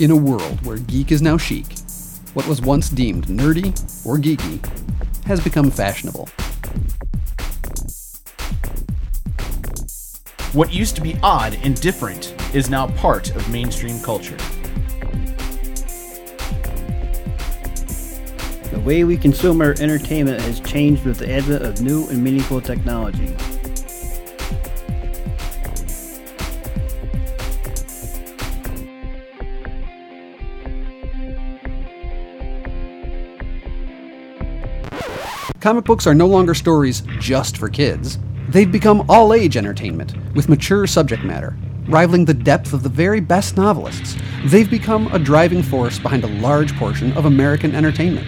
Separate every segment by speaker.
Speaker 1: In a world where geek is now chic, what was once deemed nerdy or geeky has become fashionable.
Speaker 2: What used to be odd and different is now part of mainstream culture.
Speaker 3: The way we consume our entertainment has changed with the advent of new and meaningful technology.
Speaker 1: Comic books are no longer stories just for kids. They've become all age entertainment with mature subject matter, rivaling the depth of the very best novelists. They've become a driving force behind a large portion of American entertainment.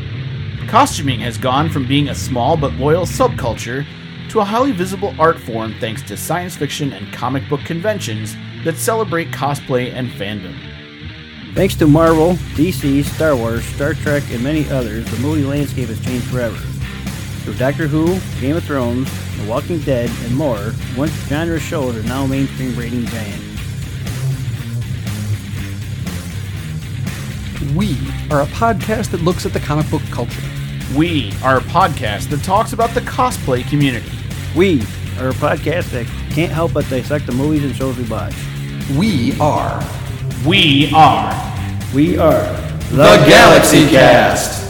Speaker 2: Costuming has gone from being a small but loyal subculture to a highly visible art form thanks to science fiction and comic book conventions that celebrate cosplay and fandom.
Speaker 3: Thanks to Marvel, DC, Star Wars, Star Trek, and many others, the movie landscape has changed forever. Through Doctor Who, Game of Thrones, The Walking Dead, and more, once genre shows are now mainstream rating giants.
Speaker 1: We are a podcast that looks at the comic book culture.
Speaker 2: We are a podcast that talks about the cosplay community.
Speaker 3: We are a podcast that can't help but dissect the movies and shows we watch.
Speaker 1: We are
Speaker 2: We are
Speaker 3: We are
Speaker 2: the Galaxy Cast.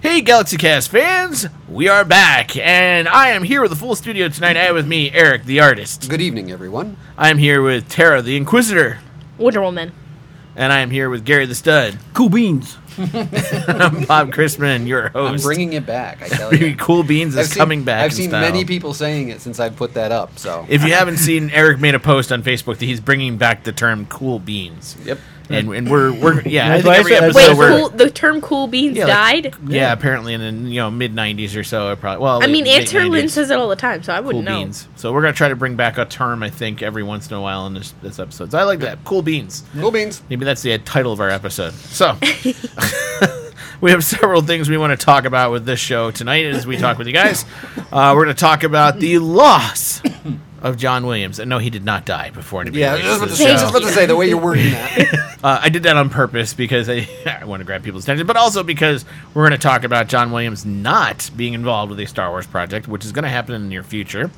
Speaker 2: Hey, GalaxyCast fans! We are back, and I am here with the full studio tonight. I have with me Eric, the artist.
Speaker 1: Good Evening, everyone.
Speaker 2: I am here with Tara, the inquisitor,
Speaker 4: Wonder Woman.
Speaker 2: and I am here with Gary, the stud.
Speaker 3: Cool Beans.
Speaker 2: I'm Bob Chrisman, your
Speaker 1: I'm
Speaker 2: host.
Speaker 1: bringing it back, I tell
Speaker 2: Maybe
Speaker 1: you.
Speaker 2: Cool Beans is coming back.
Speaker 1: I've
Speaker 2: in
Speaker 1: seen
Speaker 2: style.
Speaker 1: many people saying it since I put that up, so.
Speaker 2: If you haven't seen, Eric made a post on Facebook that he's bringing back the term "cool beans."
Speaker 1: Yep.
Speaker 2: and and we're we're yeah. I
Speaker 3: That's
Speaker 2: think
Speaker 3: why I
Speaker 2: every
Speaker 3: said-
Speaker 2: episode
Speaker 4: Wait,
Speaker 3: So
Speaker 2: we're
Speaker 4: cool, the term "cool beans"
Speaker 2: Yeah, like-
Speaker 4: died.
Speaker 2: yeah, apparently in the you know mid '90s or so. I probably well.
Speaker 4: I mean,
Speaker 2: late
Speaker 4: Answer Lynn
Speaker 2: 90s,
Speaker 4: says it all the time, so I
Speaker 2: cool
Speaker 4: wouldn't know.
Speaker 2: beans. So we're gonna try to bring back a term I think every once in a while in this this episode. So I like that cool beans.
Speaker 1: Cool beans.
Speaker 2: Maybe that's the title of our episode. So, we have several things we want to talk about with this show tonight as we talk with you guys. Uh, we're going to talk about the loss of John Williams. And no, he did not die before anybody.
Speaker 1: Yeah, I was
Speaker 2: listens
Speaker 1: just
Speaker 2: to
Speaker 1: about to
Speaker 2: the
Speaker 1: say, I was just about to say
Speaker 2: show.
Speaker 1: the way you're wording that.
Speaker 2: Uh, I did that on purpose because I, I want to grab people's attention, but also because we're going to talk about John Williams not being involved with a Star Wars project, which is going to happen in the near future.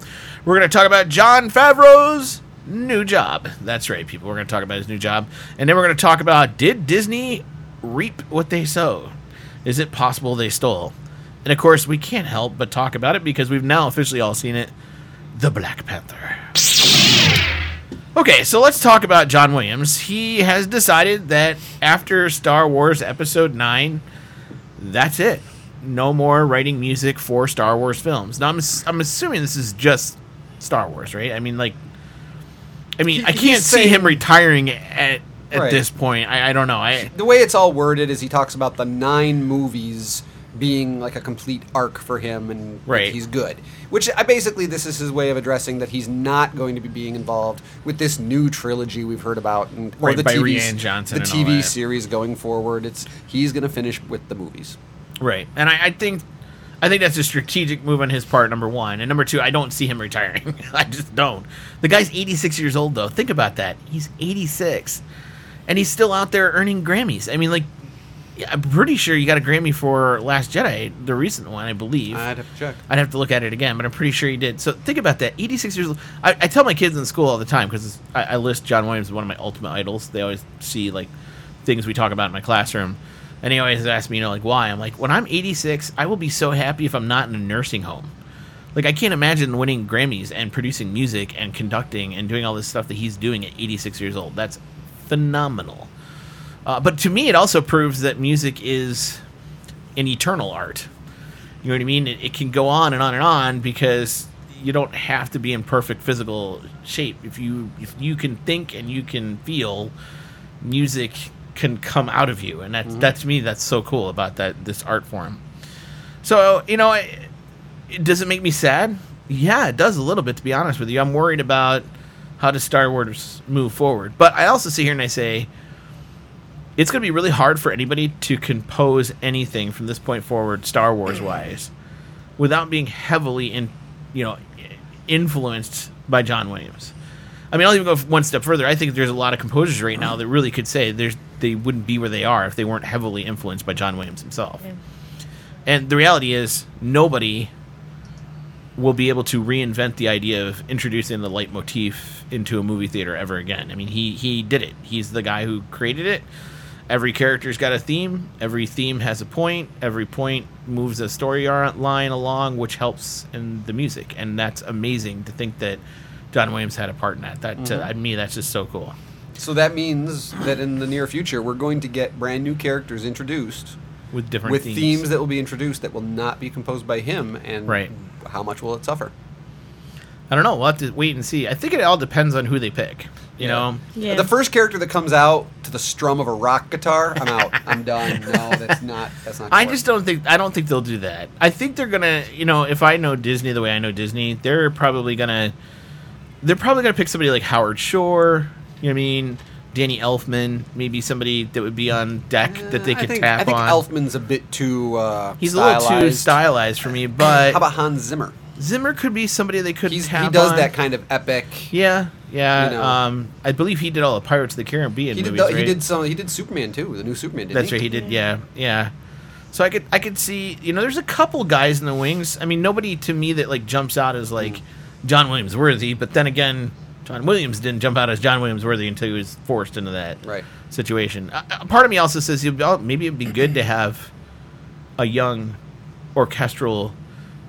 Speaker 2: We're going to talk about John Favreau's new job. That's right, people. We're going to talk about his new job. And then we're going to talk about did Disney reap what they sow? Is it possible they stole? And of course, we can't help but talk about it because we've now officially all seen it The Black Panther. Okay, so let's talk about John Williams. He has decided that after Star Wars Episode 9, that's it. No more writing music for Star Wars films. Now, I'm, ass- I'm assuming this is just Star Wars, right? I mean, like, I mean, I can't see him retiring at, at
Speaker 1: Right.
Speaker 2: this point. I, I don't know. I,
Speaker 1: The way it's all worded is he talks about the nine movies being like a complete arc for him and like,
Speaker 2: Right.
Speaker 1: he's good. Which I basically this is his way of addressing that he's not going to be being involved with this new trilogy we've heard about and or
Speaker 2: Right,
Speaker 1: the
Speaker 2: by
Speaker 1: TV
Speaker 2: Rian Johnson
Speaker 1: the
Speaker 2: and all
Speaker 1: TV
Speaker 2: that.
Speaker 1: series going forward. It's he's going to finish with the movies.
Speaker 2: Right, and I, I think, I think that's a strategic move on his part. Number one, and number two, I don't see him retiring. I just don't. The guy's 86 years old, though. Think about that. He's 86, and he's still out there earning Grammys. I mean, like, yeah, I'm pretty sure you got a Grammy for Last Jedi, the recent one, I believe.
Speaker 1: have to check.
Speaker 2: I'd have to look at it again, but I'm pretty sure he did. So think about that. 86 years old. I, I tell my kids in school all the time because I, I list John Williams as one of my ultimate idols. They always see like things we talk about in my classroom, and they always ask me, you know, like why. I'm like, when I'm 86, I will be so happy if I'm not in a nursing home. Like I can't imagine winning Grammys and producing music and conducting and doing all this stuff that he's doing at 86 years old. That's phenomenal. Uh, but to me, it also proves that music is an eternal art. You know what I mean? It, it can go on and on and on because you don't have to be in perfect physical shape. If you if you can think and you can feel, music can come out of you, and that's that's me. That's so cool about that this art form. So you know, it, it- does it make me sad? Yeah, it does a little bit. To be honest with you, I'm worried about how does Star Wars move forward? But I also sit here and I say it's going to be really hard for anybody to compose anything from this point forward, Star Wars wise, without being heavily in, you know, influenced by John Williams. I mean, I'll even go f- one step further. I think there's a lot of composers right now that really could say there's they wouldn't be where they are if they weren't heavily influenced by John Williams himself. And the reality is, nobody will be able to reinvent the idea of introducing the leitmotif into a movie theater ever again. I mean, he he did it. He's the guy who created it. Every character's got a theme. Every theme has a point. Every point moves a story ar- line along, which helps in the music. And that's amazing to think that John Williams had a part in that. That
Speaker 1: Mm-hmm.
Speaker 2: to me, that's just so cool.
Speaker 1: So that means that in the near future, we're going to get brand new characters introduced
Speaker 2: With different
Speaker 1: with
Speaker 2: themes.
Speaker 1: themes. that will be introduced that will not be composed by him. And
Speaker 2: Right.
Speaker 1: how much will it suffer?
Speaker 2: I don't know. We'll have to wait and see. I think it all depends on who they pick. You know,
Speaker 4: Yeah.
Speaker 1: The first character that comes out to the strum of a rock guitar, I'm out. I'm done. No, that's not. That's not. gonna
Speaker 2: I
Speaker 1: work.
Speaker 2: just don't think I don't think they'll do that. I think they're gonna, you know, if I know Disney the way I know Disney, they're probably gonna, they're probably gonna pick somebody like Howard Shore. You know what I mean? Danny Elfman, maybe somebody that would be on deck that they
Speaker 1: Uh, I
Speaker 2: could
Speaker 1: think,
Speaker 2: tap
Speaker 1: I think
Speaker 2: on.
Speaker 1: Elfman's a bit too. Uh,
Speaker 2: He's
Speaker 1: stylized.
Speaker 2: a little too stylized for me, but
Speaker 1: How about Hans Zimmer?
Speaker 2: Zimmer could be somebody they could
Speaker 1: He's, he
Speaker 2: tap
Speaker 1: does
Speaker 2: on.
Speaker 1: that kind of epic.
Speaker 2: Yeah, yeah.
Speaker 1: You know.
Speaker 2: Um, I believe he did all the Pirates of the Caribbean
Speaker 1: He did.
Speaker 2: movies.
Speaker 1: the-
Speaker 2: right?
Speaker 1: He did some. He did Superman too. The new Superman. Didn't
Speaker 2: That's
Speaker 1: he?
Speaker 2: right. He did. Yeah, yeah. So I could I could see you know there's a couple guys in the wings. I mean nobody to me that like jumps out as like John Williams worthy, but then again John Williams didn't jump out as John Williams worthy until he was forced into that
Speaker 1: Right.
Speaker 2: situation. Uh, uh, part of me also says you know, maybe it'd be good to have a young orchestral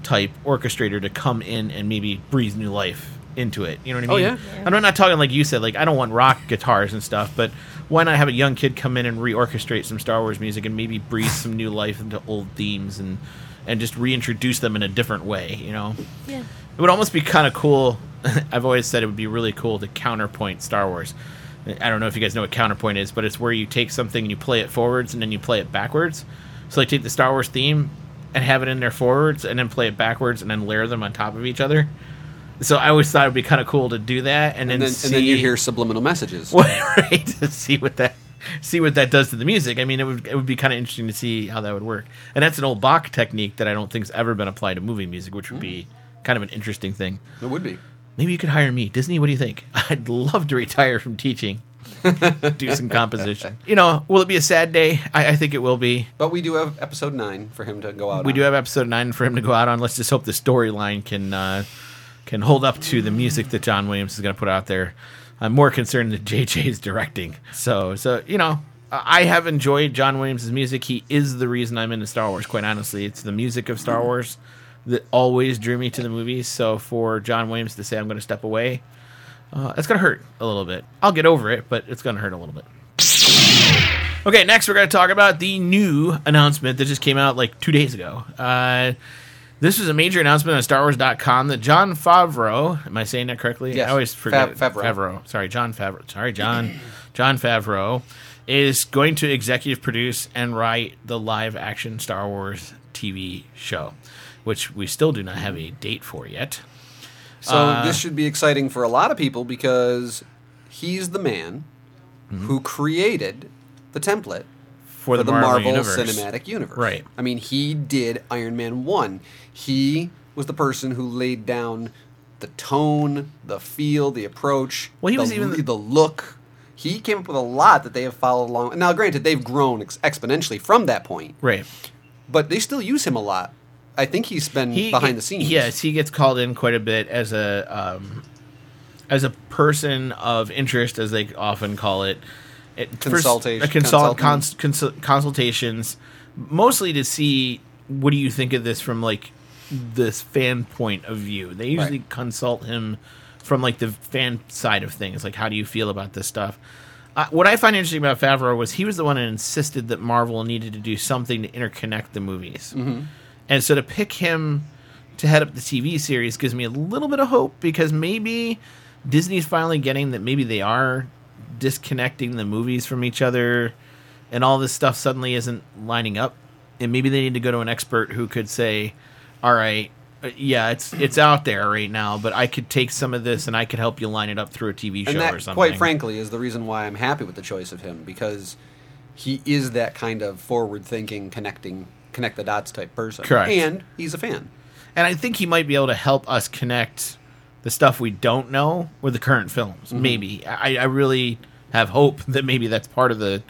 Speaker 2: type orchestrator to come in and maybe breathe new life into it. You know what I
Speaker 1: Oh,
Speaker 2: mean?
Speaker 1: yeah.
Speaker 2: And I'm not talking like you said, like I don't want rock guitars and stuff, but why not have a young kid come in and reorchestrate some Star Wars music and maybe breathe some new life into old themes and and just reintroduce them in a different way, you know?
Speaker 4: yeah.
Speaker 2: It would almost be kind of cool. I've always said it would be really cool to counterpoint Star Wars. I don't know if you guys know what counterpoint is, but it's where you take something and you play it forwards and then you play it backwards. So they take the Star Wars theme and have it in their forwards and then play it backwards and then layer them on top of each other. So I always thought it would be kind of cool to do that and,
Speaker 1: And
Speaker 2: then
Speaker 1: then,
Speaker 2: see
Speaker 1: and then you hear subliminal messages.
Speaker 2: right to see what that see what that does to the music. I mean, it would it would be kind of interesting to see how that would work. And that's an old Bach technique that I don't think's ever been applied to movie music, which would be
Speaker 1: Mm.
Speaker 2: kind of an interesting thing.
Speaker 1: It would be.
Speaker 2: Maybe you could hire me, Disney. What do you think? I'd love to retire from teaching, do some composition. You know, will it be a sad day? I, I think it will be.
Speaker 1: But we do have episode nine for him to go out.
Speaker 2: We
Speaker 1: on.
Speaker 2: do have episode nine for him to go out on. Let's just hope the storyline can uh, can hold up to the music that John Williams is going to put out there. I'm more concerned that JJ's directing. So, so you know, I I have enjoyed John Williams' music. He is the reason I'm into Star Wars. Quite honestly, it's the music of Star Wars that always drew me to the movies. So, for John Williams to say I'm going to step away, uh, it's going to hurt a little bit. I'll get over it, but it's going to hurt a little bit. Okay, next we're going to talk about the new announcement that just came out like two days ago. Uh, this was a major announcement on StarWars.com that John Favreau, am I saying that correctly?
Speaker 1: Yes.
Speaker 2: I always forget.
Speaker 1: Fav- Favreau.
Speaker 2: Sorry, John Favreau. Sorry, John. John Favreau is going to executive produce and write the live action Star Wars TV show, which we still do not have a date for yet.
Speaker 1: So
Speaker 2: Uh,
Speaker 1: this should be exciting for a lot of people because he's the man
Speaker 2: Mm-hmm.
Speaker 1: who created the template for
Speaker 2: For,
Speaker 1: the Marvel,
Speaker 2: universe.
Speaker 1: Cinematic Universe.
Speaker 2: Right.
Speaker 1: I mean, he did Iron Man 1. He was the person who laid down the tone, the feel, the approach,
Speaker 2: Well, he
Speaker 1: the,
Speaker 2: was even-
Speaker 1: the look. He came up with a lot that they have followed along. Now, granted, they've grown ex- exponentially from that point,
Speaker 2: Right.
Speaker 1: but they still use him a lot. I think he's been
Speaker 2: He-
Speaker 1: behind the scenes.
Speaker 2: Yes, he gets called in quite a bit as a um, as a person of interest, as they often call it. it first-
Speaker 1: Consultation-
Speaker 2: a consult,
Speaker 1: consultant.
Speaker 2: cons, consul, consultations, mostly to see what do you think of this from like this fan point of view. They usually
Speaker 1: Right.
Speaker 2: consult him from like the fan side of things, like how do you feel about this stuff. Uh, what I find interesting about Favreau was he was the one that insisted that Marvel needed to do something to interconnect the movies.
Speaker 1: Mm-hmm.
Speaker 2: And so to pick him to head up the TV series gives me a little bit of hope because maybe Disney's finally getting that maybe they are disconnecting the movies from each other and all this stuff suddenly isn't lining up. And maybe they need to go to an expert who could say, all right, uh, yeah, it's it's out there right now, but I could take some of this and I could help you line it up through a TV show
Speaker 5: and
Speaker 2: or
Speaker 5: that,
Speaker 2: something.
Speaker 5: quite frankly, is the reason why I'm happy with the choice of him because he is that kind of forward-thinking, connecting, connect the dots type person.
Speaker 2: Correct.
Speaker 5: And he's a fan.
Speaker 2: and I think he might be able to help us connect the stuff we don't know with the current films.
Speaker 5: Mm-hmm.
Speaker 2: Maybe I, I really have hope that maybe that's part of the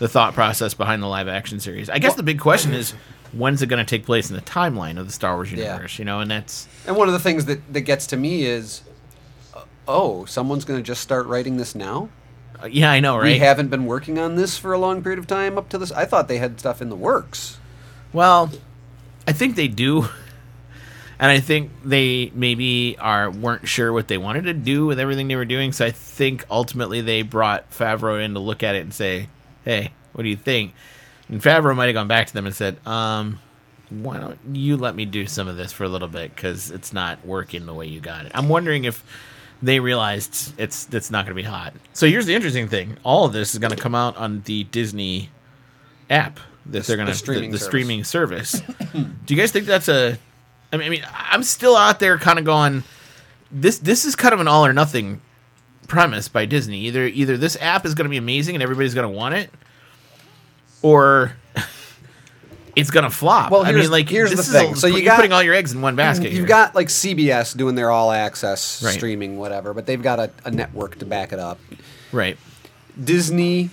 Speaker 2: the thought process behind the live action series. I guess the big question is when's it going to take place in the timeline of the Star Wars
Speaker 5: Yeah.
Speaker 2: universe? You know, and that's
Speaker 5: And one of the things that that gets to me is, uh, oh, someone's going to just start writing this now.
Speaker 2: uh, yeah, I know, right?
Speaker 5: We haven't been working on this for a long period of time up to this. I thought they had stuff in the works.
Speaker 2: Well, I think they do. And I think they maybe are weren't sure what they wanted to do with everything they were doing. So I think ultimately they brought Favreau in to look at it and say, "Hey, what do you think?" And Favreau might have gone back to them and said, "Um, why don't you let me do some of this for a little bit because it's not working the way you got it." I'm wondering if they realized it's it's not going to be hot. So here's the interesting thing: all of this is going to come out on the Disney app that they're going to
Speaker 5: the streaming
Speaker 2: the, the
Speaker 5: service.
Speaker 2: streaming service. do you guys think that's a? I mean, I mean, I'm still out there kind of going. This this is kind of an all or nothing premise by Disney. Either either this app is going to be amazing and everybody's going to want it, or it's going to flop.
Speaker 5: Well,
Speaker 2: I mean,
Speaker 5: here's-
Speaker 2: like
Speaker 5: here's
Speaker 2: this
Speaker 5: the
Speaker 2: is
Speaker 5: thing. So you
Speaker 2: you're
Speaker 5: got-
Speaker 2: putting all your eggs in one basket.
Speaker 5: You've
Speaker 2: here.
Speaker 5: got like CBS doing their all access
Speaker 2: Right.
Speaker 5: streaming, whatever, but they've got a, a network to back it up.
Speaker 2: right.
Speaker 5: Disney,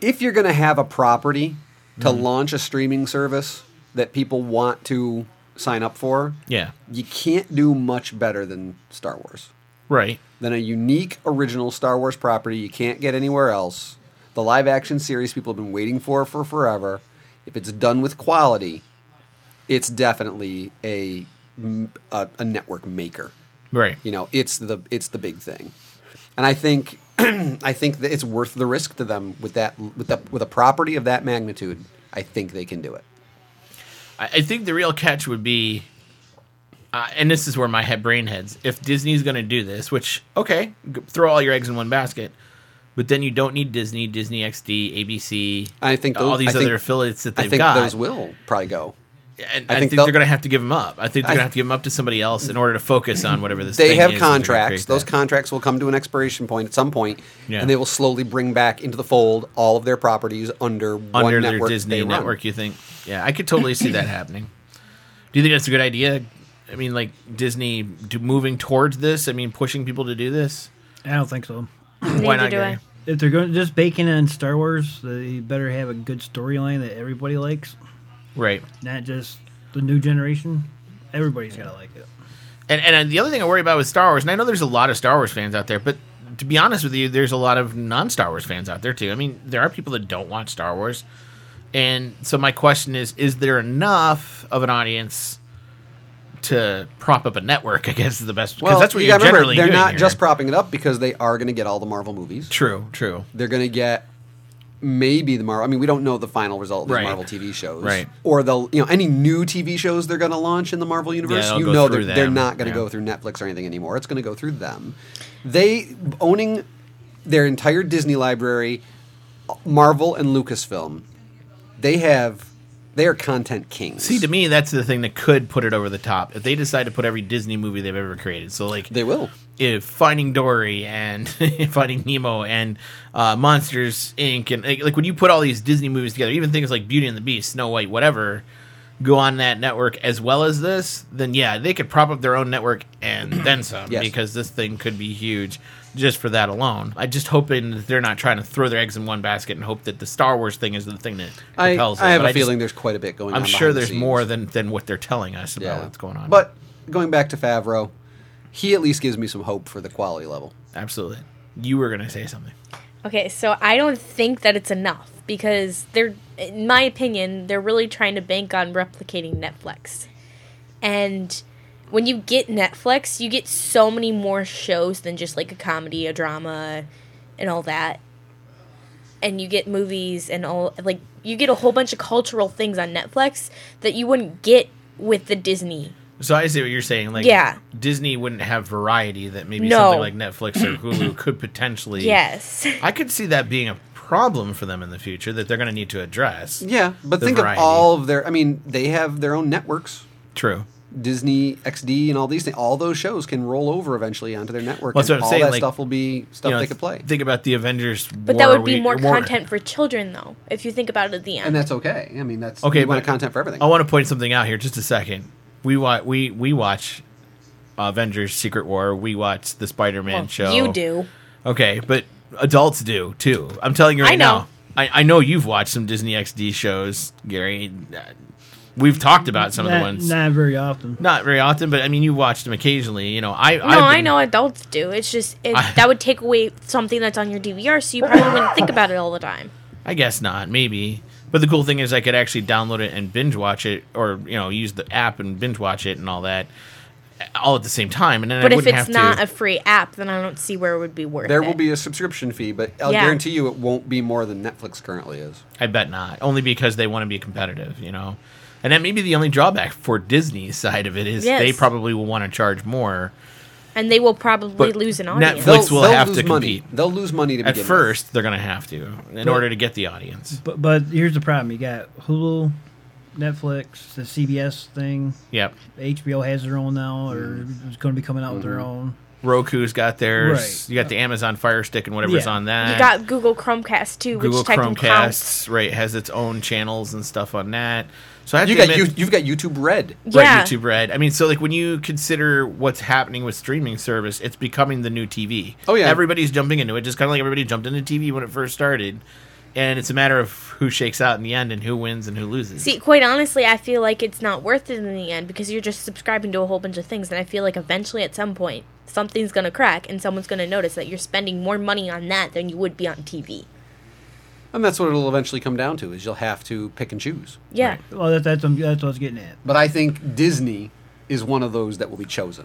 Speaker 5: if you're going to have a property to launch a streaming service that people want to sign up for,
Speaker 2: Yeah.
Speaker 5: you can't do much better than Star Wars.
Speaker 2: Right.
Speaker 5: Than a unique original Star Wars property you can't get anywhere else. The live action series people have been waiting for for forever. If it's done with quality, it's definitely a a, a network maker
Speaker 2: Right.
Speaker 5: you know it's the it's the big thing and i think i think that it's worth the risk to them with that with the with a property of that magnitude i think they can do it
Speaker 2: I, I think the real catch would be, uh, and this is where my head brain heads. If Disney's going to do this, which okay, g- throw all your eggs in one basket, but then you don't need Disney, Disney XD, ABC.
Speaker 5: I think
Speaker 2: all
Speaker 5: those-
Speaker 2: these
Speaker 5: I
Speaker 2: other
Speaker 5: think-
Speaker 2: affiliates that
Speaker 5: i
Speaker 2: they've
Speaker 5: think
Speaker 2: got.
Speaker 5: those will probably go
Speaker 2: and
Speaker 5: I
Speaker 2: I, think,
Speaker 5: think they'll-
Speaker 2: they're going to have to give them up. I think
Speaker 5: I-
Speaker 2: they're going to have to give them up to somebody else in order to focus on whatever this.
Speaker 5: they
Speaker 2: thing
Speaker 5: have
Speaker 2: is that they're gonna
Speaker 5: contracts
Speaker 2: create
Speaker 5: those
Speaker 2: that.
Speaker 5: contracts will come to an expiration point at some point,
Speaker 2: Yeah.
Speaker 5: and they will slowly bring back into the fold all of their properties under one
Speaker 2: under their
Speaker 5: network they
Speaker 2: Disney
Speaker 5: run.
Speaker 2: network. You think? Yeah, I could totally see that happening. Do you think that's a good idea? I mean, like Disney do, moving towards this. I mean, pushing people to do this.
Speaker 3: I don't think so.
Speaker 2: Why
Speaker 4: Neither
Speaker 2: not?
Speaker 4: do
Speaker 2: Gary?
Speaker 4: I.
Speaker 3: If they're going just baking on Star Wars, they better have a good storyline that everybody likes,
Speaker 2: Right.
Speaker 3: not just the new generation. Everybody's gotta like it.
Speaker 2: And and the other thing I worry about with Star Wars, and I know there's a lot of Star Wars fans out there, but to be honest with you, there's a lot of non-Star Wars fans out there too. I mean, there are people that don't watch Star Wars, and so my question is: Is there enough of an audience to prop up a network? I guess is the best. 'cause
Speaker 5: well
Speaker 2: that's what
Speaker 5: you
Speaker 2: you're
Speaker 5: gotta remember
Speaker 2: generally
Speaker 5: they're
Speaker 2: doing
Speaker 5: not
Speaker 2: here.
Speaker 5: just propping it up because they are going to get all the marvel movies
Speaker 2: true. True.
Speaker 5: they're going to get maybe the Marvel. I mean, we don't know the final result of the
Speaker 2: Right.
Speaker 5: Marvel TV shows,
Speaker 2: Right.
Speaker 5: Or they'll you know any new TV shows they're going to launch in the Marvel universe.
Speaker 2: they'll
Speaker 5: you
Speaker 2: go
Speaker 5: know
Speaker 2: through
Speaker 5: they're, they're
Speaker 2: them,
Speaker 5: not going to
Speaker 2: yeah.
Speaker 5: go through Netflix or anything anymore. It's going to go through them. They owning their entire Disney library, Marvel and Lucasfilm. They have they are content kings.
Speaker 2: See, to me, that's the thing that could put it over the top. If they decide to put every Disney movie they've ever created, so like
Speaker 5: they will.
Speaker 2: if Finding Dory and Finding Nemo and uh, Monsters Inc. and like, like when you put all these Disney movies together, even things like Beauty and the Beast, Snow White, whatever, go on that network as well as this, then yeah, they could prop up their own network and then some
Speaker 5: Yes.
Speaker 2: because this thing could be huge just for that alone. I just hoping that they're not trying to throw their eggs in one basket and hope that the Star Wars thing is the thing that
Speaker 5: I,
Speaker 2: propels it.
Speaker 5: I have
Speaker 2: But
Speaker 5: a
Speaker 2: just-
Speaker 5: feeling there's quite a bit going on.
Speaker 2: I'm sure
Speaker 5: behind the
Speaker 2: there's
Speaker 5: scenes.
Speaker 2: more than than what they're telling us about
Speaker 5: Yeah.
Speaker 2: what's going on.
Speaker 5: But going back to Favreau, he at least gives me some hope for the quality level.
Speaker 2: absolutely, you were going to say something.
Speaker 4: Okay, so I don't think that it's enough because they're, in my opinion, they're really trying to bank on replicating Netflix. And when you get Netflix, you get so many more shows than just like a comedy, a drama, and all that. And you get movies and all, like, you get a whole bunch of cultural things on Netflix that you wouldn't get with the Disney.
Speaker 2: So I see what you're saying. Like,
Speaker 4: Yeah.
Speaker 2: Disney wouldn't have variety that maybe
Speaker 4: No.
Speaker 2: something like Netflix or Hulu could potentially.
Speaker 4: Yes.
Speaker 2: I could see that being a problem for them in the future that they're going to need to address.
Speaker 5: Yeah, but
Speaker 2: the
Speaker 5: think
Speaker 2: variety.
Speaker 5: of all of their. I mean, they have their own networks.
Speaker 2: True.
Speaker 1: Disney XD and all these things, all those shows can roll over eventually onto their network.
Speaker 2: Well, that's
Speaker 1: and
Speaker 2: what I'm
Speaker 1: all
Speaker 2: saying,
Speaker 1: that
Speaker 2: like,
Speaker 1: stuff will be stuff
Speaker 2: You know,
Speaker 1: they could play,
Speaker 2: Think about the Avengers.
Speaker 4: But that
Speaker 2: War
Speaker 4: would be
Speaker 2: we-
Speaker 4: more
Speaker 2: War-
Speaker 4: content for children, though, if you think about it at the end.
Speaker 1: and that's okay. I mean, that's
Speaker 2: Okay,
Speaker 1: You want
Speaker 2: but-
Speaker 1: content for everything.
Speaker 2: I want to point something out here. Just a second. We watch. We we watch Avengers: Secret War. We watch the Spider-Man
Speaker 4: Well,
Speaker 2: show.
Speaker 4: You do.
Speaker 2: Okay, but adults do too. I'm telling you right
Speaker 4: I know.
Speaker 2: now. I, I know you've watched some Disney XD shows, Gary. Uh, We've talked about some of the
Speaker 6: Not-
Speaker 2: ones.
Speaker 6: Not very often.
Speaker 2: Not very often, but I mean, you watched them occasionally. You know, I
Speaker 4: No, I know adults do. It's just it,
Speaker 2: I-
Speaker 4: that would take away something that's on your DVR, so you probably wouldn't think about it all the time.
Speaker 2: I guess not, maybe. But the cool thing is, I could actually download it and binge watch it, or you know, use the app and binge watch it and all that, uh, all at the same time. And then
Speaker 4: But
Speaker 2: I
Speaker 4: if
Speaker 2: wouldn't
Speaker 4: it's
Speaker 2: have
Speaker 4: not
Speaker 2: to.
Speaker 4: a free app, then I don't see where it would be worth
Speaker 1: There
Speaker 4: it.
Speaker 1: will be a subscription fee, but I'll
Speaker 4: Yeah.
Speaker 1: guarantee you it won't be more than Netflix currently is.
Speaker 2: I bet not. Only because they want to be competitive, you know. And that may be the only drawback for Disney's side of it is
Speaker 4: Yes.
Speaker 2: they probably will want to charge more.
Speaker 4: and they will probably
Speaker 2: But
Speaker 4: lose an
Speaker 2: Netflix-
Speaker 4: audience.
Speaker 2: Netflix will have
Speaker 1: Oh, lose
Speaker 2: to
Speaker 1: money.
Speaker 2: compete.
Speaker 1: They'll lose money to
Speaker 2: At
Speaker 1: begin with.
Speaker 2: first, they're going to have to in order to get the audience.
Speaker 6: But but here's the problem: you got Hulu, Netflix, the CBS thing.
Speaker 2: Yep.
Speaker 6: HBO has their own now, or
Speaker 2: Mm.
Speaker 6: is going to be coming out with their
Speaker 2: Mm-hmm.
Speaker 6: own.
Speaker 2: Roku's got theirs.
Speaker 6: Right.
Speaker 2: You got the Amazon Fire Stick and whatever's
Speaker 6: Yeah.
Speaker 2: on that.
Speaker 4: you got Google Chromecast too,
Speaker 2: Google
Speaker 4: which technically counts.
Speaker 2: Chromecast, right, has its own channels and stuff on that. So I have
Speaker 1: You
Speaker 2: to
Speaker 1: got you,
Speaker 2: admit,
Speaker 1: you've got YouTube Red.
Speaker 2: right,
Speaker 4: yeah,
Speaker 2: YouTube Red. I mean, so like when you consider what's happening with streaming service, it's becoming the new TV.
Speaker 1: Oh, yeah.
Speaker 2: everybody's jumping into it, just kind of like everybody jumped into TV when it first started, and it's a matter of who shakes out in the end and who wins and who loses.
Speaker 4: See, quite honestly, I feel like it's not worth it in the end because you're just subscribing to a whole bunch of things, and I feel like eventually, at some point, something's gonna crack, and someone's gonna notice that you're spending more money on that than you would be on TV.
Speaker 1: And that's what it'll eventually come down to is you'll have to pick and choose.
Speaker 4: Yeah,
Speaker 2: Right.
Speaker 6: Well, that, that's that's what I was getting at.
Speaker 1: But I think Disney is one of those that will be chosen.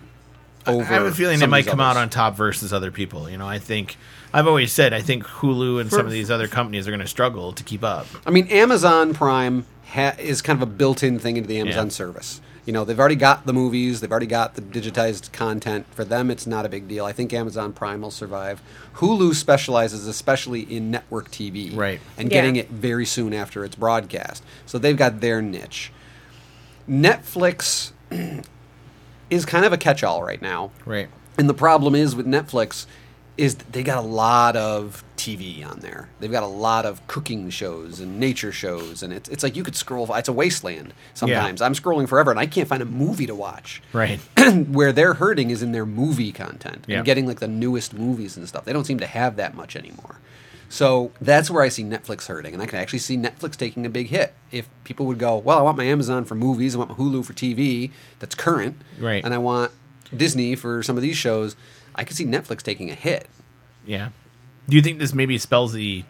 Speaker 1: Over
Speaker 2: I have a feeling
Speaker 1: some
Speaker 2: they
Speaker 1: of
Speaker 2: might
Speaker 1: these
Speaker 2: come out
Speaker 1: others.
Speaker 2: on top versus other people. You know, I think I've always said I think Hulu and some of these other companies are going to struggle to keep up.
Speaker 1: I mean, Amazon Prime ha- is kind of a built-in thing into the Amazon
Speaker 2: Yeah.
Speaker 1: service. You know, they've already got the movies, they've already got the digitized content. For them, it's not a big deal. I think Amazon Prime will survive. Hulu specializes especially in network TV,
Speaker 2: Right.
Speaker 1: And
Speaker 4: Yeah.
Speaker 1: getting it very soon after its broadcast, so they've got their niche. Netflix is kind of a catch-all right now,
Speaker 2: Right.
Speaker 1: and the problem is with Netflix is that they got a lot of TV on there. They've got a lot of cooking shows and nature shows, and it's it's like you could scroll. It's a wasteland sometimes. I'm scrolling forever, and I can't find a movie to watch.
Speaker 2: Right.
Speaker 1: Where they're hurting is in their movie content
Speaker 2: Yeah.
Speaker 1: and getting like the newest movies and stuff. They don't seem to have that much anymore. So that's where I see Netflix hurting, and I can actually see Netflix taking a big hit if people would go, "Well, I want my Amazon for movies, I want my Hulu for TV that's current,
Speaker 2: Right.
Speaker 1: and I want Disney for some of these shows." I could see Netflix taking a hit.
Speaker 2: Yeah. Do you think this maybe spells the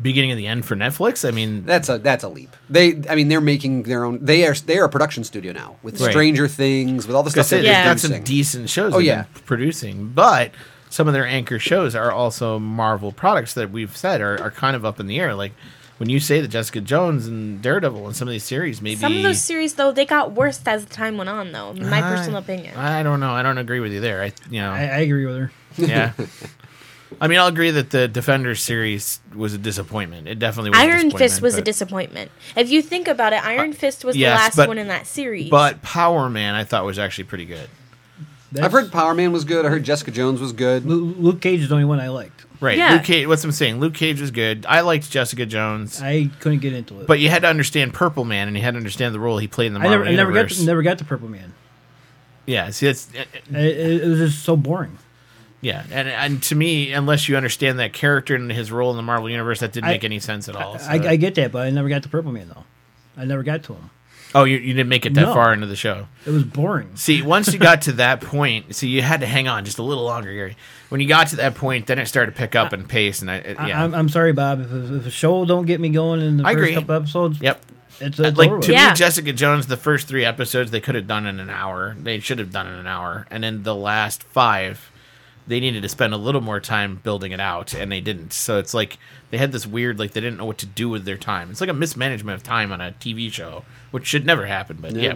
Speaker 2: beginning of the end for Netflix? I mean,
Speaker 1: That's a that's a leap. They, I mean, they're making their own. They are they are a production studio now with
Speaker 2: Right.
Speaker 1: Stranger Things, with all the stuff
Speaker 2: That's
Speaker 1: they're
Speaker 2: it. They've
Speaker 4: Yeah.
Speaker 2: got some
Speaker 1: producing.
Speaker 2: decent shows.
Speaker 1: Oh,
Speaker 2: they've
Speaker 1: yeah.
Speaker 2: been producing, but some of their anchor shows are also Marvel products that we've said are, are kind of up in the air. Like when you say that Jessica Jones and Daredevil and some of these series, maybe
Speaker 4: some of those series though they got worse as the time went on, though. In my personal opinion.
Speaker 2: I, I don't know. I don't agree with you there. I you know
Speaker 6: I, I agree with her.
Speaker 2: yeah. I mean, I'll agree that the Defenders series was a disappointment. It definitely was.
Speaker 4: Iron Fist was a
Speaker 2: disappointment. but-
Speaker 4: disappointment. If you think about it, Iron Fist was
Speaker 2: yes,
Speaker 4: the last
Speaker 2: but-
Speaker 4: one in that series.
Speaker 2: But Power Man, I thought was actually pretty good.
Speaker 6: That's,
Speaker 1: I've heard Power Man was good. I heard Jessica Jones was good.
Speaker 6: Lu- Luke Cage is the only one I liked.
Speaker 2: Right.
Speaker 4: Yeah.
Speaker 2: Luke Cage, what's I'm saying? Luke Cage was good. I liked Jessica Jones.
Speaker 6: I couldn't get into it.
Speaker 2: But you had to understand Purple Man, and you had to understand the role he played in the
Speaker 6: I
Speaker 2: Marvel
Speaker 6: never, I never got
Speaker 2: universe.
Speaker 6: to, never got to Purple Man.
Speaker 2: yeah, see, that's uh, uh,
Speaker 6: I- It, it was just so boring.
Speaker 2: yeah, and and to me, unless you understand that character and his role in the Marvel universe, that didn't
Speaker 6: I-
Speaker 2: make any sense at all.
Speaker 6: I,
Speaker 2: so-
Speaker 6: I get that, but I never got to Purple Man though. I never got to him.
Speaker 2: oh, you, you didn't make it that
Speaker 6: No.
Speaker 2: far into the show.
Speaker 6: It was boring.
Speaker 2: See, once you got to that point, see, you had to hang on just a little longer, Gary. When you got to that point, then it started to pick up and pace, and I it-
Speaker 6: I,
Speaker 2: yeah,
Speaker 6: I'm, I'm sorry, Bob. If, if a show don't get me going in the
Speaker 2: I
Speaker 6: first
Speaker 2: agree.
Speaker 6: couple episodes,
Speaker 2: yep.
Speaker 6: it's, it's over
Speaker 2: like
Speaker 6: with.
Speaker 2: to
Speaker 4: Yeah.
Speaker 2: me, Jessica Jones, the first three episodes they could have done in an hour. They should have done in an hour, and then the last five, they needed to spend a little more time building it out, and they didn't. So it's like they had this weird, like they didn't know what to do with their time. It's like a mismanagement of time on a TV show, which should never happen. But yeah.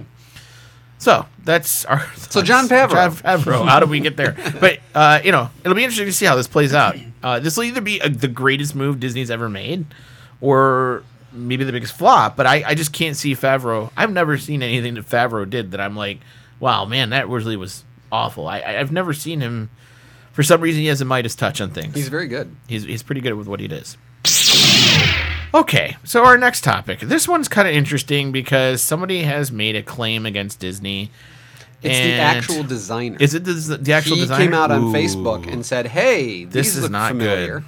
Speaker 2: So that's our. So
Speaker 1: John Favreau.
Speaker 2: John Favreau. How do we get there? But uh, you know, it'll be interesting to see how this plays out. Uh, this will either be uh the greatest move Disney's ever made, or maybe the biggest flop, but I, I just can't see Favreau. I've never seen anything that Favreau did that I'm like, wow, man, that really was awful. I, I- I've never seen him. For some reason, he has a Midas touch on things.
Speaker 1: He's very good.
Speaker 2: He's he's pretty good with what he does. Okay, so our next topic. This one's kind of interesting because somebody has made a claim against Disney.
Speaker 1: It's the
Speaker 2: and-
Speaker 1: actual designer.
Speaker 2: Is it the, the actual
Speaker 1: he
Speaker 2: designer?
Speaker 1: came out on
Speaker 2: Ooh.
Speaker 1: Facebook and said, "Hey,
Speaker 2: This
Speaker 1: these
Speaker 2: is
Speaker 1: look
Speaker 2: not
Speaker 1: familiar."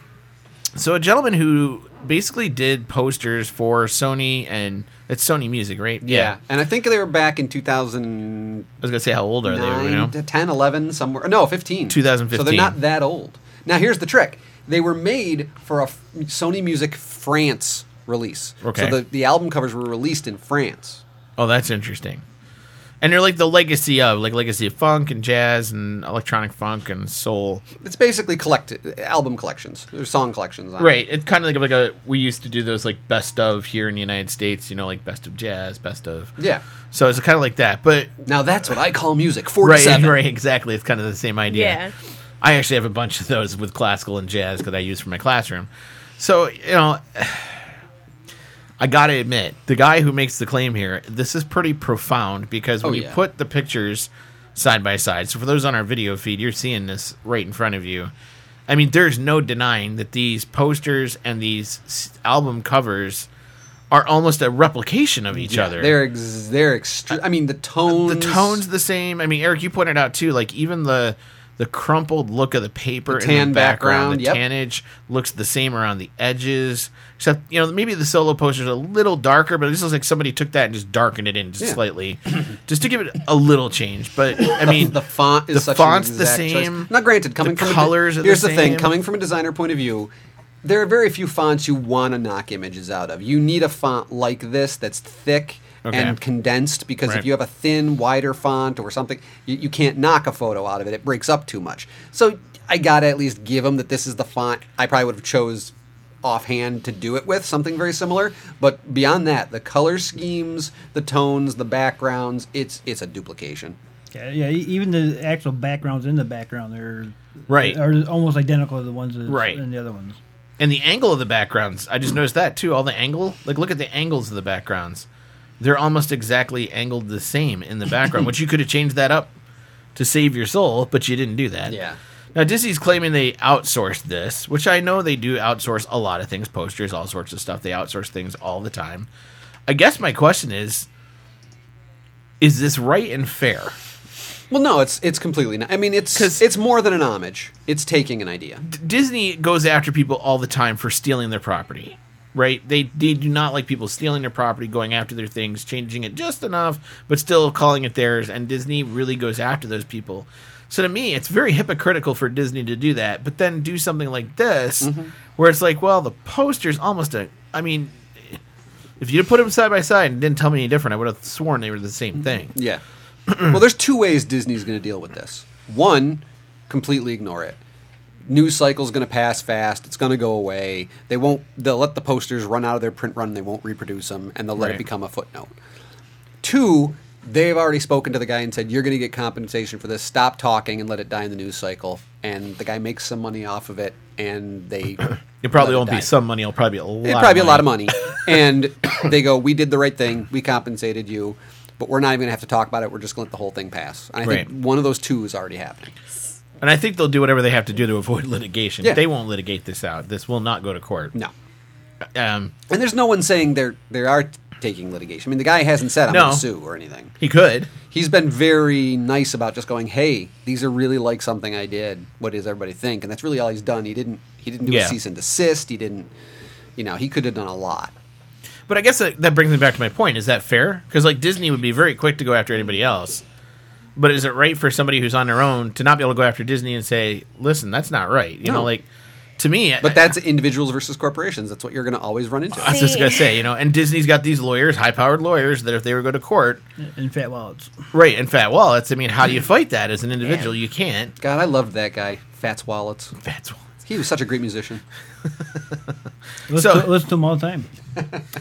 Speaker 2: good. So a gentleman who basically did posters for Sony and it's Sony Music, right?
Speaker 1: Yeah. and I think they were back in 2009,
Speaker 2: I was gonna say how old are they? You know,
Speaker 1: to 10, 11, somewhere. No, 15.
Speaker 2: 2015.
Speaker 1: So they're not that old. Now here's the trick: they were made for a f- Sony Music France release.
Speaker 2: Okay.
Speaker 1: So the, the album covers were released in France.
Speaker 2: oh, that's interesting. And they're like the legacy of like legacy of funk and jazz and electronic funk and soul.
Speaker 1: It's basically collected album collections, or song collections. On it.
Speaker 2: Right. It's kind of like like a we used to do those like best of here in the United States. You know, like best of jazz, best of
Speaker 1: Yeah.
Speaker 2: So it's kind of like that, but
Speaker 1: Now that's what I call music.
Speaker 2: right,
Speaker 1: 47.
Speaker 2: right, exactly. It's kind of the same idea.
Speaker 4: Yeah.
Speaker 2: I actually have a bunch of those with classical and jazz that I use for my classroom. So you know, I gotta admit, the guy who makes the claim here, this is pretty profound because when
Speaker 1: Oh,
Speaker 2: you
Speaker 1: yeah.
Speaker 2: put the pictures side by side, so for those on our video feed, you're seeing this right in front of you. I mean, there's no denying that these posters and these s- album covers are almost a replication of each other
Speaker 1: They're ex- they're extre- I mean the tones.
Speaker 2: the tone's the same. I mean, Eric, you pointed out too, like even the the crumpled look of the paper
Speaker 1: The
Speaker 2: in the
Speaker 1: tan
Speaker 2: background,
Speaker 1: background,
Speaker 2: the
Speaker 1: yep.
Speaker 2: tannage looks the same around the edges. Except, you know, maybe the solo poster's a little darker, but this looks like somebody took that and just darkened it in just
Speaker 1: Yeah.
Speaker 2: slightly, just to give it a little change. But I mean,
Speaker 1: the font is
Speaker 2: the
Speaker 1: such
Speaker 2: font's
Speaker 1: an
Speaker 2: the
Speaker 1: exact choice.
Speaker 2: same.
Speaker 1: Now, granted, coming
Speaker 2: The
Speaker 1: from
Speaker 2: colors
Speaker 1: a, de-
Speaker 2: are the
Speaker 1: here's the, thing:
Speaker 2: same.
Speaker 1: coming from a designer point of view, there are very few fonts you want to knock images out of. You need a font like this that's thick
Speaker 2: Okay.
Speaker 1: and condensed because
Speaker 2: Right.
Speaker 1: if you have a thin, wider font or something, you, you can't knock a photo out of it. It breaks up too much. So I gotta at least give them that this is the font I probably would have chose offhand to do it with something very similar but beyond that the color schemes the tones the backgrounds it's it's a duplication
Speaker 6: Yeah, yeah, e- even the actual backgrounds in the background they're
Speaker 2: Right.
Speaker 6: are almost identical to the ones that's
Speaker 2: Right.
Speaker 6: in the other ones.
Speaker 2: and the angle of the backgrounds, I just noticed that too. All the angle, like look at the angles of the backgrounds. They're almost exactly angled the same in the background, which you could have changed that up to save your soul, but you didn't do that.
Speaker 1: Yeah.
Speaker 2: Now Disney's claiming they outsourced this, which I know they do outsource a lot of things, posters, all sorts of stuff. They outsource things all the time. I guess my question is is this right and fair?
Speaker 1: Well, no, it's it's completely. Not, I mean, it's
Speaker 2: 'Cause-
Speaker 1: it's more than an homage. It's taking an idea.
Speaker 2: Disney goes after people all the time for stealing their property, right? They they do not like people stealing their property, going after their things, changing it just enough, but still calling it theirs. And Disney really goes after those people. So to me, it's very hypocritical for Disney to do that, but then do something like this,
Speaker 1: Mm-hmm.
Speaker 2: where it's like, well, the poster's almost a. I mean, if you put them side by side and didn't tell me any different, I would have sworn they were the same thing.
Speaker 1: Mm-hmm. Yeah. well, there's two ways Disney's going to deal with this. One, completely ignore it. News cycle's going to pass fast. It's going to go away. They won't. They'll let the posters run out of their print run. They won't reproduce them, and they'll let
Speaker 2: Right.
Speaker 1: it become a footnote. Two, they've already spoken to the guy and said, You're going to get compensation for this. Stop talking and let it die in the news cycle. And the guy makes some money off of it, and they.
Speaker 2: It probably
Speaker 1: let
Speaker 2: won't be
Speaker 1: die.
Speaker 2: some money. It'll probably be a lot.
Speaker 1: It'd probably be a lot of money. and they go, "We did the right thing. We compensated you, but we're not even going to have to talk about it. We're just going to let the whole thing pass." And I
Speaker 2: Right.
Speaker 1: think one of those two is already happening.
Speaker 2: And I think they'll do whatever they have to do to avoid litigation.
Speaker 1: Yeah.
Speaker 2: They won't litigate this out. This will not go to court.
Speaker 1: No,
Speaker 2: Um,
Speaker 1: and there's no one saying they're they are taking litigation. I mean, the guy hasn't said I'm
Speaker 2: No.
Speaker 1: going to sue or anything.
Speaker 2: he could.
Speaker 1: He's been very nice about just going, "Hey, these are really like something I did. What does everybody think?" And that's really all he's done. He didn't he didn't do
Speaker 2: Yeah.
Speaker 1: a cease and desist. He didn't, you know, he could have done a lot.
Speaker 2: But I guess that, that brings me back to my point. Is that fair? Because like Disney would be very quick to go after anybody else. But is it right for somebody who's on their own to not be able to go after Disney and say, "Listen, that's not right"? You know,
Speaker 1: No.
Speaker 2: like to me. I-
Speaker 1: But that's individuals versus corporations. That's what you're going to always run into.
Speaker 2: I was just gonna say, you know, and Disney's got these lawyers, high-powered lawyers, that if they were to go to court,
Speaker 6: In fat wallets.
Speaker 2: right, and fat wallets. I mean, how do you fight that as an individual? You can't.
Speaker 1: God, I loved that guy, Fats Wallets.
Speaker 2: Fats wallets.
Speaker 1: He was such a great musician.
Speaker 6: Listen,
Speaker 2: So-
Speaker 6: to, listen to them all the time.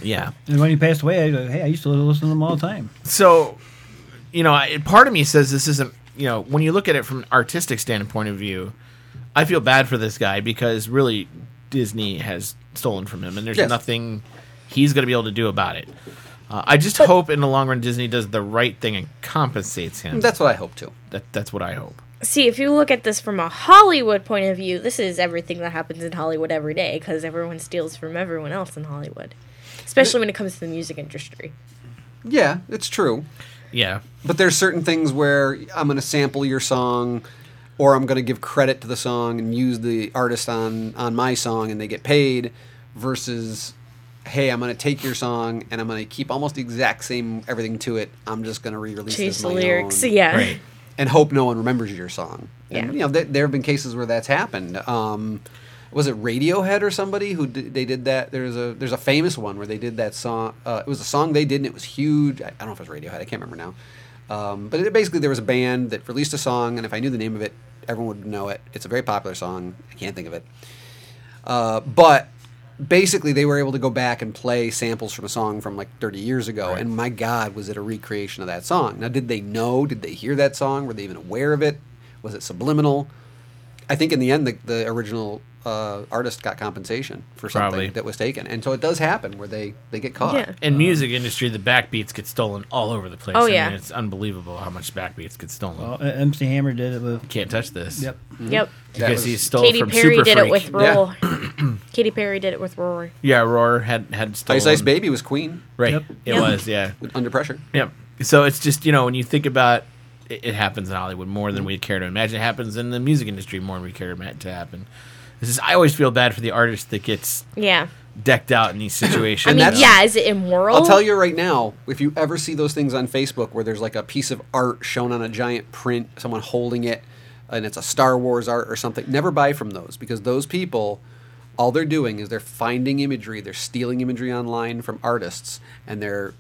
Speaker 2: Yeah.
Speaker 6: And when he passed away, I go, hey, I used to listen to them all the time.
Speaker 2: so you know I, part of me says this isn't you know when you look at it from an artistic standpoint of view i feel bad for this guy because really disney has stolen from him and there's
Speaker 1: Yes.
Speaker 2: nothing he's going to be able to do about it. Uh, I just hope in the long run Disney does the right thing and compensates him.
Speaker 1: That's what I hope to.
Speaker 2: that, that's what I hope.
Speaker 4: See, if you look at this from a Hollywood point of view, this is everything that happens in Hollywood every day because everyone steals from everyone else in Hollywood, especially when it comes to the music industry.
Speaker 1: Yeah, it's true.
Speaker 2: Yeah,
Speaker 1: But there's certain things where I'm going to sample your song, or I'm going to give credit to the song and use the artist on on my song, and they get paid. Versus, hey, I'm going to take your song and I'm going to keep almost the exact same everything to it. I'm just going to re-release it
Speaker 4: Change
Speaker 1: as
Speaker 4: the
Speaker 1: my
Speaker 4: lyrics,
Speaker 1: own
Speaker 4: yeah.
Speaker 2: right.
Speaker 1: and hope no one remembers your song.
Speaker 4: Yeah.
Speaker 1: And, you know, th- there have been cases where that's happened. Um, was it Radiohead or somebody who d- they did that? There's a there's a famous one where they did that song. Uh, it was a song they did and it was huge. I, I don't know if it was Radiohead. I can't remember now. Um, but it, basically, there was a band that released a song, and if I knew the name of it, everyone would know it. It's a very popular song. I can't think of it. Uh, but basically, they were able to go back and play samples from a song from like 30 years ago, and my God, was it a recreation of that song? Now, did they know? Did they hear that song? Were they even aware of it? Was it subliminal? I think in the end, the, the original uh, artist got compensation for something
Speaker 2: Probably.
Speaker 1: that was taken, and so it does happen where they they get caught.
Speaker 4: Yeah.
Speaker 2: In music industry, the backbeats get stolen all over the place.
Speaker 4: Oh,
Speaker 2: I mean,
Speaker 4: yeah.
Speaker 2: it's unbelievable how much backbeats get stolen.
Speaker 3: Oh.
Speaker 6: Well, uh, MC Hammer did it with.
Speaker 2: Can't touch this.
Speaker 6: Yep.
Speaker 4: Yep.
Speaker 1: That
Speaker 2: Because
Speaker 1: was-
Speaker 2: he stole
Speaker 4: Katy
Speaker 2: from
Speaker 4: Perry
Speaker 2: Super
Speaker 4: did
Speaker 2: Freak.
Speaker 4: it with
Speaker 1: Yeah.
Speaker 4: Roar. Katy Perry did it with Roar.
Speaker 2: yeah, Roar had had stolen.
Speaker 1: Ice Ice Baby was Queen
Speaker 2: Right.
Speaker 6: Yep.
Speaker 2: It
Speaker 4: Yeah.
Speaker 2: was. Yeah.
Speaker 1: under pressure.
Speaker 2: Yep. So it's just you know when you think about it, it happens in Hollywood more than we care to imagine. It happens in the music industry more than we care to ma- to happen. This is I always feel bad for the artist that gets
Speaker 4: Yeah.
Speaker 2: decked out in these situations.
Speaker 4: I mean,
Speaker 1: that's-
Speaker 4: yeah, is it immoral?
Speaker 1: I'll tell you right now, if you ever see those things on Facebook where there's like a piece of art shown on a giant print, someone holding it, and it's a Star Wars art or something, never buy from those because those people, all they're doing is they're finding imagery, they're stealing imagery online from artists, and they're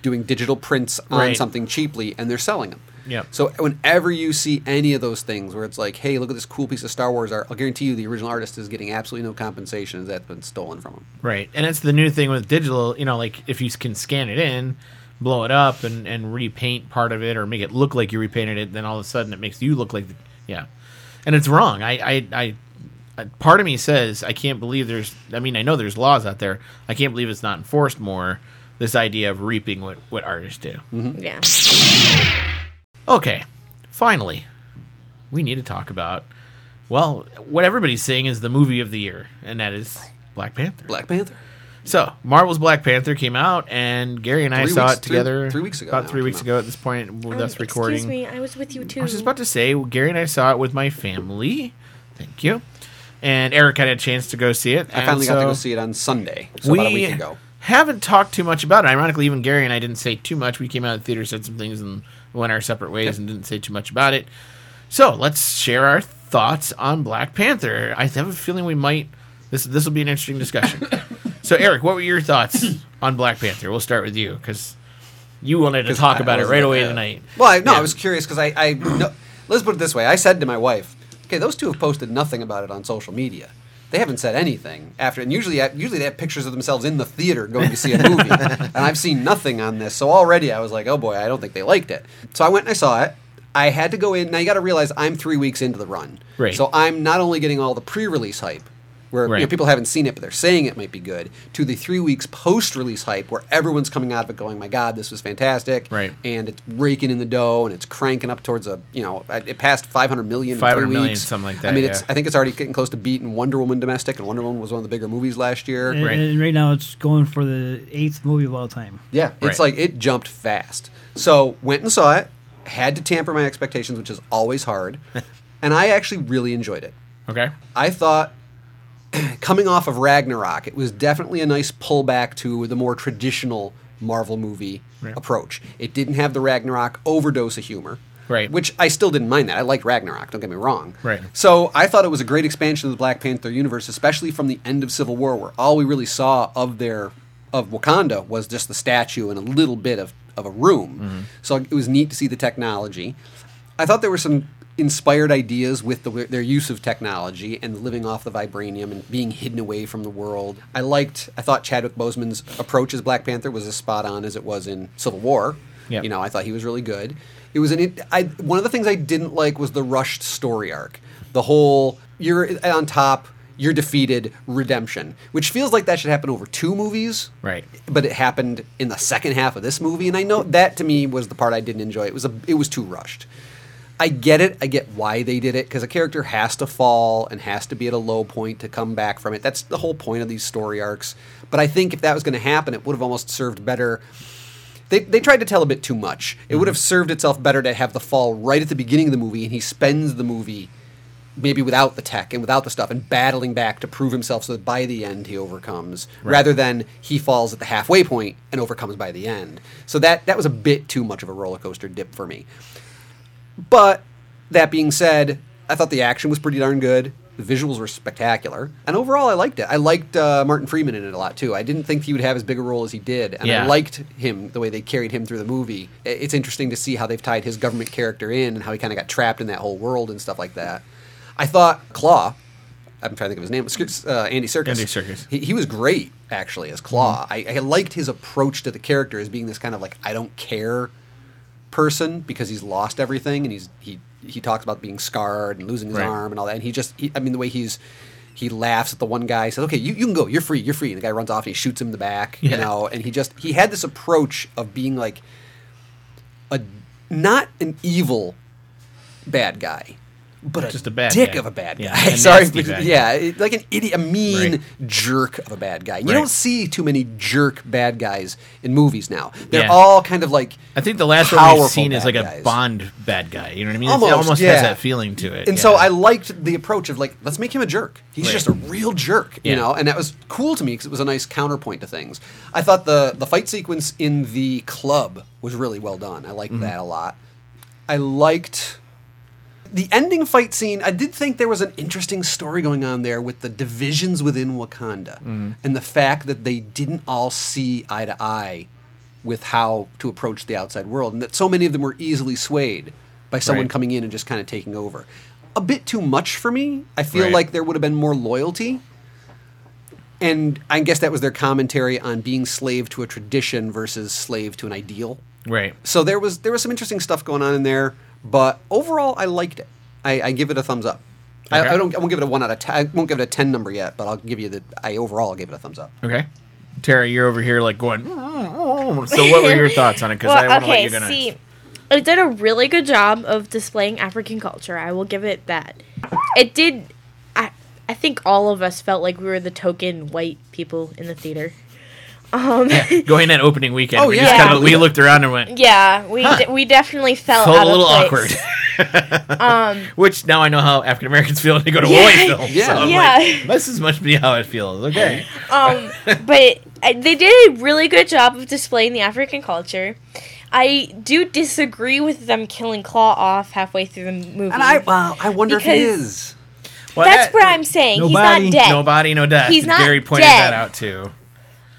Speaker 1: doing digital prints on
Speaker 2: Right.
Speaker 1: something cheaply and they're selling them.
Speaker 2: Yep.
Speaker 1: So whenever you see any of those things where it's like, hey, look at this cool piece of Star Wars art, I'll guarantee you the original artist is getting absolutely no compensation as that's been stolen from them.
Speaker 2: Right. And that's the new thing with digital, you know, like if you can scan it in, blow it up and, and repaint part of it or make it look like you repainted it, then all of a sudden it makes you look like the, yeah. And it's wrong. I, I, I, I part of me says I can't believe there's I mean, I know there's laws out there. I can't believe it's not enforced more this idea of reaping what, what artists do.
Speaker 4: Yeah.
Speaker 2: Okay. Finally, we need to talk about well, what everybody's saying is the movie of the year, and that is Black Panther.
Speaker 1: Black Panther.
Speaker 2: So Marvel's Black Panther came out, and Gary and I
Speaker 1: Three
Speaker 2: saw
Speaker 1: weeks-
Speaker 2: it
Speaker 1: three-
Speaker 2: together
Speaker 1: three weeks ago
Speaker 2: About
Speaker 1: now
Speaker 2: three
Speaker 1: it
Speaker 2: weeks
Speaker 1: came
Speaker 2: ago at this point, with us recording.
Speaker 4: Um, Excuse me, I was with you too.
Speaker 2: I was just about to say Gary and I saw it with my family. Thank you. And Eric had a chance to go see it.
Speaker 1: I finally got to go see it on Sunday, so
Speaker 2: we
Speaker 1: about a week ago.
Speaker 2: haven't talked too much about it. Ironically, even Gary and I didn't say too much. We came out of the theater, said some things, and went our separate ways, and didn't say too much about it. So let's share our thoughts on Black Panther. I have a feeling we might this this will be an interesting discussion. so Eric, what were your thoughts on Black Panther? We'll start with you because you wanted to talk
Speaker 1: I- I
Speaker 2: about it
Speaker 1: wasn't
Speaker 2: right
Speaker 1: a
Speaker 2: away
Speaker 1: fan.
Speaker 2: tonight.
Speaker 1: Well, I, no,
Speaker 2: Yeah.
Speaker 1: I was curious because I, I no, let's put it this way. I said to my wife, "Okay, those two have posted nothing about it on social media. They haven't said anything after." And usually, I- usually they have pictures of themselves in the theater going to see a movie, and I've seen nothing on this. So already, I was like, "Oh boy, I don't think they liked it." So I went and I saw it. I had to go in. Now you got to realize I'm three weeks into the run,
Speaker 2: Right.
Speaker 1: So I'm not only getting all the pre-release hype. Where you know,
Speaker 2: Right.
Speaker 1: people haven't seen it, but they're saying it might be good. To the three weeks post-release hype, where everyone's coming out of it going, "My God, this was fantastic!"
Speaker 2: Right.
Speaker 1: and it's raking in the dough and it's cranking up towards a you know it passed 500 million in
Speaker 2: 500
Speaker 1: three
Speaker 2: million,
Speaker 1: weeks.
Speaker 2: something like
Speaker 1: I
Speaker 2: that,
Speaker 1: mean, it's
Speaker 2: yeah.
Speaker 1: I think it's already getting close to beating Wonder Woman domestic, and Wonder Woman was one of the bigger movies last year.
Speaker 6: And,
Speaker 2: Right.
Speaker 6: and right now it's going for the eighth movie of all time.
Speaker 1: Yeah, it's
Speaker 2: Right.
Speaker 1: like it jumped fast. So went and saw it, had to tamper my expectations, which is always hard, and I actually really enjoyed it.
Speaker 2: Okay.
Speaker 1: I thought coming off of Ragnarok, it was definitely a nice pullback to the more traditional Marvel movie approach. It didn't have the Ragnarok overdose of humor.
Speaker 2: Right.
Speaker 1: Which I still didn't mind that. I liked Ragnarok, don't get me wrong.
Speaker 2: Right.
Speaker 1: So I thought it was a great expansion of the Black Panther universe, especially from the end of Civil War, where all we really saw of their of Wakanda was just the statue and a little bit of, of a room. So it was neat to see the technology. I thought there were some inspired ideas with the, their use of technology and living off the vibranium and being hidden away from the world. I liked. I thought Chadwick Boseman's approach as Black Panther was as spot on as it was in Civil War.
Speaker 2: Yep.
Speaker 1: You know, I thought he was really good. It was an. It, I one of the things I didn't like was the rushed story arc. The whole you're on top. you're defeated, redemption, which feels like that should happen over two movies.
Speaker 2: Right.
Speaker 1: But it happened in the second half of this movie, and I know that to me was the part I didn't enjoy. It was a, it was too rushed. I get it. I get why they did it because a character has to fall and has to be at a low point to come back from it. That's the whole point of these story arcs. But I think if that was going to happen, it would have almost served better they, they tried to tell a bit too much. It would have served itself better to have the fall right at the beginning of the movie, and he spends the movie maybe without the tech and without the stuff and battling back to prove himself so that by the end he overcomes rather than he falls at the halfway point and overcomes by the end. So that, that was a bit too much of a roller coaster dip for me. But that being said, I thought the action was pretty darn good. The visuals were spectacular, and overall, I liked it. I liked uh, Martin Freeman in it a lot too. I didn't think he would have as big a role as he did, and I
Speaker 2: Yeah.
Speaker 1: liked him the way they carried him through the movie. I- It's interesting to see how they've tied his government character in and how he kind of got trapped in that whole world and stuff like that. I thought Claw. I'm trying to think of his name. Sc- Uh, Andy Circus.
Speaker 2: Andy Serkis. Mm-hmm.
Speaker 1: He, he was great actually as Claw. I, I liked his approach to the character as being this kind of like I don't care person because he's lost everything and he's he he talks about being scarred and losing his
Speaker 2: Right.
Speaker 1: arm and all that and he just he, I mean the way he's he laughs at the one guy says okay you, you can go you're free you're free and the guy runs off and he shoots him in the back you
Speaker 2: Yeah.
Speaker 1: know and he just he had this approach of being like a not an evil bad guy but
Speaker 2: Just a bad
Speaker 1: dick
Speaker 2: guy.
Speaker 1: of a bad guy
Speaker 2: Yeah, a
Speaker 1: sorry
Speaker 2: nasty bad guy.
Speaker 1: yeah it- like an idiot a mean
Speaker 2: Right.
Speaker 1: jerk of a bad guy you
Speaker 2: Right.
Speaker 1: don't see too many jerk bad guys in movies now they're
Speaker 2: Yeah.
Speaker 1: all kind of like
Speaker 2: I think the last one
Speaker 1: powerful
Speaker 2: we've seen is
Speaker 1: bad
Speaker 2: like a
Speaker 1: guys.
Speaker 2: Bond bad guy. You know what I mean? It's-
Speaker 1: Almost,
Speaker 2: it almost
Speaker 1: yeah.
Speaker 2: has that feeling to it.
Speaker 1: And
Speaker 2: yeah.
Speaker 1: so I liked the approach of like, let's make him a jerk. He's
Speaker 2: Right.
Speaker 1: just a real jerk, you
Speaker 2: Yeah.
Speaker 1: know. And that was cool to me because it was a nice counterpoint to things. I thought the the fight sequence in the club was really well done. I liked
Speaker 2: Mm-hmm.
Speaker 1: that a lot. I liked the ending fight scene. I did think there was an interesting story going on there with the divisions within Wakanda
Speaker 2: Mm-hmm.
Speaker 1: and the fact that they didn't all see eye to eye with how to approach the outside world, and that so many of them were easily swayed by someone
Speaker 2: Right.
Speaker 1: coming in and just kind of taking over. A bit too much for me. I feel
Speaker 2: Right.
Speaker 1: like there would have been more loyalty. And I guess that was their commentary on being slave to a tradition versus slave to an ideal.
Speaker 2: right.
Speaker 1: So there was there was some interesting stuff going on in there, but overall I liked it. I, I give it a thumbs up.
Speaker 2: Okay.
Speaker 1: I, I don't. I won't give it a one out of ten. I won't give it a ten number yet, but I'll give you the. I overall give it a thumbs up.
Speaker 2: Okay. Tara, you're over here like going. "Mm-mm-mm." So what were your thoughts on it? Because I want to let you go next.
Speaker 4: see, it did a really good job of displaying African culture. I will give it that. It did. I I think all of us felt like we were the token white people in the theater. Um, yeah,
Speaker 2: Going that opening weekend,
Speaker 1: Oh,
Speaker 2: we
Speaker 1: yeah.
Speaker 2: just kind of
Speaker 1: Yeah.
Speaker 2: we looked around and went
Speaker 4: we de- we definitely felt,
Speaker 2: felt
Speaker 4: out
Speaker 2: a little
Speaker 4: of
Speaker 2: awkward.
Speaker 4: place.
Speaker 2: Which now I know how African Americans feel when they go to
Speaker 4: Yeah.
Speaker 2: white films.
Speaker 1: Yeah.
Speaker 2: so I'm
Speaker 4: Yeah.
Speaker 2: like, this is much be how it feels. Okay,
Speaker 4: um, but uh, they did a really good job of displaying the African culture. I do disagree with them killing Claw off halfway through the movie.
Speaker 1: And I well, I wonder if it
Speaker 4: Because-
Speaker 1: is.
Speaker 2: Well,
Speaker 4: That's
Speaker 2: that-
Speaker 4: what I'm saying.
Speaker 6: Nobody-
Speaker 4: He's not dead.
Speaker 2: No body, no death.
Speaker 4: He's not
Speaker 2: Gary pointed
Speaker 4: dead.
Speaker 2: that out too.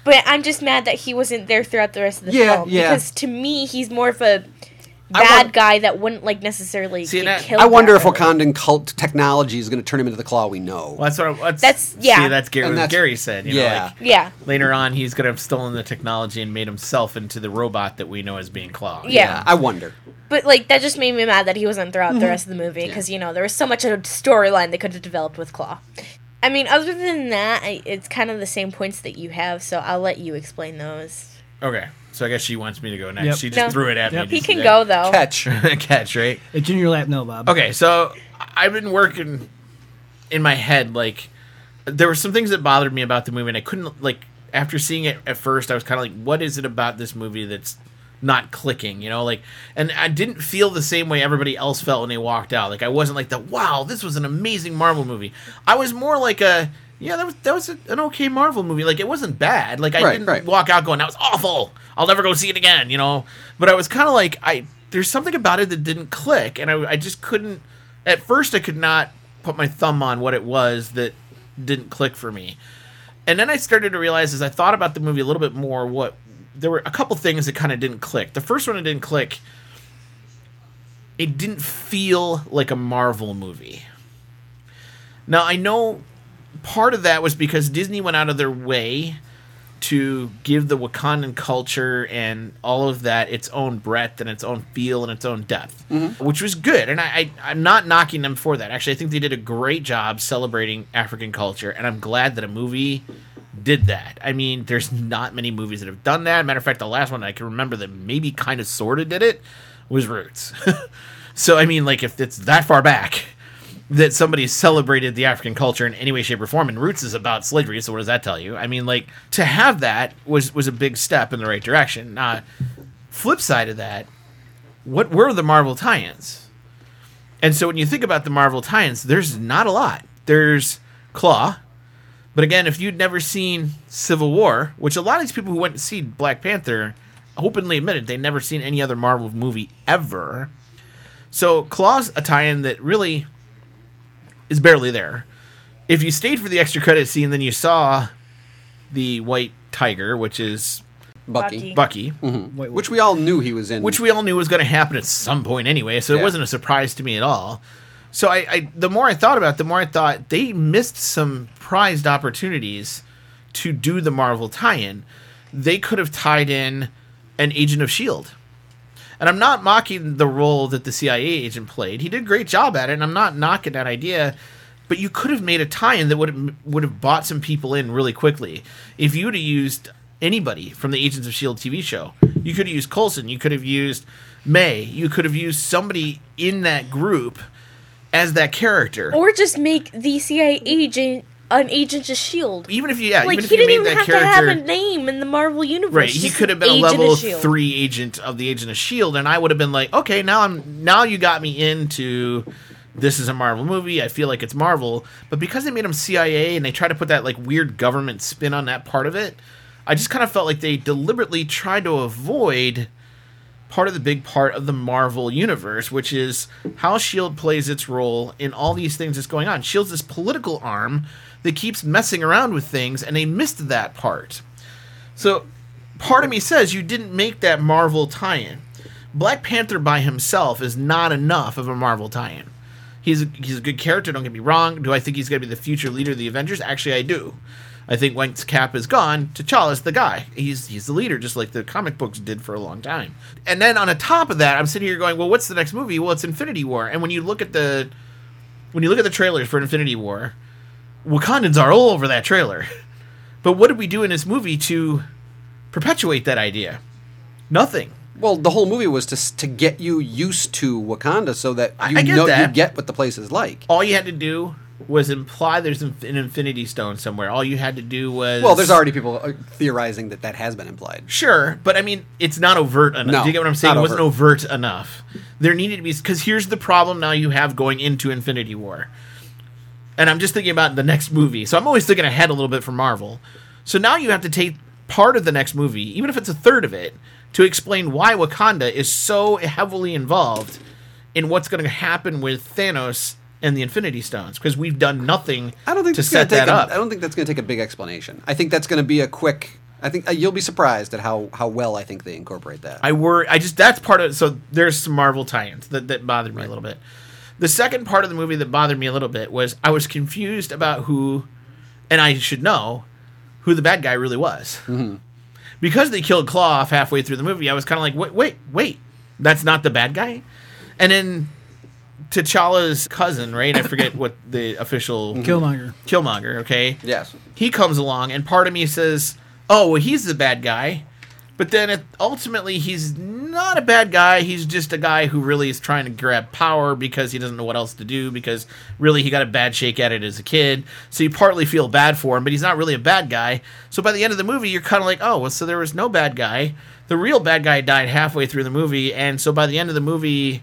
Speaker 4: But I'm just mad that he wasn't there throughout the rest of the
Speaker 1: Yeah,
Speaker 4: film.
Speaker 1: yeah.
Speaker 4: Because to me, he's more of a
Speaker 1: I
Speaker 4: bad
Speaker 1: want-
Speaker 4: guy that wouldn't like necessarily
Speaker 2: See,
Speaker 4: get
Speaker 2: and I-
Speaker 4: killed.
Speaker 1: I wonder if
Speaker 4: that early.
Speaker 1: Wakandan cult technology is going to turn him into the claw we know.
Speaker 2: Well, that's what. I- That's,
Speaker 4: That's- yeah.
Speaker 2: See, that's Gary.
Speaker 1: And
Speaker 2: what
Speaker 1: that's-
Speaker 2: Gary said. You know,
Speaker 1: yeah.
Speaker 2: like,
Speaker 4: Yeah,
Speaker 2: later on, he's gonna have stolen the technology and made himself into the robot that we know as being Claw.
Speaker 4: Yeah.
Speaker 1: I Mm-hmm. wonder.
Speaker 4: but like that just made me mad that he wasn't throughout the rest of the movie because you know there was so much of a storyline they could have developed with Claw. I mean, other than that, I, it's kind of the same points that you have, so I'll let you explain those.
Speaker 2: Okay. So I guess she wants me to go next.
Speaker 6: Yep.
Speaker 2: She just
Speaker 4: No.
Speaker 2: threw it at
Speaker 6: Yep.
Speaker 2: me.
Speaker 4: He can go though.
Speaker 1: Catch.
Speaker 2: go. Catch right.
Speaker 6: It's in your lap now, Bob.
Speaker 2: Okay, so I've been working in my head like there were some things that bothered me about the movie, and I couldn't like after seeing it at first, I was kind of like, what is it about this movie that's not clicking? You know, like, and I didn't feel the same way everybody else felt when they walked out. Like, I wasn't like the wow, this was an amazing Marvel movie. I was more like a yeah, that was that was an okay Marvel movie. Like, it wasn't bad. Like, I
Speaker 1: Right,
Speaker 2: didn't
Speaker 1: right.
Speaker 2: walk out going, that was awful. I'll never go see it again. You know, but I was kind of like, I there's something about it that didn't click, and I I just couldn't. At first, I could not put my thumb on what it was that didn't click for me. And then I started to realize as I thought about the movie a little bit more what there were a couple things that kind of didn't click. The first one that didn't click, it didn't feel like a Marvel movie. Now I know part of that was because Disney went out of their way to give the Wakandan culture and all of that its own breadth and its own feel and its own depth, which was good. And I, I, I'm not knocking them for that. Actually, I think they did a great job celebrating African culture, and I'm glad that a movie did that. I mean, there's not many movies that have done that. Matter of fact, the last one I can remember that maybe kind of sort of did it was Roots. so, I mean, like, if it's that far back that somebody celebrated the African culture in any way, shape, or form, and Roots is about slavery, so what does that tell you? I mean, like, to have that was, was a big step in the right direction. Uh, flip side of that, what were the Marvel tie ins? And so when you think about the Marvel tie ins, there's not a lot. There's Claw, but again, if you'd never seen Civil War, which a lot of these people who went to see Black Panther openly admitted they never seen any other Marvel movie ever. So Claw's a tie-in that really is barely there. If you stayed for the extra credit scene, then you saw the White Tiger, which is
Speaker 1: Bucky.
Speaker 2: Bucky,
Speaker 6: Wait,
Speaker 1: Which we all knew he was in.
Speaker 2: which we all knew was going to happen at some point anyway, so
Speaker 1: Yeah.
Speaker 2: it wasn't a surprise to me at all. So I, I, the more I thought about, it, the more I thought they missed some prized opportunities to do the Marvel tie-in. They could have tied in an Agent of Shield, and I'm not mocking the role that the CIA agent played. He did a great job at it, and I'm not knocking that idea. But you could have made a tie-in that would have, would have bought some people in really quickly. If you would have used anybody from the Agents of Shield TV show, you could have used Coulson, you could have used May, you could have used somebody in that group as that character.
Speaker 4: Or just make the CIA agent an agent of Shield.
Speaker 2: even if you, yeah,
Speaker 4: like
Speaker 2: even if
Speaker 4: he
Speaker 2: you
Speaker 4: didn't
Speaker 2: made
Speaker 4: even
Speaker 2: that
Speaker 4: have
Speaker 2: character,
Speaker 4: to have a name in the Marvel universe.
Speaker 2: Right, he
Speaker 4: just
Speaker 2: could have been a
Speaker 4: Agent of
Speaker 2: level
Speaker 4: S.H.I.E.L.D..
Speaker 2: three agent of the Agent of Shield, and I would have been like, okay, now I'm now you got me into this is a Marvel movie. I feel like it's Marvel, but because they made him CIA and they tried to put that like weird government spin on that part of it, I just kind of felt like they deliberately tried to avoid part of the big part of the Marvel universe, which is how Shield E plays its role in all these things that's going on. Shield's this political arm that keeps messing around with things, and they missed that part. So part of me says you didn't make that Marvel tie-in. Black Panther by himself is not enough of a Marvel tie-in. He's he's a good character. Don't get me wrong. Do I think he's going to be the future leader of the Avengers? Actually, I do. I think once Cap is gone, T'Challa's the guy. He's he's the leader, just like the comic books did for a long time. And then on the top of that, I'm sitting here going, well, what's the next movie? Well, it's Infinity War. And when you look at the when you look at the trailers for Infinity War, Wakandans are all over that trailer. But what did we do in this movie to perpetuate that idea. Nothing.
Speaker 1: well, the whole movie was to s- to get you used to Wakanda, so that
Speaker 2: I-
Speaker 1: you
Speaker 2: I get
Speaker 1: know you
Speaker 2: that.
Speaker 1: get what the place is like.
Speaker 2: All you had to do was imply there's an an infinity stone somewhere. All you had to do was
Speaker 1: Well, there's already people uh, theorizing that that has been implied.
Speaker 2: sure, but I mean it's not overt enough.
Speaker 1: No,
Speaker 2: do you get what I'm saying?
Speaker 1: not
Speaker 2: It wasn't overt enough. There needed to be because here's the problem now you have going into Infinity War, and I'm just thinking about the next movie. So I'm always thinking ahead a little bit for Marvel. So now you have to take part of the next movie, even if it's a third of it, to explain why Wakanda is so heavily involved in what's going to happen with Thanos and the Infinity Stones because we've done nothing
Speaker 1: I don't think
Speaker 2: to
Speaker 1: that's gonna
Speaker 2: set that
Speaker 1: take a-
Speaker 2: up.
Speaker 1: I don't think that's going to take a big explanation. I think that's going to be a quick. I think uh, you'll be surprised at how how well I think they incorporate that.
Speaker 2: I worry. I just that's part of. So there's some Marvel tie-ins that that bothered me a little bit. The second part of the movie that bothered me a little bit was I was confused about who, and I should know, who the bad guy really was, because they killed Claw off halfway through the movie. I was kind of like, wait, wait, wait, that's not the bad guy, and then T'Challa's cousin, right? I forget what the official
Speaker 6: Killmonger.
Speaker 2: Killmonger. Okay,
Speaker 1: yes.
Speaker 2: he comes along, and part of me says, "Oh, well, he's the bad guy," but then it, ultimately, he's not a bad guy. He's just a guy who really is trying to grab power because he doesn't know what else to do. Because really, he got a bad shake at it as a kid, so you partly feel bad for him, but he's not really a bad guy. So by the end of the movie, you're kind of like, "Oh, well, so there was no bad guy." The real bad guy died halfway through the movie, and so by the end of the movie,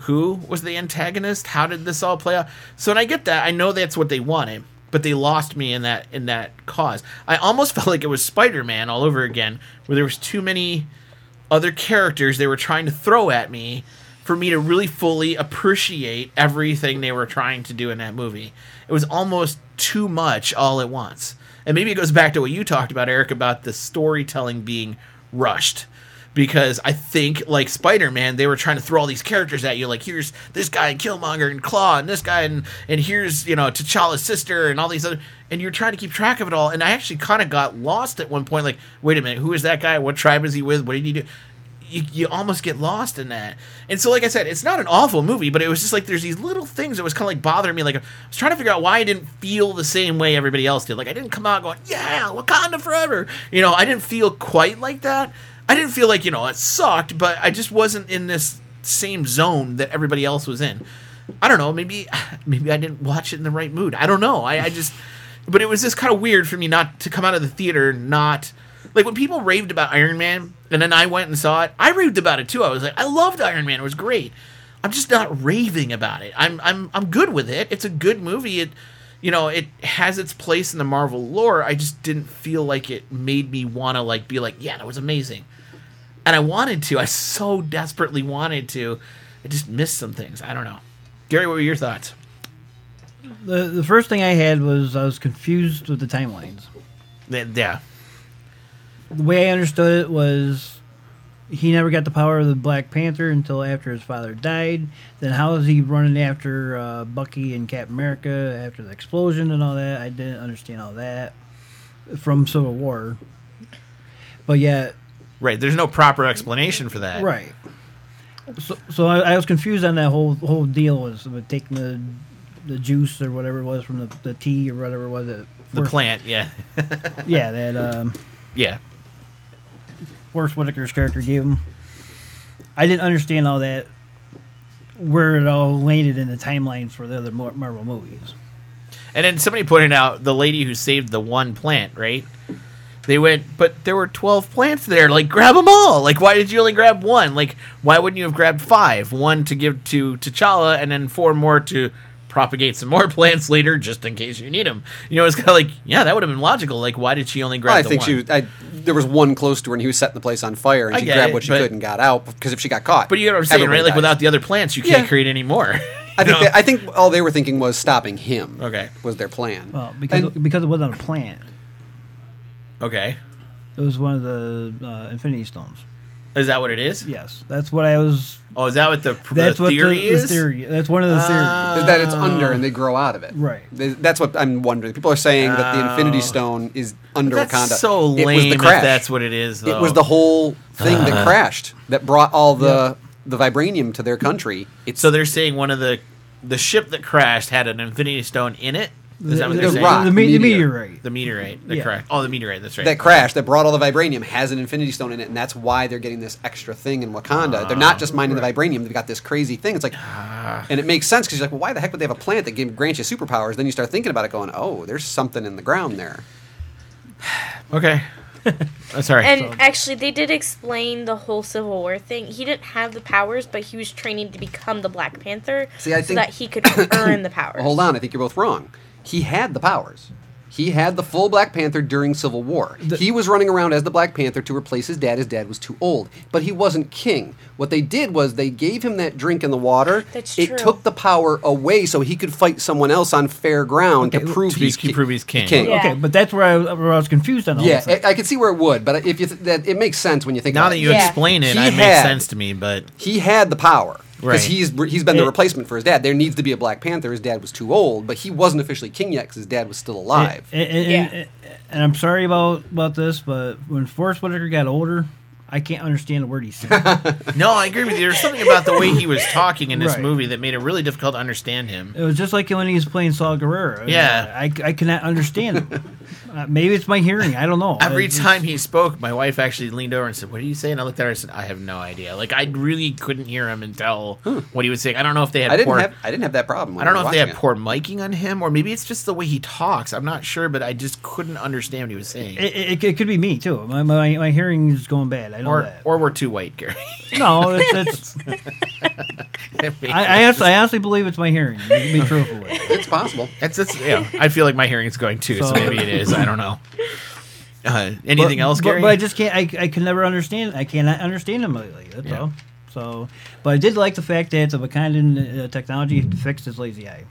Speaker 2: who was the antagonist how did this all play out so when i get that i know that's what they wanted but they lost me in that in that cause i almost felt like it was spider-man all over again where there was too many other characters they were trying to throw at me for me to really fully appreciate everything they were trying to do in that movie it was almost too much all at once and maybe it goes back to what you talked about eric about the storytelling being rushed because I think like Spider Man, they were trying to throw all these characters at you. Like here's this guy and Killmonger and Claw and this guy and and here's you know T'Challa's sister and all these other. And you're trying to keep track of it all. And I actually kind of got lost at one point. Like, wait a minute, who is that guy? What tribe is he with? What did he do? You, you almost get lost in that. And so, like I said, it's not an awful movie, but it was just like there's these little things that was kind of like bothering me. Like I was trying to figure out why I didn't feel the same way everybody else did. Like I didn't come out going, "Yeah, Wakanda forever." You know, I didn't feel quite like that. I didn't feel like you know it sucked, but I just wasn't in this same zone that everybody else was in. I don't know. Maybe maybe I didn't watch it in the right mood. I don't know. I, I just, but it was just kind of weird for me not to come out of the theater not like when people raved about Iron Man and then I went and saw it. I raved about it too. I was like, I loved Iron Man. It was great. I'm just not raving about it. I'm I'm I'm good with it. It's a good movie. It you know, it has its place in the Marvel lore. I just didn't feel like it made me want to like be like, yeah, that was amazing. And I wanted to. I so desperately wanted to. I just missed some things. I don't know. Gary, what were your thoughts?
Speaker 3: The, the first thing I had was I was confused with the timelines.
Speaker 2: Th- Yeah.
Speaker 3: The way I understood it was he never got the power of the Black Panther until after his father died. Then how is he running after uh, Bucky and Captain America after the explosion and all that? I didn't understand all that from Civil War. But yeah,
Speaker 2: Right. There's no proper explanation for that.
Speaker 3: right. So, so I, I was confused on that whole whole deal was with taking the the juice or whatever it was from the, the tea or whatever it was that
Speaker 2: The
Speaker 3: first-
Speaker 2: plant. Yeah.
Speaker 3: Yeah, that um,
Speaker 2: yeah.
Speaker 3: Forrest Whitaker's character gave him. I didn't understand all that, where it all landed in the timeline for the other Mar- Marvel movies.
Speaker 2: And then somebody pointed out the lady who saved the one plant, right? They went, but there were 12 plants there. Like, grab them all. Like, why did you only grab one? Like, why wouldn't you have grabbed five? One to give to T'Challa, and then four more to propagate some more plants later, just in case you need them. You know, it's kind of like, yeah, that would have been logical. Like, why did she only grab
Speaker 5: I
Speaker 2: the
Speaker 5: think
Speaker 2: one?
Speaker 5: she. Was, I, there was one close to her, and he was setting the place on fire, and
Speaker 2: I
Speaker 5: she
Speaker 2: get
Speaker 5: grabbed
Speaker 2: it,
Speaker 5: what she
Speaker 2: but-
Speaker 5: could and got out because if she got caught,
Speaker 2: but you know what I'm saying,
Speaker 5: everybody
Speaker 2: right? Like,
Speaker 5: dies.
Speaker 2: without the other plants, you can't
Speaker 5: Yeah.
Speaker 2: create any more.
Speaker 5: I think
Speaker 2: You know?
Speaker 5: that, I think all they were thinking was stopping him.
Speaker 2: Okay.
Speaker 5: was their plan.
Speaker 3: Well, because
Speaker 5: And-
Speaker 3: because it wasn't a plant,
Speaker 2: okay.
Speaker 3: it was one of the uh, Infinity Stones.
Speaker 2: Is that what it is?
Speaker 3: Yes, that's what I was.
Speaker 2: Oh, is that what the,
Speaker 3: That's
Speaker 2: the
Speaker 3: what
Speaker 2: theory
Speaker 3: the,
Speaker 2: is?
Speaker 3: the theory. That's one of the
Speaker 2: Ah.
Speaker 3: theories.
Speaker 5: is that it's under and they grow out of it.
Speaker 3: Right.
Speaker 5: Th- That's what I'm wondering. People are saying that the Infinity Stone is under
Speaker 2: Oh. That's
Speaker 5: Wakanda.
Speaker 2: so lame.
Speaker 5: It was the
Speaker 2: if
Speaker 5: crash.
Speaker 2: that's what Uh-huh. it is. Though.
Speaker 5: It was the whole thing that crashed that brought all the the vibranium to their country. It's
Speaker 2: So they're saying one of the the ship that crashed had an Infinity Stone in it. Is that what
Speaker 3: the,
Speaker 2: they're
Speaker 3: the,
Speaker 2: saying?
Speaker 5: rock.
Speaker 3: the me- the
Speaker 5: meteor.
Speaker 3: meteorite.
Speaker 2: The meteorite. The
Speaker 3: Yeah.
Speaker 2: correct. Oh, the meteorite. That's right.
Speaker 5: that crash that brought all the vibranium has an Infinity Stone in it, and that's why they're getting this extra thing in Wakanda. they're not just mining the vibranium; they've got this crazy thing. It's like, and it makes sense because you're like, well, why the heck would they have a plant that give, grants you superpowers? Then you start thinking about it, going, oh, there's something in the ground there.
Speaker 2: okay. I'm sorry.
Speaker 4: And actually, they did explain the whole Civil War thing. He didn't have the powers, but he was training to become the Black Panther
Speaker 5: See, I
Speaker 4: so
Speaker 5: think-
Speaker 4: that he could earn the powers.
Speaker 5: Well, hold on, I think you're both wrong. He had the powers. He had the full Black Panther during Civil War. he was running around as the Black Panther to replace his dad. His dad was too old, but he wasn't king. What they did was they gave him that drink in the water.
Speaker 4: That's
Speaker 5: it
Speaker 4: true.
Speaker 5: took the power away so he could fight someone else on fair ground
Speaker 3: Okay,
Speaker 5: to prove
Speaker 2: to be-
Speaker 5: he's,
Speaker 2: to
Speaker 5: ki-
Speaker 2: prove he's king.
Speaker 5: king.
Speaker 4: Yeah.
Speaker 3: Okay, but that's where I, where I was confused on the
Speaker 5: Yeah,
Speaker 3: whole thing.
Speaker 5: I, I can see where it would, but if you th- that, it makes sense when you think
Speaker 2: now
Speaker 5: about
Speaker 2: that
Speaker 5: it.
Speaker 2: you
Speaker 4: Yeah.
Speaker 2: explain it,
Speaker 5: He
Speaker 2: it makes
Speaker 5: had-
Speaker 2: sense to me. But
Speaker 5: he had the power because
Speaker 2: Right.
Speaker 5: he's he's been the
Speaker 3: It-
Speaker 5: replacement for his dad. There needs to be a Black Panther. His dad was too old, but he wasn't officially king yet because his dad was still alive.
Speaker 3: And, and-
Speaker 4: Yeah.
Speaker 3: and- and I'm sorry about, about this, but when Forrest Whitaker got older, I can't understand a word he said.
Speaker 2: no, I agree with you. There's something about the way he was talking in this
Speaker 3: Right.
Speaker 2: movie that made it really difficult to understand him.
Speaker 3: it was just like when he was playing Saul Guerrero.
Speaker 2: Yeah.
Speaker 3: I, I cannot understand him. uh, maybe it's my hearing. I don't know.
Speaker 2: Every
Speaker 3: I-
Speaker 2: time he spoke, my wife actually leaned over and said, "What did you say?" And I looked at her and said, "I have no idea." Like I really couldn't hear him and tell what he was saying. I don't know if they had
Speaker 5: I didn't
Speaker 2: poor-
Speaker 5: have I didn't have that
Speaker 2: I
Speaker 5: problem. When
Speaker 2: don't know if they had
Speaker 5: watching it.
Speaker 2: poor miking on him, or maybe it's just the way he talks. I'm not sure, but I just couldn't understand what he was saying.
Speaker 3: It, it, it could be me, too. My, my, my hearing is going bad. I know
Speaker 2: or,
Speaker 3: that.
Speaker 2: or we're too white, Gary.
Speaker 3: no, it's, it's, I, I, honestly, I honestly believe it's my hearing, to be truthful with you.
Speaker 5: It's possible.
Speaker 2: it's, it's, yeah, I feel like my hearing's going too, so,
Speaker 3: So-
Speaker 2: maybe it is. I don't know. Uh, anything
Speaker 3: But-
Speaker 2: else,
Speaker 3: but-
Speaker 2: Gary?
Speaker 3: But, I just can't. I, I can never understand. I cannot understand him lately. That's
Speaker 2: Yeah.
Speaker 3: all. So, but I did like the fact that the Wakandan uh, technology fixed his lazy eye.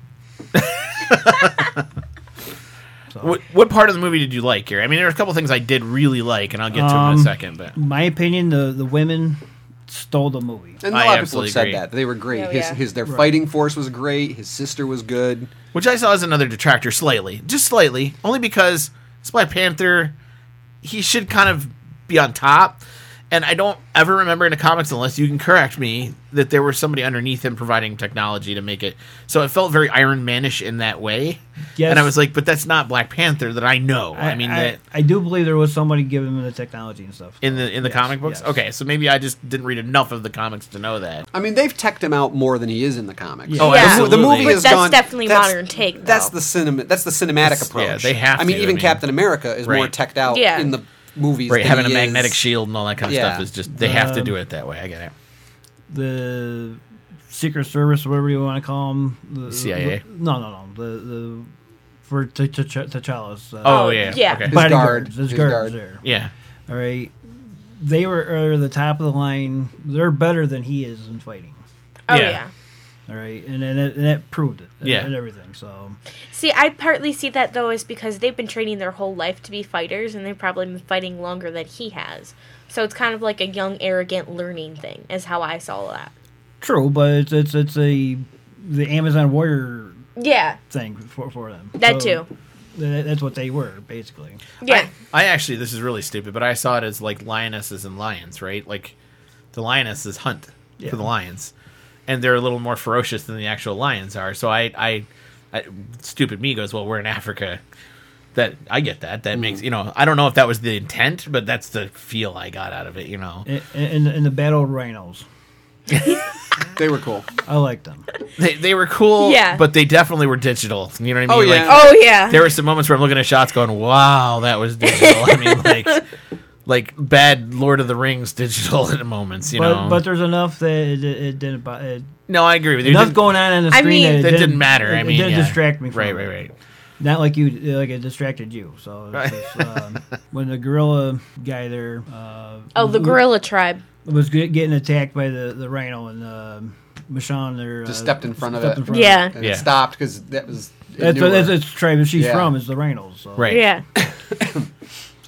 Speaker 3: so
Speaker 2: What, what part of the movie did you like here? I mean, there are a couple things I did really like, and I'll get to 'em in
Speaker 6: Um,
Speaker 2: a second. But
Speaker 6: my opinion, the the women stole the movie.
Speaker 5: And a
Speaker 2: I
Speaker 5: lot of people
Speaker 2: absolutely
Speaker 5: have said
Speaker 2: agree.
Speaker 5: that they were great.
Speaker 4: Oh,
Speaker 5: his,
Speaker 4: yeah.
Speaker 5: his their fighting force was great. His sister was good.
Speaker 2: which I saw as another detractor slightly, just slightly, only because it's Black Panther, he should kind of be on top. And I don't ever remember in the comics, unless you can correct me, that there was somebody underneath him providing technology to make it. So it felt very Iron Manish in that way.
Speaker 6: Yes.
Speaker 2: And I was like, but that's not Black Panther that I know. I, mean,
Speaker 6: I,
Speaker 2: that
Speaker 6: I do believe there was somebody giving them the technology and stuff.
Speaker 2: in the in the
Speaker 6: Yes,
Speaker 2: comic books.
Speaker 6: yes.
Speaker 2: Okay, so maybe I just didn't read enough of the comics to know that.
Speaker 5: I mean, they've teched him out more than he is in the comics.
Speaker 2: Oh,
Speaker 5: The mo-
Speaker 2: absolutely.
Speaker 5: The movie
Speaker 2: But
Speaker 5: is
Speaker 4: that's
Speaker 5: gone-
Speaker 4: definitely modern take, though.
Speaker 5: That's the cinema. That's the cinematic
Speaker 2: It's-
Speaker 5: approach.
Speaker 2: yeah, they have
Speaker 5: I mean,
Speaker 2: to, I
Speaker 5: even
Speaker 2: mean-
Speaker 5: Captain America is more
Speaker 2: Right.
Speaker 5: teched out
Speaker 4: Yeah.
Speaker 5: in the movies.
Speaker 2: Right,
Speaker 5: than
Speaker 2: having a
Speaker 5: he
Speaker 2: magnetic
Speaker 5: is-
Speaker 2: shield and all that kind of
Speaker 5: Yeah.
Speaker 2: stuff is just they have to
Speaker 6: Um,
Speaker 2: do it that way. I get it.
Speaker 6: the Secret Service, whatever you want to call them. The,
Speaker 2: CIA?
Speaker 6: No, no, no. The the for T- T- T- T'Challa's. Uh,
Speaker 2: Oh, yeah.
Speaker 4: yeah.
Speaker 2: Okay.
Speaker 5: His
Speaker 6: bodyguards,
Speaker 5: guard,
Speaker 6: His,
Speaker 5: his
Speaker 6: guards
Speaker 5: guard.
Speaker 6: there.
Speaker 2: Yeah.
Speaker 6: All right. They were are the top of the line. They're better than he is in fighting.
Speaker 4: Oh
Speaker 2: Yeah.
Speaker 4: yeah.
Speaker 6: All right, and and, it, and that proved it. and-
Speaker 2: Yeah.
Speaker 6: and everything. So
Speaker 4: See, I partly see that though is because they've been training their whole life to be fighters, and they've probably been fighting longer than he has. So it's kind of like a young, arrogant learning thing, is how I saw that.
Speaker 6: true, but it's it's it's a the Amazon warrior
Speaker 4: Yeah,
Speaker 6: thing for for them.
Speaker 4: that
Speaker 6: So
Speaker 4: too.
Speaker 6: That, that's what they were basically.
Speaker 4: Yeah,
Speaker 2: Oh. I actually, this is really stupid, but I saw it as like lionesses and lions, right? Like the lionesses hunt for the lions, and they're a little more ferocious than the actual lions are. So I, I, I stupid me goes, well, we're in Africa. That I get that.
Speaker 5: Mm-hmm.
Speaker 2: That makes you know. I don't know if that was the intent, but that's the feel I got out of it. You know,
Speaker 5: Eh.
Speaker 6: And, and, and the battle of rhinos,
Speaker 5: They were cool.
Speaker 6: I like them.
Speaker 2: they they were cool,
Speaker 4: Yeah.
Speaker 2: but they definitely were digital. You know what I mean?
Speaker 5: Oh,
Speaker 2: Like,
Speaker 5: yeah.
Speaker 4: Oh yeah.
Speaker 2: there were some moments where I'm looking at shots going, wow, that was digital. I mean, like, like bad Lord of the Rings digital in moments, you
Speaker 6: But
Speaker 2: know.
Speaker 6: but there's enough that it, it, it didn't. bo- It,
Speaker 2: no, I agree with you. It
Speaker 6: enough
Speaker 2: didn't-
Speaker 6: going on on the
Speaker 4: I
Speaker 6: screen
Speaker 4: mean-
Speaker 6: that, it
Speaker 2: that didn't, matter.
Speaker 6: It,
Speaker 2: I mean,
Speaker 6: it didn't
Speaker 2: yeah.
Speaker 6: distract me. From
Speaker 2: Right,
Speaker 6: it.
Speaker 2: right, right.
Speaker 6: Not like you, like it distracted you. So it was just, um, when the gorilla guy there uh,
Speaker 4: oh, the gorilla tribe.
Speaker 6: was get- getting attacked by the, the rhino and uh, Michonne there
Speaker 5: Just
Speaker 6: uh,
Speaker 5: stepped in front of
Speaker 6: stepped
Speaker 5: it.
Speaker 6: in front
Speaker 4: Yeah.
Speaker 5: And
Speaker 2: Yeah.
Speaker 5: it stopped because that was. it
Speaker 6: That's,
Speaker 5: knew her.
Speaker 6: that's, that's the tribe that she's
Speaker 5: Yeah.
Speaker 6: from is the rhinos. So.
Speaker 2: Right.
Speaker 4: Yeah.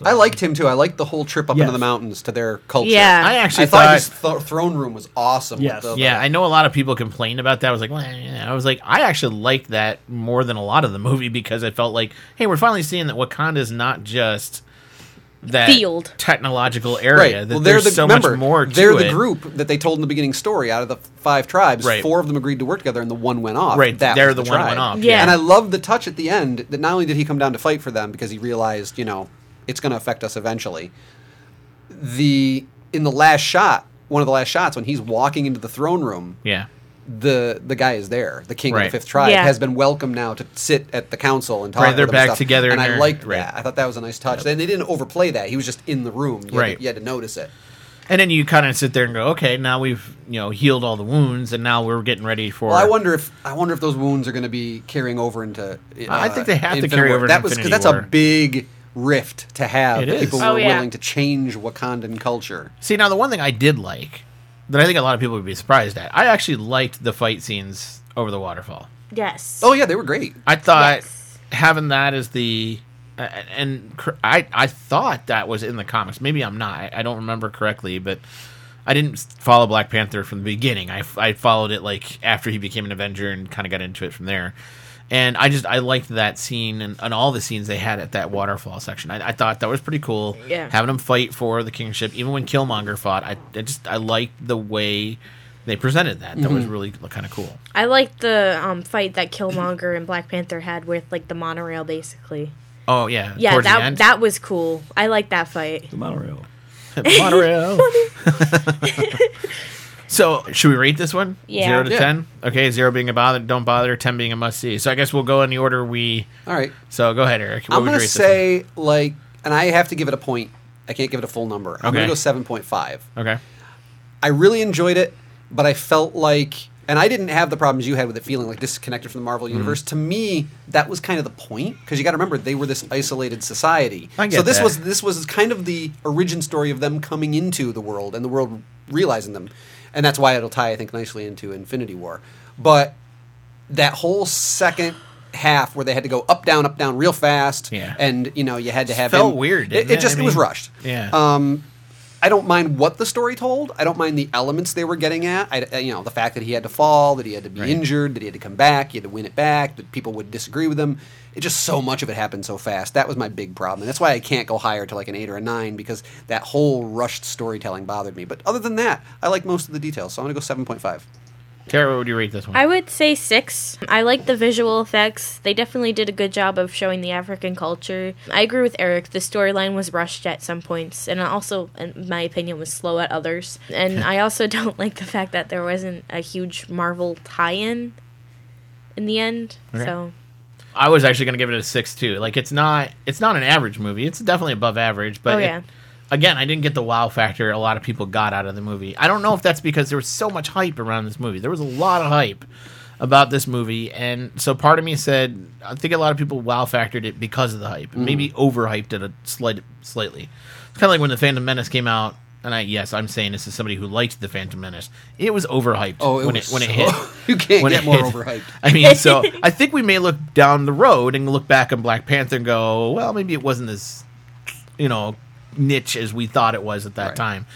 Speaker 5: I liked him too. I liked the whole trip up
Speaker 6: Yes.
Speaker 5: into the mountains to their culture.
Speaker 4: Yeah.
Speaker 2: I actually
Speaker 5: I
Speaker 2: thought.
Speaker 5: thought his th- throne room was awesome. with
Speaker 6: Yes.
Speaker 5: the-
Speaker 2: yeah, I know a lot of people complained about that. I was like, well, eh. I was like, I actually liked that more than a lot of the movie because I felt like, hey, we're finally seeing that Wakanda is not just that
Speaker 4: Field.
Speaker 2: technological
Speaker 5: Right.
Speaker 2: area. That
Speaker 5: well, they're
Speaker 2: there's
Speaker 5: the
Speaker 2: so
Speaker 5: remember,
Speaker 2: much more. To
Speaker 5: they're the
Speaker 2: it.
Speaker 5: group that they told in the beginning story. Out of the five tribes,
Speaker 2: Right.
Speaker 5: four of them agreed to work together, and the one went off.
Speaker 2: Right,
Speaker 5: That
Speaker 2: they're
Speaker 5: was
Speaker 2: the one who went
Speaker 5: tribe.
Speaker 2: off,
Speaker 4: Yeah.
Speaker 5: And I love the touch at the end that not only did he come down to fight for them because he realized, you know, it's going to affect us eventually. The in the last shot, one of the last shots when he's walking into the throne room,
Speaker 2: Yeah.
Speaker 5: the the guy is there. The king
Speaker 2: Right.
Speaker 5: of the fifth tribe
Speaker 4: Yeah.
Speaker 5: has been welcomed now to sit at the council and talk.
Speaker 2: Right, they're
Speaker 5: with them
Speaker 2: back
Speaker 5: and stuff.
Speaker 2: together
Speaker 5: and
Speaker 2: and
Speaker 5: I
Speaker 2: they're-
Speaker 5: liked
Speaker 2: right.
Speaker 5: that. I thought that was a nice touch. And they didn't overplay that. He was just in the room. You had to-
Speaker 2: Right.
Speaker 5: you had to notice it.
Speaker 2: And then you kind of sit there and go, okay, now we've you know healed all the wounds, and now we're getting ready for.
Speaker 5: Well, I wonder if I wonder if those wounds are going to be carrying over into. uh,
Speaker 2: I think they have to
Speaker 5: Infinity
Speaker 2: carry
Speaker 5: War.
Speaker 2: over to
Speaker 5: That was
Speaker 2: Infinity
Speaker 5: that's
Speaker 2: War.
Speaker 5: a big rift to have.
Speaker 2: It
Speaker 5: that
Speaker 2: is.
Speaker 5: People
Speaker 4: Oh,
Speaker 5: were
Speaker 4: yeah.
Speaker 5: willing to change Wakandan culture.
Speaker 2: See, now the one thing I did like that I think a lot of people would be surprised at, I actually liked the fight scenes over the waterfall.
Speaker 4: Yes.
Speaker 5: Oh yeah, they were great.
Speaker 2: I thought
Speaker 4: Yes.
Speaker 2: having that as the a- and cor- I I thought that was in the comics. Maybe I'm not. I- I don't remember correctly, but I didn't follow Black Panther from the beginning. I, I followed it like after he became an Avenger and kind of got into it from there. And I just I liked that scene and, and all the scenes they had at that waterfall section. I, I thought that was pretty cool.
Speaker 4: Yeah.
Speaker 2: having them fight for the kingship, even when Killmonger fought, I, I just I liked the way they presented that.
Speaker 4: Mm-hmm.
Speaker 2: That was really kind of cool.
Speaker 4: I liked the um, fight that Killmonger and Black Panther had with like the monorail, basically.
Speaker 2: Oh yeah,
Speaker 4: Yeah,
Speaker 2: towards the
Speaker 4: that
Speaker 2: end.
Speaker 4: that was cool. I like that fight.
Speaker 6: The monorail.
Speaker 2: monorail. so, should we rate this one?
Speaker 4: Yeah.
Speaker 2: Zero to
Speaker 5: Yeah.
Speaker 2: ten. Okay, zero being a bother, don't bother. Ten being a must see. So I guess we'll go in the order we.
Speaker 5: All right,
Speaker 2: So go ahead, Eric. What
Speaker 5: I'm
Speaker 2: would you
Speaker 5: going
Speaker 2: rate
Speaker 5: to
Speaker 2: this
Speaker 5: say like, and I have to give it a point. I can't give it a full number. I'm going
Speaker 2: Okay.
Speaker 5: to go seven point five.
Speaker 2: one? Okay.
Speaker 5: I really enjoyed it, but I felt like, and I didn't have the problems you had with it feeling like disconnected from the Marvel
Speaker 2: Mm-hmm.
Speaker 5: universe. To me, that was kind of the point because you got to remember they were this isolated society.
Speaker 2: I get
Speaker 5: so this
Speaker 2: that.
Speaker 5: was this was kind of the origin story of them coming into the world and the world realizing them, and that's why it'll tie I think nicely into Infinity War. But that whole second half where they had to go up, down, up, down real fast.
Speaker 2: Yeah.
Speaker 5: And, you know, you had to have
Speaker 2: felt
Speaker 5: him-
Speaker 2: weird,
Speaker 5: It,
Speaker 2: didn't
Speaker 5: it
Speaker 2: it?
Speaker 5: just
Speaker 2: I
Speaker 5: it was
Speaker 2: mean,
Speaker 5: rushed.
Speaker 2: yeah.
Speaker 5: Um, I don't mind what the story told. I don't mind the elements they were getting at. I, I- you know, the fact that he had to fall, that he had to be injured, that he had to come back, he had to win it back, that people would disagree with him. It just so much of it happened so fast. That was my big problem, and that's why I can't go higher to like an eight or a nine because that whole rushed storytelling bothered me. But other than that, I like most of the details, so I'm gonna go seven point five.
Speaker 2: Tara, what would you rate this one?
Speaker 4: I would say six. I like the visual effects. They definitely did a good job of showing the African culture. I agree with Eric. The storyline was rushed at some points, and also, in my opinion, was slow at others. And I also don't like the fact that there wasn't a huge Marvel tie-in in the end. So
Speaker 2: I was actually going to give it a six too. Like it's not it's not an average movie. It's definitely above average, but
Speaker 4: Oh,
Speaker 2: it-
Speaker 4: yeah.
Speaker 2: again, I didn't get the wow factor a lot of people got out of the movie. I don't know if that's because there was so much hype around this movie. There was a lot of hype about this movie, and so part of me said I think a lot of people wow factored it because of the hype,
Speaker 5: Mm-hmm.
Speaker 2: and maybe overhyped it a slight slightly. It's kind of like when the Phantom Menace came out. And I, yes, I'm saying this is somebody who liked the Phantom Menace. It was overhyped
Speaker 5: Oh, it
Speaker 2: when
Speaker 5: was
Speaker 2: it when it
Speaker 5: so-
Speaker 2: hit.
Speaker 5: You can't
Speaker 2: when
Speaker 5: get
Speaker 2: it
Speaker 5: more
Speaker 2: hit.
Speaker 5: overhyped.
Speaker 2: I mean, so I think we may look down the road and look back on Black Panther and go, well, maybe it wasn't as, you know, niche as we thought it was at that
Speaker 5: Right.
Speaker 2: time.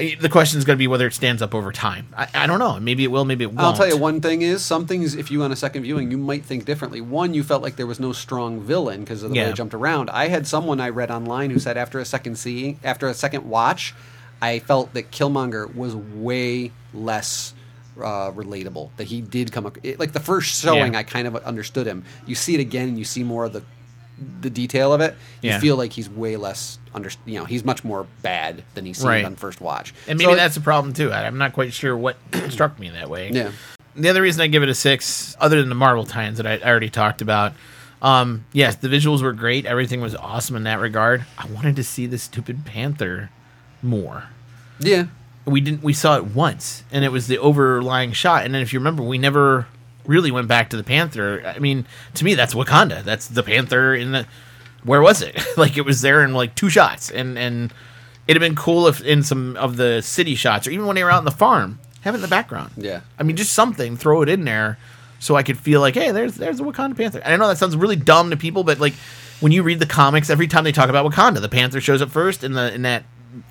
Speaker 2: Eh, The question is going to be whether it stands up over time. I, I don't know. Maybe it will. Maybe it won't.
Speaker 5: I'll tell you one thing is some things if you on a second viewing you might think differently. One, you felt like there was no strong villain because of the way
Speaker 2: Yeah.
Speaker 5: it jumped around. I had someone I read online who said after a second see after a second watch, I felt that Killmonger was way less uh, relatable. That he did come ac- it, like the first showing,
Speaker 2: Yeah.
Speaker 5: I kind of understood him. You see it again, and you see more of the the detail of it. You
Speaker 2: Yeah.
Speaker 5: feel like he's way less under. You know, he's much more bad than he seemed
Speaker 2: Right.
Speaker 5: on first watch.
Speaker 2: And maybe
Speaker 5: So it-
Speaker 2: that's a problem too. I, I'm not quite sure what struck me that way.
Speaker 5: yeah.
Speaker 2: The other reason I give it a six, other than the Marvel tie-ins that I, I already talked about, um, yes, the visuals were great. Everything was awesome in that regard. I wanted to see the stupid panther more.
Speaker 5: Yeah.
Speaker 2: we didn't we saw it once and it was the overlying shot and then if you remember we never really went back to the panther i mean to me that's wakanda that's the panther in the where was it like it was there in like two shots and and it'd have been cool if in some of the city shots or even when they were out in the farm have it in the background
Speaker 5: Yeah.
Speaker 2: i mean just something throw it in there so i could feel like hey there's there's the wakanda panther and i know that sounds really dumb to people but like when you read the comics every time they talk about wakanda the panther shows up first in the in that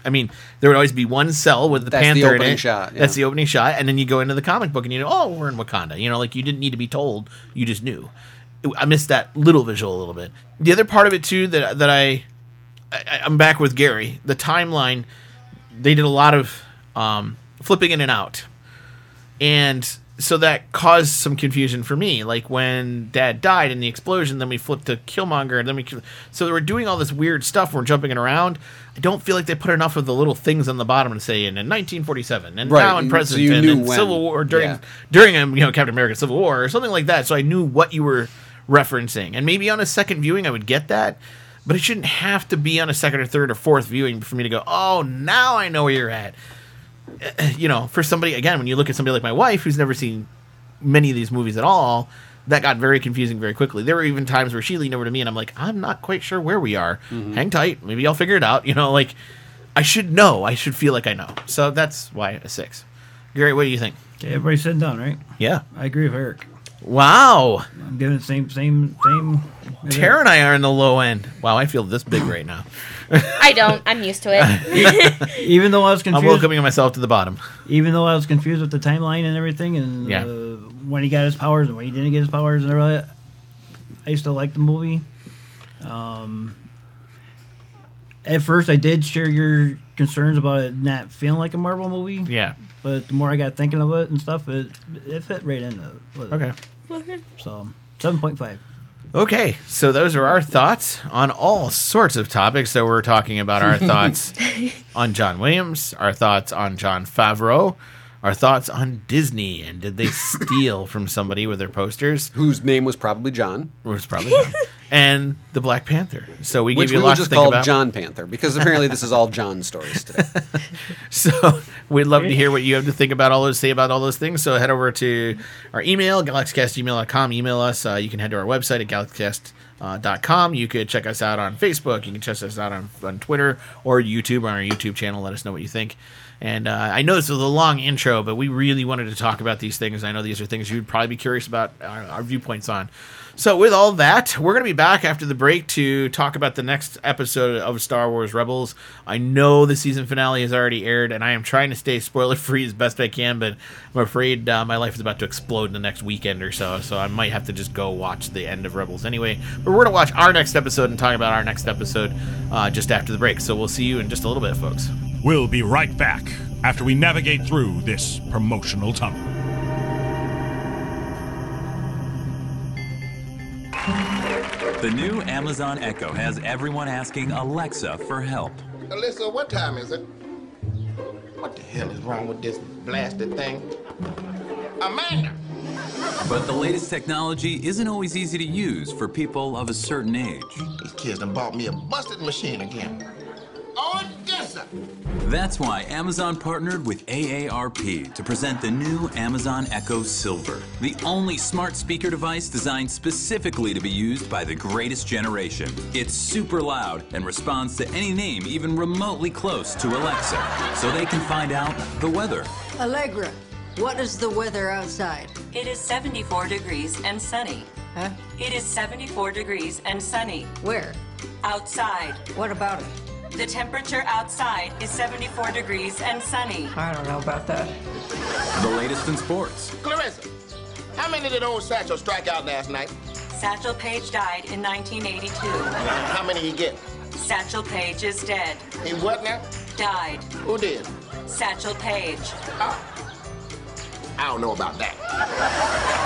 Speaker 2: I mean, there would always be one cell with the
Speaker 5: That's the
Speaker 2: panther in
Speaker 5: opening
Speaker 2: it.
Speaker 5: shot, yeah.
Speaker 2: That's the opening shot, and then you go into the comic book and you know, oh, we're in Wakanda. You know, like you didn't need to be told; you just knew. I missed that little visual a little bit. The other part of it too that that I, I I'm back with Gary. The timeline, they did a lot of um, flipping in and out, and so that caused some confusion for me. Like when Dad died in the explosion, then we flipped to Killmonger, and then we so they were doing all this weird stuff. We're jumping it around. I don't feel like they put enough of the little things on the bottom to say, and in 1947, and
Speaker 5: Right,
Speaker 2: now in
Speaker 5: and
Speaker 2: present,
Speaker 5: so you
Speaker 2: and
Speaker 5: knew
Speaker 2: in
Speaker 5: when.
Speaker 2: Civil War or during
Speaker 5: Yeah.
Speaker 2: during um, you know Captain America Civil War or something like that. So I knew what you were referencing, and maybe on a second viewing I would get that, but it shouldn't have to be on a second or third or fourth viewing for me to go, oh, now I know where you're at. You know, for somebody again, when you look at somebody like my wife who's never seen many of these movies at all, that got very confusing very quickly. There were even times where she leaned over to me and I'm like, I'm not quite sure where we are. Hang tight, maybe I'll figure it out. You know, like I should know. I should feel like I know. So that's why a six. Gary, what do you think?
Speaker 3: Okay, everybody's sitting down, right?
Speaker 2: Yeah.
Speaker 3: I agree with Eric.
Speaker 2: Wow.
Speaker 3: I'm giving it same, same, same.
Speaker 2: Tara and I are in the low end. Wow, I feel this big right now.
Speaker 4: I don't. I'm used to it.
Speaker 3: Even though I was
Speaker 2: I'm
Speaker 3: confused,
Speaker 2: welcoming myself to the bottom.
Speaker 3: even though I was confused with the timeline and everything, and
Speaker 2: Yeah.
Speaker 3: uh, when he got his powers and when he didn't get his powers and all that, I still like the movie. Um, at first, I did share your concerns about it not feeling like a Marvel movie.
Speaker 2: Yeah.
Speaker 3: But the more I got thinking of it and stuff, it it fit right into it. with it.
Speaker 2: Okay.
Speaker 3: So seven point five.
Speaker 2: Okay, so those are our thoughts on all sorts of topics. So we're talking about our thoughts on John Williams, our thoughts on John Favreau, our thoughts on Disney, and did they steal from somebody with their posters?
Speaker 5: Whose name was probably John.
Speaker 2: Which probably not. and the Black Panther. So we
Speaker 5: Which
Speaker 2: give
Speaker 5: we
Speaker 2: you
Speaker 5: will
Speaker 2: lots to
Speaker 5: just
Speaker 2: think
Speaker 5: call
Speaker 2: about.
Speaker 5: John Panther because apparently this is all John stories today.
Speaker 2: So we'd love to hear what you have to think about all those, say about all those things. So head over to our email, galaxycastgmail.com. Email us. Uh, you can head to our website at galaxycast.com. you could check us out on Facebook. You can check us out on, on Twitter or YouTube on our YouTube channel. Let us know what you think. And uh, I know this was a long intro, but we really wanted to talk about these things. I know these are things you'd probably be curious about our, our uh, viewpoints on. So, with all that, we're going to be back after the break to talk about the next episode of Star Wars Rebels. I know the season finale has already aired, and I am trying to stay spoiler free as best I can, but I'm afraid uh, my life is about to explode in the next weekend or so, so I might have to just go watch the end of Rebels anyway. But we're going to watch our next episode and talk about our next episode uh, just after the break. So, we'll see you in just a little bit, folks.
Speaker 7: We'll be right back after we navigate through this promotional tunnel.
Speaker 3: The new Amazon Echo has everyone asking Alexa for help.
Speaker 8: Alyssa, what time is it? What the hell is wrong with this blasted thing? Amanda!
Speaker 3: But the latest technology isn't always easy to use for people of a certain age.
Speaker 8: These kids done bought me a busted machine again. Oh, yes, sir.
Speaker 3: That's why Amazon partnered with AARP to present the new Amazon Echo Silver, the only smart speaker device designed specifically to be used by the greatest generation. It's super loud and responds to any name even remotely close to Alexa, so they can find out the weather,
Speaker 5: Allegra, what is the weather outside?
Speaker 6: It is 74 degrees and sunny.
Speaker 5: Huh?
Speaker 6: It is 74 degrees and sunny.
Speaker 5: Where?
Speaker 6: Outside.
Speaker 5: What about it?
Speaker 6: The temperature outside is 74 degrees and sunny.
Speaker 5: I don't know about that.
Speaker 3: the latest in sports,
Speaker 8: Clarissa, how many did old Satchel strike out last night?
Speaker 6: Satchel Paige died in 1982.
Speaker 8: How many he get?
Speaker 6: Satchel Paige is dead.
Speaker 8: He what now?
Speaker 6: Died.
Speaker 8: Who did?
Speaker 6: Satchel Paige.
Speaker 8: I don't know about that.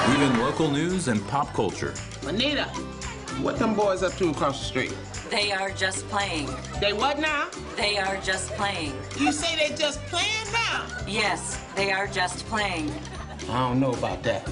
Speaker 3: even local news and pop culture.
Speaker 9: Anita, what them boys up to across the street?
Speaker 6: They are just playing.
Speaker 9: They what now?
Speaker 6: They are just playing.
Speaker 9: You say they just playing now?
Speaker 6: Yes, they are just playing.
Speaker 9: I don't know about that.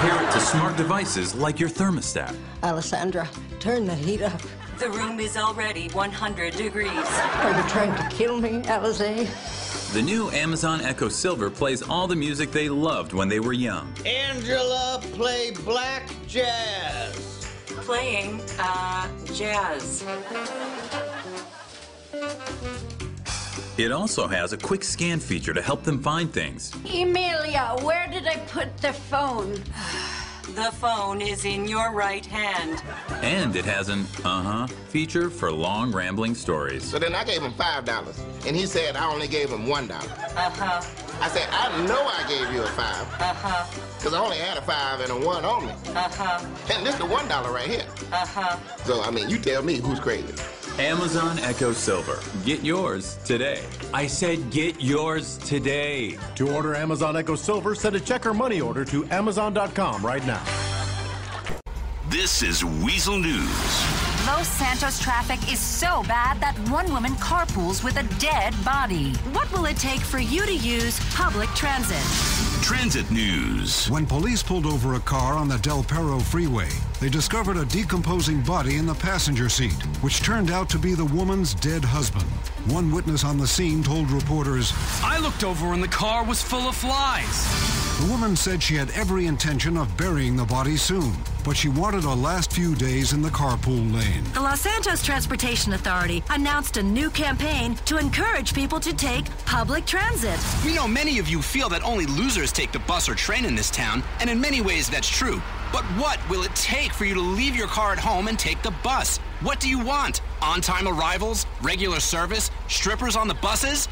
Speaker 3: Pair it to smart devices like your thermostat.
Speaker 5: Alessandra, turn the heat up.
Speaker 6: The room is already 100 degrees.
Speaker 5: Are you trying to kill me, Alize?
Speaker 3: The new Amazon Echo Silver plays all the music they loved when they were young.
Speaker 9: Angela play black jazz.
Speaker 6: Playing, uh, jazz.
Speaker 3: It also has a quick scan feature to help them find things.
Speaker 5: Emilia, where did I put the phone?
Speaker 6: The phone is in your right hand.
Speaker 3: And it has an uh huh feature for long rambling stories.
Speaker 8: So then I gave him five dollars, and he said I only gave him one dollar.
Speaker 6: Uh huh.
Speaker 8: I said I know I gave you a five. Uh huh. Cause I only had a five and a one on me. Uh huh. And this the one dollar right here. Uh huh. So I mean, you tell me who's crazy.
Speaker 3: Amazon Echo Silver. Get yours today. I said get yours today.
Speaker 10: To order Amazon Echo Silver, send a check or money order to Amazon.com right now.
Speaker 11: This is Weasel News.
Speaker 6: Los Santos traffic is so bad that one woman carpools with a dead body. What will it take for you to use public transit?
Speaker 11: Transit news.
Speaker 10: When police pulled over a car on the Del Perro freeway, they discovered a decomposing body in the passenger seat, which turned out to be the woman's dead husband. One witness on the scene told reporters
Speaker 11: I looked over and the car was full of flies.
Speaker 10: the woman said she had every intention of burying the body soon, but she wanted a last few days in the carpool lane.
Speaker 6: The Los Santos Transportation Authority announced a new campaign to encourage people to take public transit.
Speaker 11: We know many of you feel that only losers take the bus or train in this town, and in many ways that's true. But what will it take for you to leave your car at home and take the bus? What do you want? On time arrivals? Regular service? Strippers on the buses?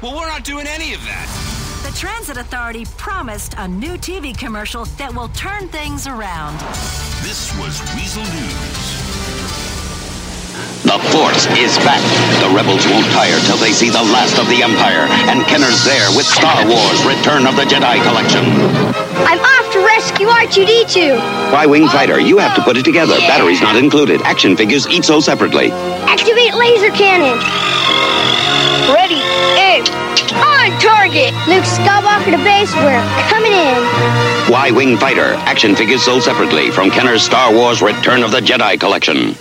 Speaker 11: Well, we're not doing any of that.
Speaker 6: The Transit Authority promised a new TV commercial that will turn things around.
Speaker 11: This was Weasel News.
Speaker 10: The Force is back. The Rebels won't tire till they see the last of the Empire, and Kenner's there with Star Wars Return of the Jedi Collection.
Speaker 5: I'm off to rescue R2D2.
Speaker 10: By Wing Fighter, you have to put it together. Batteries not included. Action figures each sold separately.
Speaker 5: Activate laser cannon. Ready, aim. On target. Luke Skywalker to base. We're coming in.
Speaker 10: Y Wing Fighter. Action figures sold separately from Kenner's Star Wars Return of the Jedi Collection.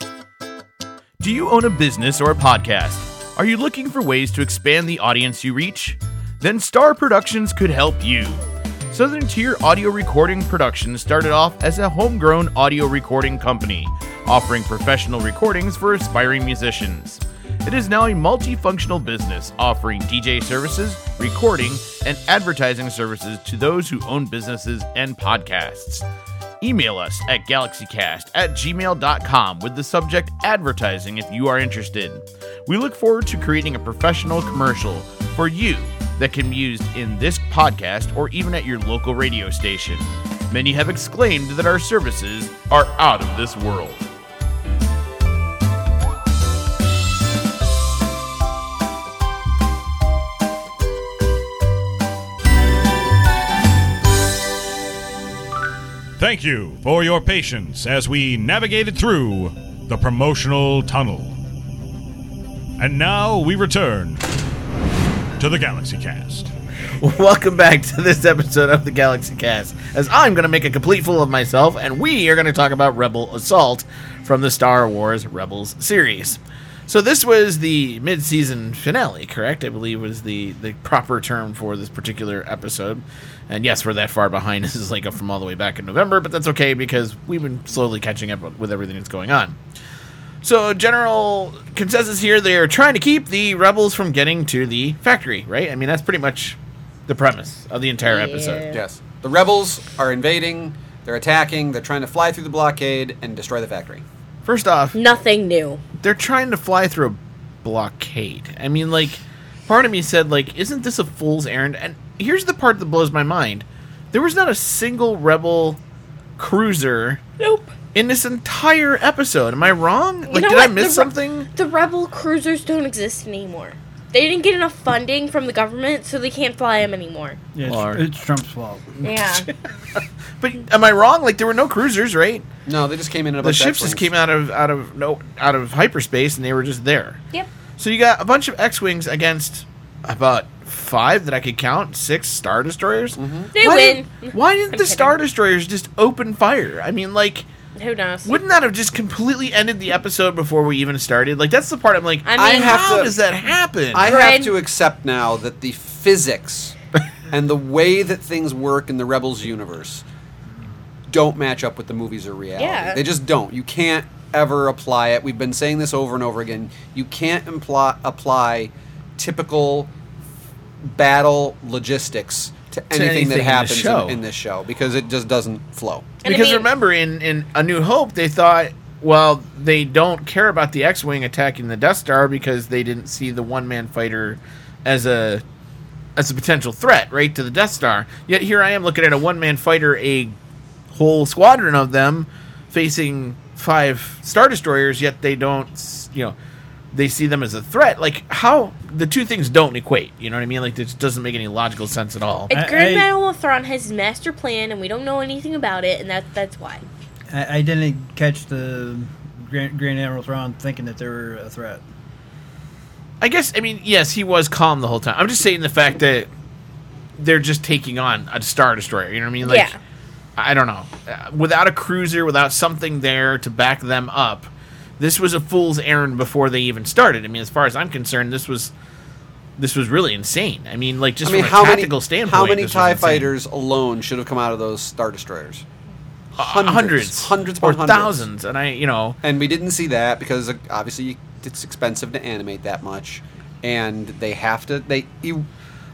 Speaker 2: Do you own a business or a podcast? Are you looking for ways to expand the audience you reach? Then Star Productions could help you. Southern Tier Audio Recording Productions started off as a homegrown audio recording company, offering professional recordings for aspiring musicians.
Speaker 10: It is now a multifunctional business offering DJ services, recording, and advertising services to those who own businesses and podcasts. Email us at galaxycast at gmail.com with the subject advertising if you are interested. We look forward to creating a professional commercial for you that can be used in this podcast or even at your local radio station. Many have exclaimed that our services are out of this world.
Speaker 7: Thank you for your patience as we navigated through the promotional tunnel. And now we return to the Galaxy Cast.
Speaker 10: Welcome back to this episode of the Galaxy Cast, as I'm going to make a complete fool of myself, and we are going to talk about Rebel Assault from the Star Wars Rebels series. So this was the mid-season finale, correct? I believe was the the proper term for this particular episode. And yes, we're that far behind. This is like from all the way back in November, but that's okay because we've been slowly catching up with everything that's going on. So, general consensus here they're trying to keep the rebels from getting to the factory, right? I mean, that's pretty much the premise of the entire episode.
Speaker 5: Yes. The rebels are invading, they're attacking, they're trying to fly through the blockade and destroy the factory.
Speaker 10: First off,
Speaker 4: nothing new.
Speaker 10: They're trying to fly through a blockade. I mean, like, part of me said, like, isn't this a fool's errand? And here's the part that blows my mind: there was not a single rebel cruiser.
Speaker 4: Nope.
Speaker 10: In this entire episode, am I wrong? Like,
Speaker 4: You know
Speaker 10: did I
Speaker 4: what?
Speaker 10: miss
Speaker 4: The re-
Speaker 10: something?
Speaker 4: The rebel cruisers don't exist anymore. They didn't get enough funding from the government, so they can't fly them anymore.
Speaker 6: Yeah, it's,
Speaker 10: Lord.
Speaker 6: it's Trump's fault.
Speaker 4: Yeah.
Speaker 10: But am I wrong? Like there were no cruisers, right?
Speaker 5: No, they just came in.
Speaker 10: The ships just came out of out of no out of hyperspace, and they were just there.
Speaker 4: Yep.
Speaker 10: So you got a bunch of X-wings against about five that I could count, six Star Destroyers.
Speaker 4: They
Speaker 10: why
Speaker 4: win.
Speaker 10: Didn't, why didn't
Speaker 4: I'm
Speaker 10: the
Speaker 4: kidding.
Speaker 10: Star Destroyers just open fire? I mean, like,
Speaker 4: Who knows?
Speaker 10: wouldn't that have just completely ended the episode before we even started? Like, that's the part I'm like,
Speaker 4: I
Speaker 10: I
Speaker 4: mean-
Speaker 10: how does that happen?
Speaker 5: I have to accept now that the physics and the way that things work in the Rebels universe don't match up with the movies or reality.
Speaker 4: Yeah.
Speaker 5: They just don't. You can't ever apply it. We've been saying this over and over again. You can't imply, apply typical battle logistics to
Speaker 10: To
Speaker 5: anything,
Speaker 10: anything in
Speaker 5: that
Speaker 10: this
Speaker 5: happens in
Speaker 10: show.
Speaker 5: in this show because it just doesn't flow.
Speaker 10: because remember, in in A New Hope, they thought, well, they don't care about the X-wing attacking the Death Star because they didn't see the one-man fighter as a as a potential threat, right, to the Death Star. Yet here I am looking at a one-man fighter, a whole squadron of them facing five Star Destroyers. Yet they don't, s- you know, they see them as a threat. Like how the two things don't equate. You know what I mean? Like this doesn't make any logical sense at all.
Speaker 4: And Grand Malwathron has his master plan, and we don't know anything about it, and that that's why.
Speaker 6: I, I didn't catch the Grand, Grand Admiral Thrawn thinking that they were a threat.
Speaker 10: I guess I mean yes, he was calm the whole time. I'm just saying the fact that they're just taking on a star destroyer. You know what I mean? Like,
Speaker 4: Yeah.
Speaker 10: I don't know. Uh, Without a cruiser, without something there to back them up, this was a fool's errand before they even started. I mean, as far as I'm concerned, this was this was really insane. I mean, like just from a tactical standpoint,
Speaker 5: How many
Speaker 10: this was
Speaker 5: TIE
Speaker 10: insane.
Speaker 5: fighters alone should have come out of those Star Destroyers?
Speaker 10: Uh, hundreds.
Speaker 5: hundreds
Speaker 10: Or
Speaker 5: upon hundreds.
Speaker 10: thousands, and I, you know,
Speaker 5: and we didn't see that because uh, obviously it's expensive to animate that much, and they have to they you,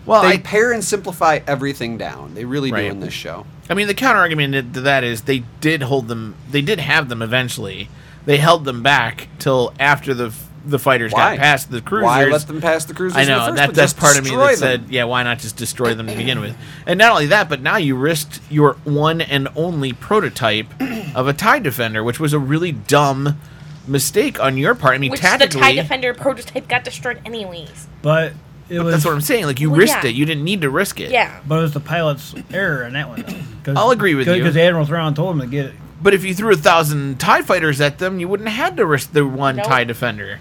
Speaker 10: Well,
Speaker 5: they
Speaker 10: I-
Speaker 5: pare and simplify everything down. They really do
Speaker 10: Right.
Speaker 5: in this show.
Speaker 10: I mean, the counter argument to that is they did hold them. They did have them eventually. They held them back till after the the fighters
Speaker 5: Why?
Speaker 10: got past the cruisers.
Speaker 5: Why let them past the cruisers?
Speaker 10: I
Speaker 5: in the
Speaker 10: know
Speaker 5: first
Speaker 10: and that,
Speaker 5: place?
Speaker 10: that's
Speaker 5: Just
Speaker 10: part of me
Speaker 5: destroy
Speaker 10: that
Speaker 5: them.
Speaker 10: said, yeah, why not just destroy them to begin with? And not only that, but now you risked your one and only prototype of a tie defender, which was a really dumb mistake on your part. I mean,
Speaker 4: Which the
Speaker 10: tactically,
Speaker 4: Tie Defender prototype got destroyed anyways.
Speaker 6: But it
Speaker 10: but
Speaker 6: was.
Speaker 10: that's what I'm saying. Like you
Speaker 4: Well,
Speaker 10: risked
Speaker 4: yeah.
Speaker 10: it. You didn't need to risk it.
Speaker 4: Yeah.
Speaker 6: But it was the pilot's error on that one. though. 'Cause-
Speaker 2: Oh,
Speaker 10: I'll agree with
Speaker 6: cause,
Speaker 10: you.
Speaker 6: Because Admiral Thrawn told him to get it.
Speaker 10: But if you threw a thousand TIE fighters at them, you wouldn't have had to risk the one
Speaker 6: Nope.
Speaker 10: TIE defender.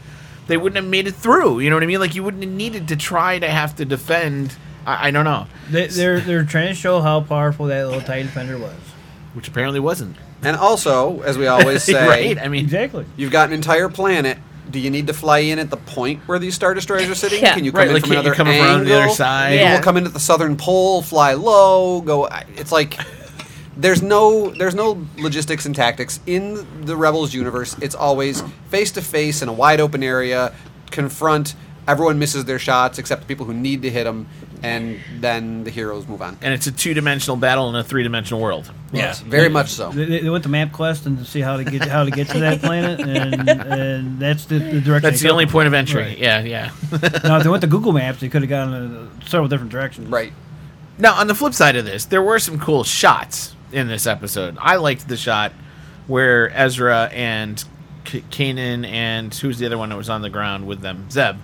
Speaker 10: They wouldn't have made it through. You know what I mean? Like, you wouldn't have needed to try to have to defend. I, I don't know.
Speaker 6: They, they're they're trying to show how powerful that little tie defender was.
Speaker 10: Which apparently wasn't.
Speaker 5: And also, as we always say,
Speaker 10: Right, I mean-
Speaker 6: exactly.
Speaker 5: You've got an entire planet. Do you need to fly in at the point where these star destroyers are sitting?
Speaker 10: Yeah.
Speaker 5: Can you come
Speaker 10: Right,
Speaker 5: in
Speaker 10: like,
Speaker 5: from
Speaker 10: can't you
Speaker 5: another
Speaker 10: come
Speaker 5: angle?
Speaker 10: around the other side?
Speaker 5: Maybe
Speaker 10: Yeah.
Speaker 5: We'll come in at the southern pole, fly low, go. I- It's like there's no there's no logistics and tactics in the Rebels universe. It's always face to face in a wide open area.
Speaker 1: confront. Everyone misses their shots except the people who need to hit them, and then the heroes move on.
Speaker 2: and it's a two-dimensional battle in a three-dimensional world.
Speaker 1: Yes, very much so.
Speaker 6: They, they- they went to MapQuest and to see how to get how to get to that planet, and, and that's the, the direction.
Speaker 2: That's the
Speaker 6: they go
Speaker 2: only
Speaker 6: from.
Speaker 2: point of entry.
Speaker 6: Right.
Speaker 2: Yeah, yeah.
Speaker 6: now, if they went to Google Maps, they could have gone in uh, several different directions.
Speaker 1: Right.
Speaker 2: Now, on the flip side of this, there were some cool shots in this episode. I liked the shot where Ezra and K- Kanan and who's the other one that was on the ground with them, Zeb,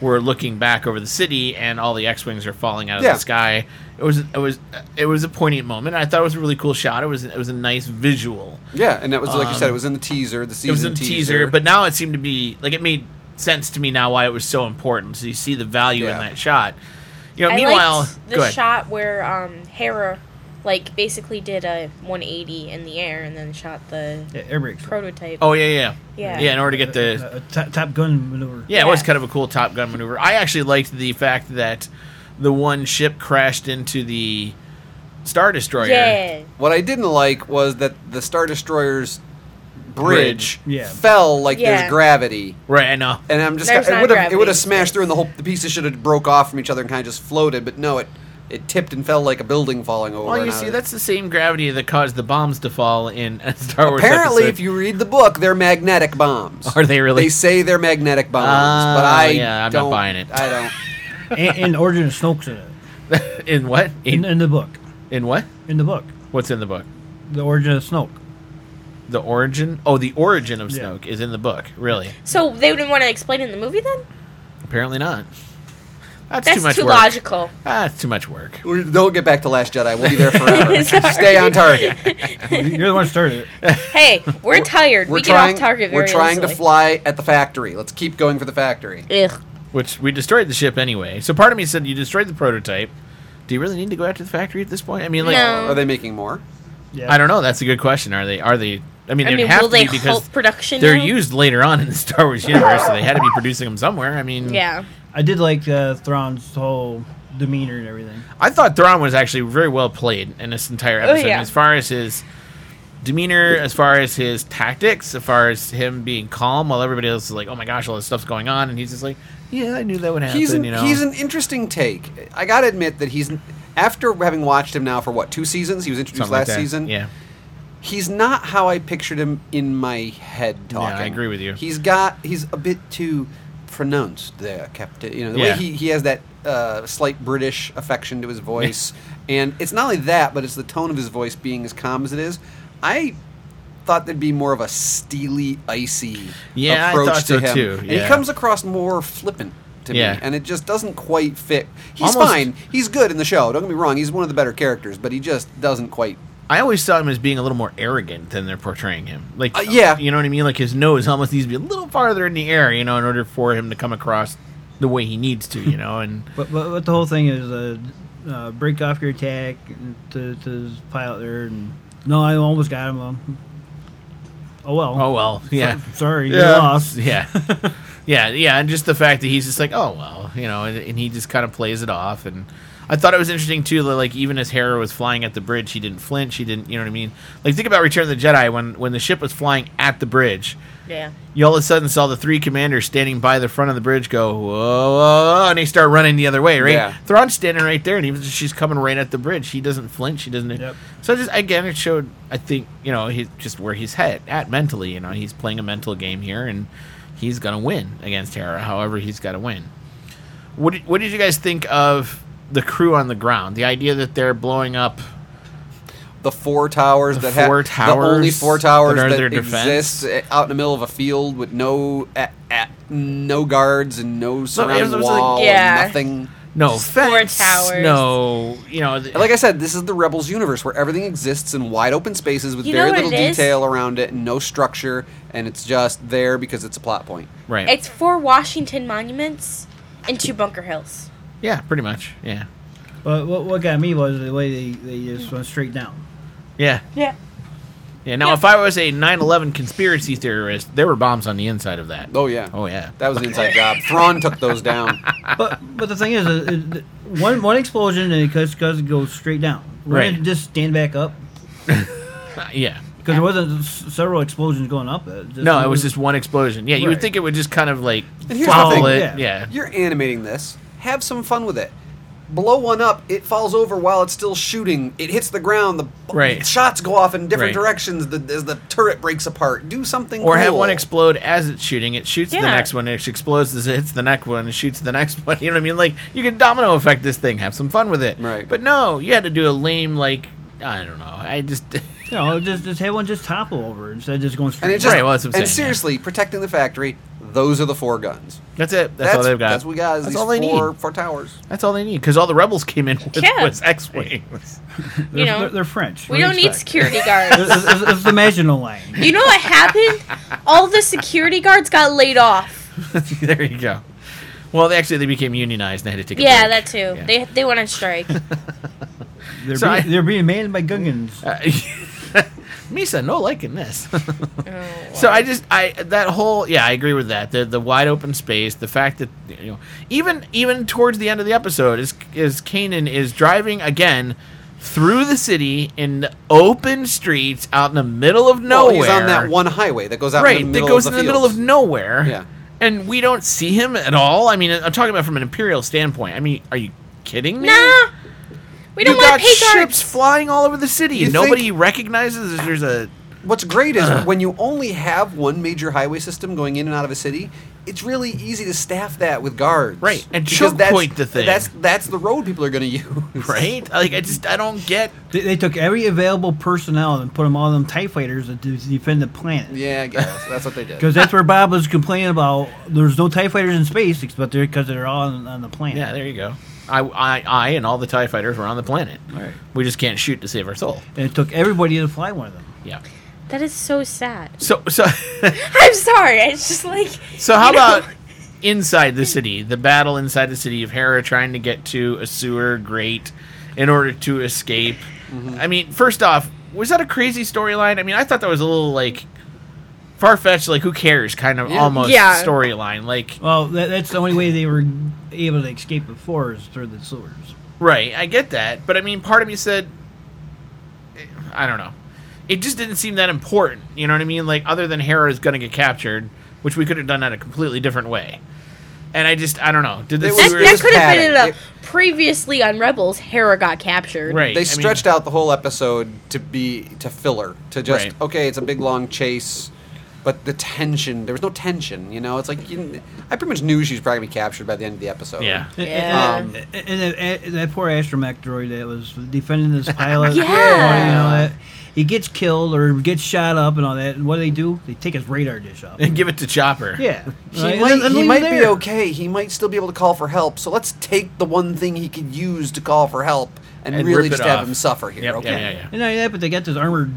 Speaker 2: were looking back over the city, and all the X-wings are falling out of
Speaker 1: Yeah.
Speaker 2: the sky. It was it was it was a poignant moment. I thought it was a really cool shot. It was it was a nice visual.
Speaker 1: Yeah, and that was like you said, it
Speaker 2: Um,
Speaker 1: was in the teaser. The season
Speaker 2: it was in the teaser, but now it seemed to be like it made sense to me now why it was so important. So you see the value in
Speaker 1: Yeah.
Speaker 2: that shot. You know,
Speaker 4: I
Speaker 2: meanwhile,
Speaker 4: liked
Speaker 2: go
Speaker 4: the
Speaker 2: ahead.
Speaker 4: shot where um, Hera, like, basically did a 180 in the air and then shot the
Speaker 6: Yeah, air brakes.
Speaker 4: prototype.
Speaker 2: Oh yeah, yeah,
Speaker 4: Yeah.
Speaker 2: yeah. In order to get the
Speaker 6: A top, top Gun maneuver.
Speaker 2: yeah, it was kind of a cool Top Gun maneuver. I actually liked the fact that the one ship crashed into the Star Destroyer.
Speaker 1: What I didn't like was that the Star Destroyer's bridge,
Speaker 2: Bridge. Yeah.
Speaker 1: fell like
Speaker 2: Yeah.
Speaker 1: there's gravity.
Speaker 2: Right, I know.
Speaker 1: And I'm just
Speaker 2: There's
Speaker 1: it
Speaker 2: not
Speaker 1: would have it
Speaker 2: gravity,
Speaker 1: would have smashed through and the whole the pieces should have broke off from each other and kind of just floated, but no, it it tipped and fell like a building falling over.
Speaker 2: Well,
Speaker 1: and
Speaker 2: you
Speaker 1: I
Speaker 2: see,
Speaker 1: was-
Speaker 2: that's the same gravity that caused the bombs to fall in a Star Wars.
Speaker 1: Apparently,
Speaker 2: episode.
Speaker 1: if you read the book, they're magnetic bombs.
Speaker 2: Are they really?
Speaker 1: They say they're magnetic bombs,
Speaker 2: Ah,
Speaker 1: but I
Speaker 2: yeah, I'm not
Speaker 1: don't-
Speaker 2: buying it.
Speaker 1: I don't.
Speaker 6: and, and the origin of Snoke's in it.
Speaker 2: in what
Speaker 6: In, in the book.
Speaker 2: in what
Speaker 6: In the book.
Speaker 2: what's in the book?
Speaker 6: The origin of Snoke.
Speaker 2: The origin? Oh, the origin of
Speaker 6: Yeah.
Speaker 2: Snoke is in the book. Really?
Speaker 4: So they wouldn't want to explain it in the movie then?
Speaker 2: Apparently not. That's,
Speaker 4: That's
Speaker 2: too much
Speaker 4: too
Speaker 2: work.
Speaker 4: logical.
Speaker 2: Ah, it's too much work.
Speaker 1: Don't get back to Last Jedi. We'll be there forever. Stay on target.
Speaker 6: You're the one who started it.
Speaker 4: Hey, we're, tired. we get off target very
Speaker 1: We're trying
Speaker 4: easily.
Speaker 1: to fly at the factory. Let's keep going for the factory.
Speaker 4: Ugh.
Speaker 2: Which we destroyed the ship anyway. So part of me said you destroyed the prototype. Do you really need to go out to the factory at this point? I mean, like,
Speaker 4: No. Are
Speaker 1: they making more?
Speaker 6: Yeah.
Speaker 2: I don't know. That's a good question. Are they? Are they? I mean,
Speaker 4: I
Speaker 2: they
Speaker 4: mean,
Speaker 2: have
Speaker 4: will
Speaker 2: to
Speaker 4: they
Speaker 2: be because
Speaker 4: halt production
Speaker 2: they're
Speaker 4: now?
Speaker 2: used later on in the Star Wars universe, so they had to be producing them somewhere. I mean,
Speaker 4: Yeah.
Speaker 6: I did like uh, Thrawn's whole demeanor and everything.
Speaker 2: I thought Thrawn was actually very well played in this entire
Speaker 6: Oh,
Speaker 2: episode.
Speaker 6: yeah.
Speaker 2: As far as his demeanor, as far as his tactics, as far as him being calm while everybody else is like, "Oh my gosh, all this stuff's going on," and he's just like, "Yeah, I knew that would happen."
Speaker 1: He's an,
Speaker 2: you know,
Speaker 1: he's an interesting take. I gotta admit that he's after having watched him now for what two seasons. He was introduced
Speaker 2: Something like
Speaker 1: last
Speaker 2: that.
Speaker 1: season.
Speaker 2: Yeah.
Speaker 1: He's not how I pictured him in my head
Speaker 2: Yeah, I
Speaker 1: talking.
Speaker 2: agree with you.
Speaker 1: He's got he's a bit too pronounced there, Captain. You know the
Speaker 2: Yeah.
Speaker 1: way he, he has that uh, slight British affection to his voice, and it's not only that, but it's the tone of his voice being as calm as it is. I thought there'd be more of a steely, icy
Speaker 2: Yeah, I
Speaker 1: approach
Speaker 2: thought so
Speaker 1: to him.
Speaker 2: too,
Speaker 1: And
Speaker 2: yeah.
Speaker 1: he comes across more flippant to
Speaker 2: Yeah.
Speaker 1: me, and it just doesn't quite fit. He's
Speaker 2: Almost-
Speaker 1: fine. He's good in the show. Don't get me wrong. He's one of the better characters, but he just doesn't quite.
Speaker 2: I always saw him as being a little more arrogant than they're portraying him. Like,
Speaker 1: Uh, yeah.
Speaker 2: you know what I mean. Like his nose almost needs to be a little farther in the air, you know, in order for him to come across the way he needs to, you know. And
Speaker 6: But, but, but the whole thing is uh, uh, break off your attack to, to this pilot there. and No, I almost got him. um, Oh, well.
Speaker 2: oh well, yeah,
Speaker 6: So- sorry, you
Speaker 2: yeah.
Speaker 6: lost.
Speaker 2: yeah, yeah, yeah, and just the fact that he's just like, oh well, you know, and, and he just kind of plays it off. And I thought it was interesting too, that like even as Hera was flying at the bridge, he didn't flinch. He didn't, you know what I mean? Like think about Return of the Jedi when when the ship was flying at the bridge.
Speaker 4: Yeah.
Speaker 2: you all of a sudden saw the three commanders standing by the front of the bridge go, whoa, whoa, whoa," and they start running the other way, right?
Speaker 1: Yeah.
Speaker 2: Thrawn's standing right there, and even she's coming right at the bridge. He doesn't flinch. He doesn't. So just again, it showed. I think you know he just where he's head at mentally. You know he's playing a mental game here, and he's gonna win against Hera. However, he's got to win. What did, What did you guys think of the crew on the ground? The idea that they're blowing up
Speaker 1: The four towers
Speaker 2: The
Speaker 1: that
Speaker 2: four
Speaker 1: have the only
Speaker 2: towers
Speaker 1: four towers
Speaker 2: that are
Speaker 1: that,
Speaker 2: their
Speaker 1: exist
Speaker 2: defense?
Speaker 1: eh, out in the middle of a field with no eh, eh, no guards and no surrounding
Speaker 2: was like-
Speaker 1: wall,
Speaker 2: Yeah.
Speaker 1: and nothing.
Speaker 2: no fence,
Speaker 4: towers.
Speaker 2: no you know. th-
Speaker 1: And like I said, this is the Rebels universe where everything exists in wide open spaces with
Speaker 4: You know
Speaker 1: very
Speaker 4: what
Speaker 1: little
Speaker 4: it is?
Speaker 1: detail around it and no structure, and it's just there because it's a plot point.
Speaker 2: Right.
Speaker 4: It's four Washington monuments and two Bunker Hills.
Speaker 2: yeah, pretty much. Yeah,
Speaker 6: But what, what got me was the way they, they just went straight down.
Speaker 2: yeah.
Speaker 4: Yeah.
Speaker 2: Yeah, now if I was a 9 11 conspiracy theorist, there were bombs on the inside of that.
Speaker 1: Oh, yeah.
Speaker 2: Oh, yeah.
Speaker 1: That was an inside job. Thrawn took those down.
Speaker 6: But but the thing is, uh, is th- one one explosion and it goes, goes goes straight down. Wouldn't
Speaker 2: Right.
Speaker 6: it just stand back up.
Speaker 2: Uh, yeah.
Speaker 6: Because there wasn't s- several explosions going up. It just-
Speaker 10: no, it was just one explosion. Yeah, you
Speaker 6: Right.
Speaker 10: would think it would just kind of like
Speaker 6: And here's the
Speaker 10: follow
Speaker 6: thing,
Speaker 10: it.
Speaker 6: yeah.
Speaker 10: Yeah.
Speaker 5: You're animating this. Have some fun with it. Blow one up. It falls over while it's still shooting. It hits the ground. The b-
Speaker 10: Right.
Speaker 5: shots go off in different
Speaker 10: Right.
Speaker 5: directions the, as the turret breaks apart. Do something.
Speaker 10: Or have
Speaker 5: cool.
Speaker 10: one explode as it's shooting. It shoots the
Speaker 5: Yeah.
Speaker 10: next one. It explodes as it hits the next one. It shoots the next one. You know what I mean? Like you can domino effect this thing. Have some fun with it. Right. But no, you had to do a lame like I don't know. I just
Speaker 6: You know, just just have one just topple over instead of just going straight.
Speaker 5: And it just
Speaker 6: down.
Speaker 5: and seriously protecting the factory. Those are the four guns.
Speaker 10: That's it. That's all they've got.
Speaker 5: That's what we got. Is
Speaker 10: That's
Speaker 5: these
Speaker 10: all they need.
Speaker 5: four, four towers.
Speaker 10: That's all they need because all the rebels came in with
Speaker 5: Yeah.
Speaker 10: was X-wings.
Speaker 4: You know,
Speaker 6: they're, they're French.
Speaker 4: we
Speaker 6: What do you
Speaker 4: don't need
Speaker 6: expect?
Speaker 4: security guards.
Speaker 6: it's, it's- it's the Maginot Line.
Speaker 4: You know what happened? All the security guards got laid off.
Speaker 10: there you go. Well, they actually they became unionized and they had to take.
Speaker 4: Yeah,
Speaker 10: a break.
Speaker 4: that too. They they went on strike. Oh,
Speaker 6: They're,
Speaker 10: So
Speaker 6: being,
Speaker 10: I-
Speaker 6: they're being manned by Gungans.
Speaker 10: Misa, no liking this. so I just I that whole yeah I agree with that the the wide open space the fact that you know even even towards the end of the episode is is Kanan is driving again through the city in open streets out in the middle of
Speaker 5: Well,
Speaker 10: nowhere
Speaker 5: he's on that one highway that goes out in
Speaker 10: right
Speaker 5: the middle
Speaker 10: that goes
Speaker 5: of the
Speaker 10: in the middle of
Speaker 5: fields.
Speaker 10: nowhere
Speaker 5: Yeah.
Speaker 10: and we don't see him at all I mean I'm talking about from an imperial standpoint I mean are you kidding me
Speaker 4: Nah, we don't
Speaker 10: You
Speaker 4: want
Speaker 10: got
Speaker 4: to pay
Speaker 10: ships flying all over the city.
Speaker 5: You
Speaker 10: Nobody recognizes that there's a.
Speaker 5: What's great is
Speaker 10: Ugh.
Speaker 5: when you only have one major highway system going in and out of a city, it's really easy to staff that with guards. Right,
Speaker 10: and choke point the thing.
Speaker 5: That's that's the road people are going to use.
Speaker 10: Right? Like I just I don't get.
Speaker 6: They, they took every available personnel and put them all them Tie Fighters to defend the planet.
Speaker 5: Yeah, I guess that's what they did.
Speaker 6: Because that's where Bob was complaining about. There's no Tie Fighters in space, but they're because they're all on, on the planet.
Speaker 10: Yeah, there you go. I, I, I, and all the Tie Fighters were on the planet. Right. We just can't shoot to save our soul.
Speaker 6: And it took everybody to fly one of them.
Speaker 10: Yeah.
Speaker 4: That is so sad.
Speaker 10: So so
Speaker 4: I'm sorry. It's just like
Speaker 10: so how
Speaker 4: you know,
Speaker 10: about inside the city? The battle inside the city of Hera, trying to get to a sewer grate in order to escape.
Speaker 5: Mm-hmm.
Speaker 10: I mean, first off, was that a crazy storyline? I mean, I thought that was a little like far fetched, like who cares, kind of
Speaker 6: Yeah.
Speaker 10: almost
Speaker 6: Yeah.
Speaker 10: storyline. Like
Speaker 6: Well, that, that's the only way they were able to escape before is through the sewers.
Speaker 10: Right, I get that, but I mean, part of me said, eh, I don't know. It just didn't seem that important. You know what I mean? Like, other than Hera is going to get captured, which we could have done that a completely different way. And I just, I don't know. Did this?
Speaker 4: that, that could have been in a previously on Rebels. Hera got captured.
Speaker 5: They stretched out the whole episode to be to filler to just
Speaker 10: Right.
Speaker 5: okay. It's a big long chase, but the tension. There was no tension. You know, it's like you, I pretty much knew she was probably gonna be captured by the end of the episode. Um,
Speaker 10: Yeah.
Speaker 4: Um,
Speaker 6: And, and, and, that- that poor astromech droid that was defending this pilot.
Speaker 5: Yeah.
Speaker 6: and all that, he gets killed or gets shot up and all that. And what do they do? They take his radar dish off.
Speaker 10: And give it to Chopper.
Speaker 6: Yeah.
Speaker 5: He
Speaker 6: Right, and
Speaker 5: might,
Speaker 6: then- and
Speaker 5: he
Speaker 6: leave
Speaker 5: might
Speaker 6: it
Speaker 5: be
Speaker 6: there.
Speaker 5: okay. He might still be able to call for help. So let's take the one thing he could use to call for help and,
Speaker 10: And
Speaker 5: really
Speaker 10: rip it
Speaker 5: just have
Speaker 10: off.
Speaker 5: him suffer here.
Speaker 10: Yep,
Speaker 5: okay.
Speaker 10: yeah, yeah,
Speaker 6: And not only that, but they got this armored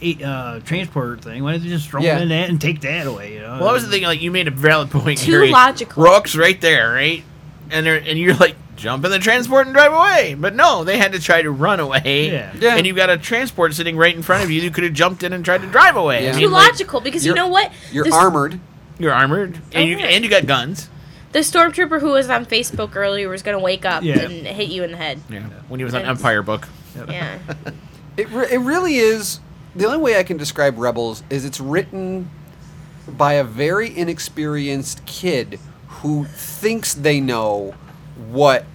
Speaker 6: eight, uh, transport thing. Why don't they just throw
Speaker 10: Yeah.
Speaker 6: him in that and take that away? You know?
Speaker 10: Well, I was thinking, like, you made a valid point.
Speaker 6: Too
Speaker 10: Gary.
Speaker 6: logical.
Speaker 10: Rook's right there, right? And they're, and you're like, jump in the transport and drive away. But no, they had to try to run away.
Speaker 4: Yeah.
Speaker 5: Yeah.
Speaker 10: And you got a transport sitting right in front of you. You could have jumped in and tried to drive away. I
Speaker 4: Too
Speaker 10: mean, like,
Speaker 4: logical because you
Speaker 10: you're-
Speaker 4: know what?
Speaker 5: You're
Speaker 4: The-
Speaker 5: armored.
Speaker 10: You're armored, and you and you got guns.
Speaker 4: The stormtrooper who was on Facebook earlier was going to wake up
Speaker 10: Yeah.
Speaker 4: and hit you in the head.
Speaker 10: Yeah. When he was on
Speaker 4: It's-
Speaker 10: Empire book.
Speaker 4: Yeah.
Speaker 5: It, re- it really is. The only way I can describe Rebels is it's written by a very inexperienced kid who thinks they know what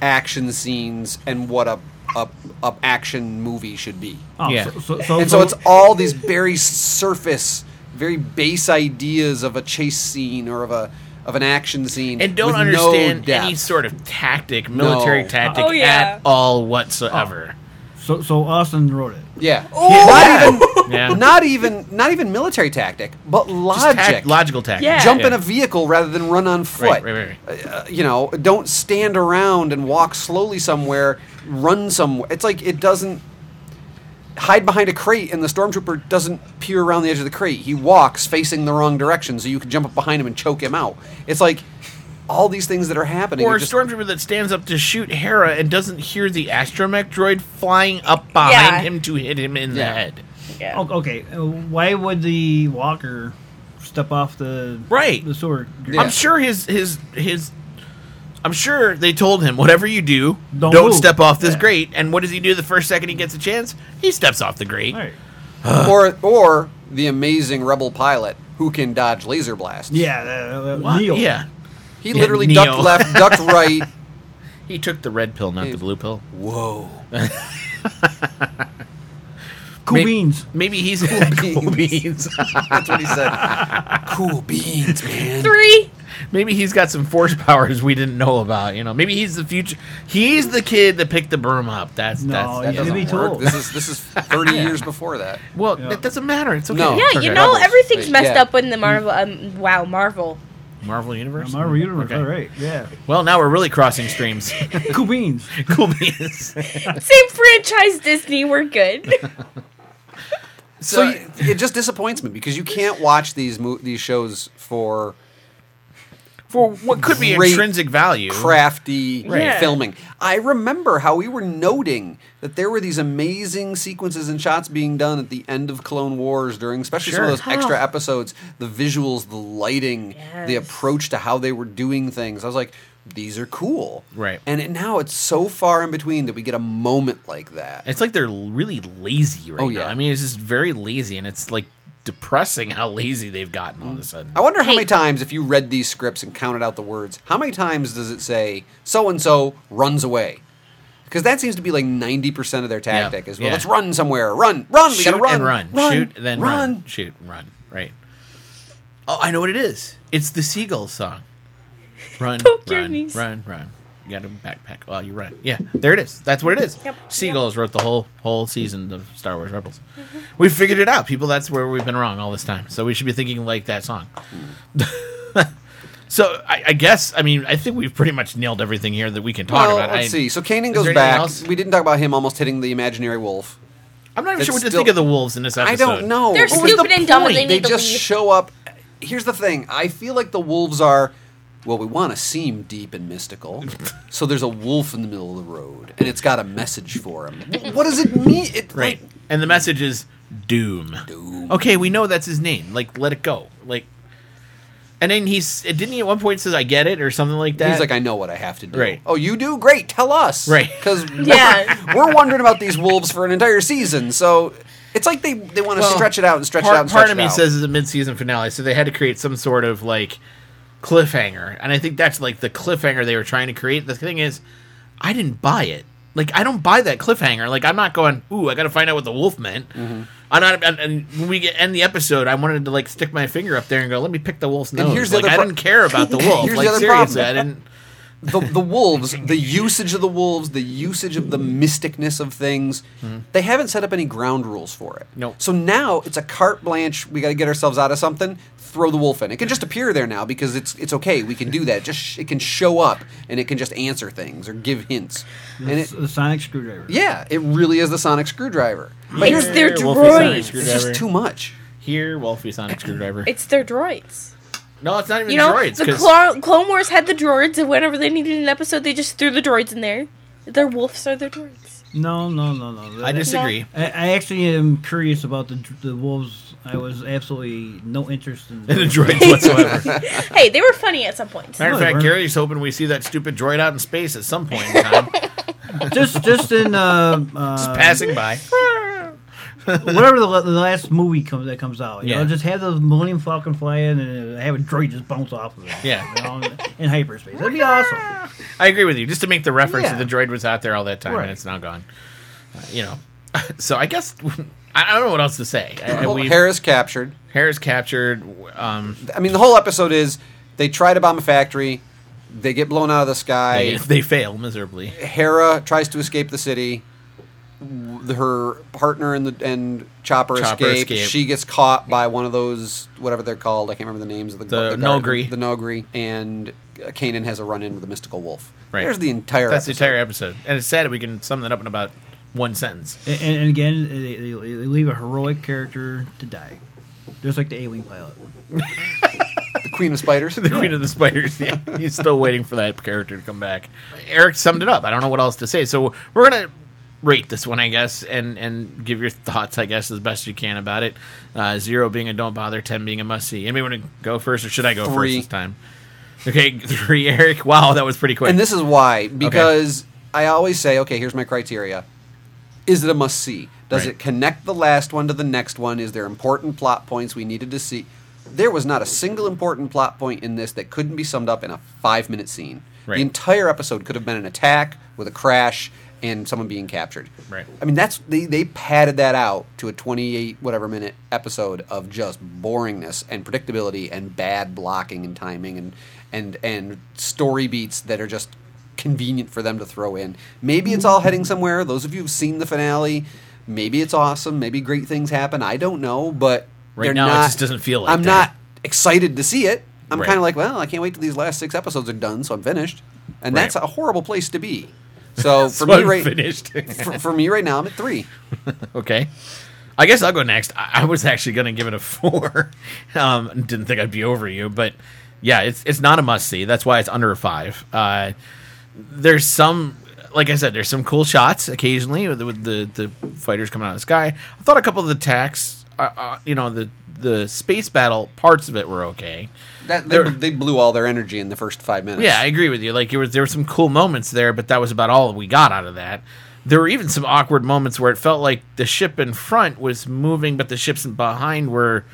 Speaker 5: action scenes and what a, a, a action movie should be.
Speaker 6: Oh, Yeah. so- so- so-
Speaker 5: and so,
Speaker 6: so-
Speaker 5: it's all these very surface, very base ideas of a chase scene or of a of an action scene,
Speaker 10: And don't
Speaker 5: with no
Speaker 10: understand
Speaker 5: depth.
Speaker 10: any sort of tactic,
Speaker 5: No.
Speaker 10: military tactic
Speaker 5: Oh, yeah.
Speaker 10: at all whatsoever.
Speaker 6: So, so Austin wrote it.
Speaker 5: Yeah. Not even,
Speaker 10: Yeah.
Speaker 5: not even, not even military tactic, but logic,
Speaker 10: tact- logical tactic. Yeah.
Speaker 5: Jump in
Speaker 10: Yeah.
Speaker 5: a vehicle rather than run on foot.
Speaker 10: Right, right, right, right.
Speaker 5: Uh, you know, don't stand around and walk slowly somewhere. Run somewhere. It's like it doesn't hide behind a crate, and the stormtrooper doesn't peer around the edge of the crate. He walks facing the wrong direction, so you can jump up behind him and choke him out. It's like all these things that are
Speaker 6: Uh,
Speaker 5: happening.
Speaker 10: Or
Speaker 5: are
Speaker 10: a
Speaker 5: just-
Speaker 10: stormtrooper that stands up to shoot Hera and doesn't hear the astromech droid flying up behind
Speaker 6: Yeah.
Speaker 10: him to hit him in the
Speaker 6: Yeah.
Speaker 10: head.
Speaker 6: O- Okay, uh, why would the walker step off the
Speaker 10: right
Speaker 6: the sword?
Speaker 10: I'm sure his his his. I'm sure they told him whatever you do,
Speaker 6: Don't
Speaker 10: don't,
Speaker 6: move."
Speaker 10: step off this
Speaker 6: Yeah.
Speaker 10: grate. And what does he do the first second he gets a chance? He steps off the grate.
Speaker 6: Right.
Speaker 1: or or the amazing rebel pilot who can dodge laser blasts.
Speaker 6: Yeah,
Speaker 2: What? Neo. Yeah.
Speaker 1: He
Speaker 2: Yeah,
Speaker 1: literally
Speaker 2: Neo.
Speaker 1: ducked left, ducked right.
Speaker 2: He took the red pill, not the blue pill.
Speaker 1: Whoa.
Speaker 6: Cool beans.
Speaker 2: Maybe he's cool beans.
Speaker 1: That's what he said. Cool beans, man.
Speaker 4: Three.
Speaker 2: Maybe he's got some force powers we didn't know about. You know, maybe he's the future. He's the kid that picked the broom up. That's
Speaker 6: No,
Speaker 2: that's
Speaker 6: yeah,
Speaker 2: that doesn't
Speaker 6: maybe
Speaker 2: work.
Speaker 6: told.
Speaker 1: This is this is 30 years before that.
Speaker 2: Well, that doesn't matter. It's okay.
Speaker 1: No.
Speaker 4: Yeah,
Speaker 2: Okay.
Speaker 4: you know
Speaker 1: Rebels.
Speaker 4: everything's messed
Speaker 2: Yeah.
Speaker 4: up in the Marvel. Um, wow, Marvel.
Speaker 2: Marvel Universe.
Speaker 6: Marvel Universe.
Speaker 2: Okay.
Speaker 6: All right. Yeah.
Speaker 2: Well, now we're really crossing streams.
Speaker 6: Cool beans.
Speaker 2: cool beans.
Speaker 4: Same franchise, Disney. We're good.
Speaker 1: So you, it just disappoints me because you can't watch these mo- these shows for
Speaker 2: For what could be
Speaker 1: Great
Speaker 2: intrinsic value.
Speaker 1: crafty
Speaker 2: Right. Yeah.
Speaker 1: filming. I remember how we were noting that there were these amazing sequences and shots being done at the end of Clone Wars during especially some
Speaker 2: Sure.
Speaker 1: of those extra episodes, the visuals, the lighting, the
Speaker 4: Yes.
Speaker 1: approach to how they were doing things. I was like, these are cool.
Speaker 2: Right.
Speaker 1: And it, now it's so far in between that we get a moment like that.
Speaker 2: It's like they're l- really lazy right
Speaker 1: Oh,
Speaker 2: now.
Speaker 1: yeah.
Speaker 2: I mean, it's just very lazy, and it's like depressing how lazy they've gotten all of a sudden.
Speaker 1: I wonder how many times, if you read these scripts and counted out the words, how many times does it say so and so runs away? Because that seems to be like ninety percent of their tactic is well,
Speaker 2: yeah.
Speaker 1: let's run somewhere, run, run, we
Speaker 2: shoot
Speaker 1: gotta run,
Speaker 2: and run, shoot and then run.
Speaker 1: run.
Speaker 2: shoot and run. Right. Oh, I know what it is. It's the seagull song. Run,
Speaker 4: Poke your
Speaker 2: run,
Speaker 4: knees.
Speaker 2: run, run. You got a backpack while you run. Yeah, there it is. That's what it is.
Speaker 4: Yep.
Speaker 2: Seagulls wrote the whole whole season of Star Wars Rebels. We figured it out, people. That's where we've been wrong all this time. So we should be thinking like that song. so I, I guess I mean I think we've pretty much nailed everything here that we can talk
Speaker 1: Well,
Speaker 2: about.
Speaker 1: let's
Speaker 2: I-
Speaker 1: see. So Kanan
Speaker 2: Is
Speaker 1: goes
Speaker 2: there anything
Speaker 1: back.
Speaker 2: else?
Speaker 1: We didn't talk about him almost hitting the imaginary wolf.
Speaker 2: I'm not even
Speaker 1: That's
Speaker 2: sure what to
Speaker 1: still-
Speaker 2: think of the wolves in this episode.
Speaker 1: I don't know.
Speaker 4: They're
Speaker 1: What was
Speaker 4: stupid
Speaker 1: the
Speaker 4: and dumb, and they
Speaker 1: point?
Speaker 4: need to
Speaker 1: just
Speaker 4: leave.
Speaker 1: show up. Here's the thing. I feel like the wolves are. Well, we want to seem deep and mystical, so there's a wolf in the middle of the road, and it's got a message for him. Wh- What does it mean? It, like,
Speaker 2: Right. And the message is doom. Okay, we know that's his name. Like, let it go. Like, and then he's didn't he at one point says I get it or something like that.
Speaker 1: He's like, I know what I have to do.
Speaker 2: Right.
Speaker 1: Oh, you do? Great. Tell us.
Speaker 2: Right.
Speaker 1: Because
Speaker 4: Yeah.
Speaker 1: we're, wondering about these wolves for an entire season. So it's like they, they want to
Speaker 2: Well,
Speaker 1: stretch it out and stretch
Speaker 2: part,
Speaker 1: it out and
Speaker 2: part
Speaker 1: stretch
Speaker 2: of me
Speaker 1: it out.
Speaker 2: says it's a mid-season finale, so they had to create some sort of like cliffhanger, and I think that's like the cliffhanger they were trying to create. The thing is, I didn't buy it. Like, I don't buy that cliffhanger. Like, I'm not going. Ooh, I got to find out what the wolf meant.
Speaker 1: Mm-hmm.
Speaker 2: I'm not. And, and when we get, end the episode, I wanted to like stick my finger up there and go, "Let me pick the wolf's nose."
Speaker 1: here's the
Speaker 2: like,
Speaker 1: other
Speaker 2: I
Speaker 1: pro-
Speaker 2: didn't care about the wolf.
Speaker 1: Here's
Speaker 2: like,
Speaker 1: the other
Speaker 2: seriously,
Speaker 1: problem.
Speaker 2: I didn't.
Speaker 1: the, the wolves, the usage of the wolves, the usage of the mysticness of things, they haven't set up any ground rules for it.
Speaker 2: Hmm. Nope.
Speaker 1: So now it's a carte blanche. We got to get ourselves out of something. Throw the wolf in. It can just appear there now because it's it's okay. We can do that. Just sh- it can show up and it can just answer things or give hints. And
Speaker 6: It's
Speaker 1: it,
Speaker 6: a sonic screwdriver.
Speaker 1: yeah, it really is the sonic screwdriver. But
Speaker 4: it's their
Speaker 2: Wolf is on a
Speaker 4: droids.
Speaker 1: it's just
Speaker 2: screwdriver.
Speaker 1: too much.
Speaker 2: Here, Wolfie Sonic Screwdriver.
Speaker 4: It's their droids.
Speaker 2: no, it's not even
Speaker 4: You know,
Speaker 2: droids.
Speaker 4: the
Speaker 2: 'cause-
Speaker 4: Clo- Clone Wars had the droids, and whenever they needed an episode, they just threw the droids in there. Their wolves are their droids.
Speaker 6: No, no, no, no.
Speaker 2: I disagree.
Speaker 6: I, I actually am curious about the the wolves. I was absolutely no interest in.
Speaker 2: In the droids whatsoever.
Speaker 4: hey, they were funny at some point.
Speaker 2: Matter of
Speaker 6: No, they
Speaker 2: fact,
Speaker 6: weren't.
Speaker 2: Gary's hoping we see that stupid droid out in space at some point in time,
Speaker 6: just just in uh, uh,
Speaker 2: passing by.
Speaker 6: whatever the, la- the last movie comes that comes out. You
Speaker 2: Yeah.
Speaker 6: know, just have the Millennium Falcon fly in and uh, have a droid just bounce off of it.
Speaker 2: Yeah.
Speaker 6: you know, in hyperspace. That'd be awesome.
Speaker 2: I agree with you. Just to make the reference
Speaker 6: Yeah.
Speaker 2: that the droid was out there all that time
Speaker 6: Right.
Speaker 2: and it's now gone. Uh, you know, so I guess I I don't know what else to say. I, I-
Speaker 1: Well,
Speaker 2: we-
Speaker 1: Hera's captured.
Speaker 2: Hera's captured. Um,
Speaker 1: I mean, the whole episode is they try to bomb a factory. They get blown out of the sky.
Speaker 2: they, they fail miserably.
Speaker 1: Hera tries to escape the city. W- Her partner and the and Chopper,
Speaker 2: Chopper
Speaker 1: escape.
Speaker 2: escape.
Speaker 1: She gets caught by one of those whatever they're called. I can't remember the names of the
Speaker 2: The
Speaker 1: the guard-
Speaker 2: Nogri.
Speaker 1: The Nogri and uh, Kanan has a run in with a mystical wolf.
Speaker 2: Right.
Speaker 1: There's the entire.
Speaker 2: That's
Speaker 1: episode.
Speaker 2: the entire episode, and it's sad that we can sum that up in about one sentence.
Speaker 6: And, and again, they, they, they leave a heroic character to die, just like the A-wing pilot.
Speaker 1: The Queen of Spiders.
Speaker 2: The Queen of the Spiders. Yeah, he's still waiting for that character to come back. Eric summed it up. I don't know what else to say. So we're gonna rate this one, I guess, and and give your thoughts, I guess, as best you can about it. Uh, zero being a don't bother, ten being a must see. Anybody want to go first, or should I go
Speaker 1: Three.
Speaker 2: first this time? Okay, three, Eric. Wow, that was pretty quick.
Speaker 1: And this is why because I always say, okay, here's my criteria. Is it a must see? Does
Speaker 10: Right.
Speaker 1: it connect the last one to the next one? Is there important plot points we needed to see? There was not a single important plot point in this that couldn't be summed up in a five minute scene.
Speaker 10: Right.
Speaker 1: The entire episode could have been an attack with a crash and someone being captured.
Speaker 10: Right.
Speaker 1: I mean, that's they, they padded that out to a 28 whatever minute episode of just boringness and predictability and bad blocking and timing and and and story beats that are just convenient for them to throw in. Maybe it's all heading somewhere. Those of you who've seen the finale, maybe it's awesome. Maybe great things happen. I don't know, but
Speaker 10: Right
Speaker 1: they're
Speaker 10: now, it
Speaker 1: not-
Speaker 10: just doesn't feel like
Speaker 1: I'm
Speaker 10: that.
Speaker 1: not excited to see it. I'm
Speaker 10: Right.
Speaker 1: kind of like, well, "Oh, I can't wait till these last six episodes are done, so I'm finished. And
Speaker 10: Right.
Speaker 1: that's a horrible place to be. So for
Speaker 10: So
Speaker 1: me,
Speaker 10: I'm
Speaker 1: right,
Speaker 10: finished.
Speaker 1: for, for me right now, I'm at three.
Speaker 10: okay. I guess I'll go next. I, I was actually going to give it a four. Um, didn't think I'd be over you, but yeah, it's it's not a must see. That's why it's under a five. Uh, there's some, like I said, there's some cool shots occasionally with, the- with the the fighters coming out of the sky. I thought a couple of the attacks, uh, uh, you know, the the space battle parts of it were okay.
Speaker 1: That they,
Speaker 10: There-
Speaker 1: they blew all their energy in the first five minutes.
Speaker 10: Yeah, I agree with you. Like there was there were some cool moments there, but that was about all we got out of that. There were even some awkward moments where it felt like the ship in front was moving, but the ships behind were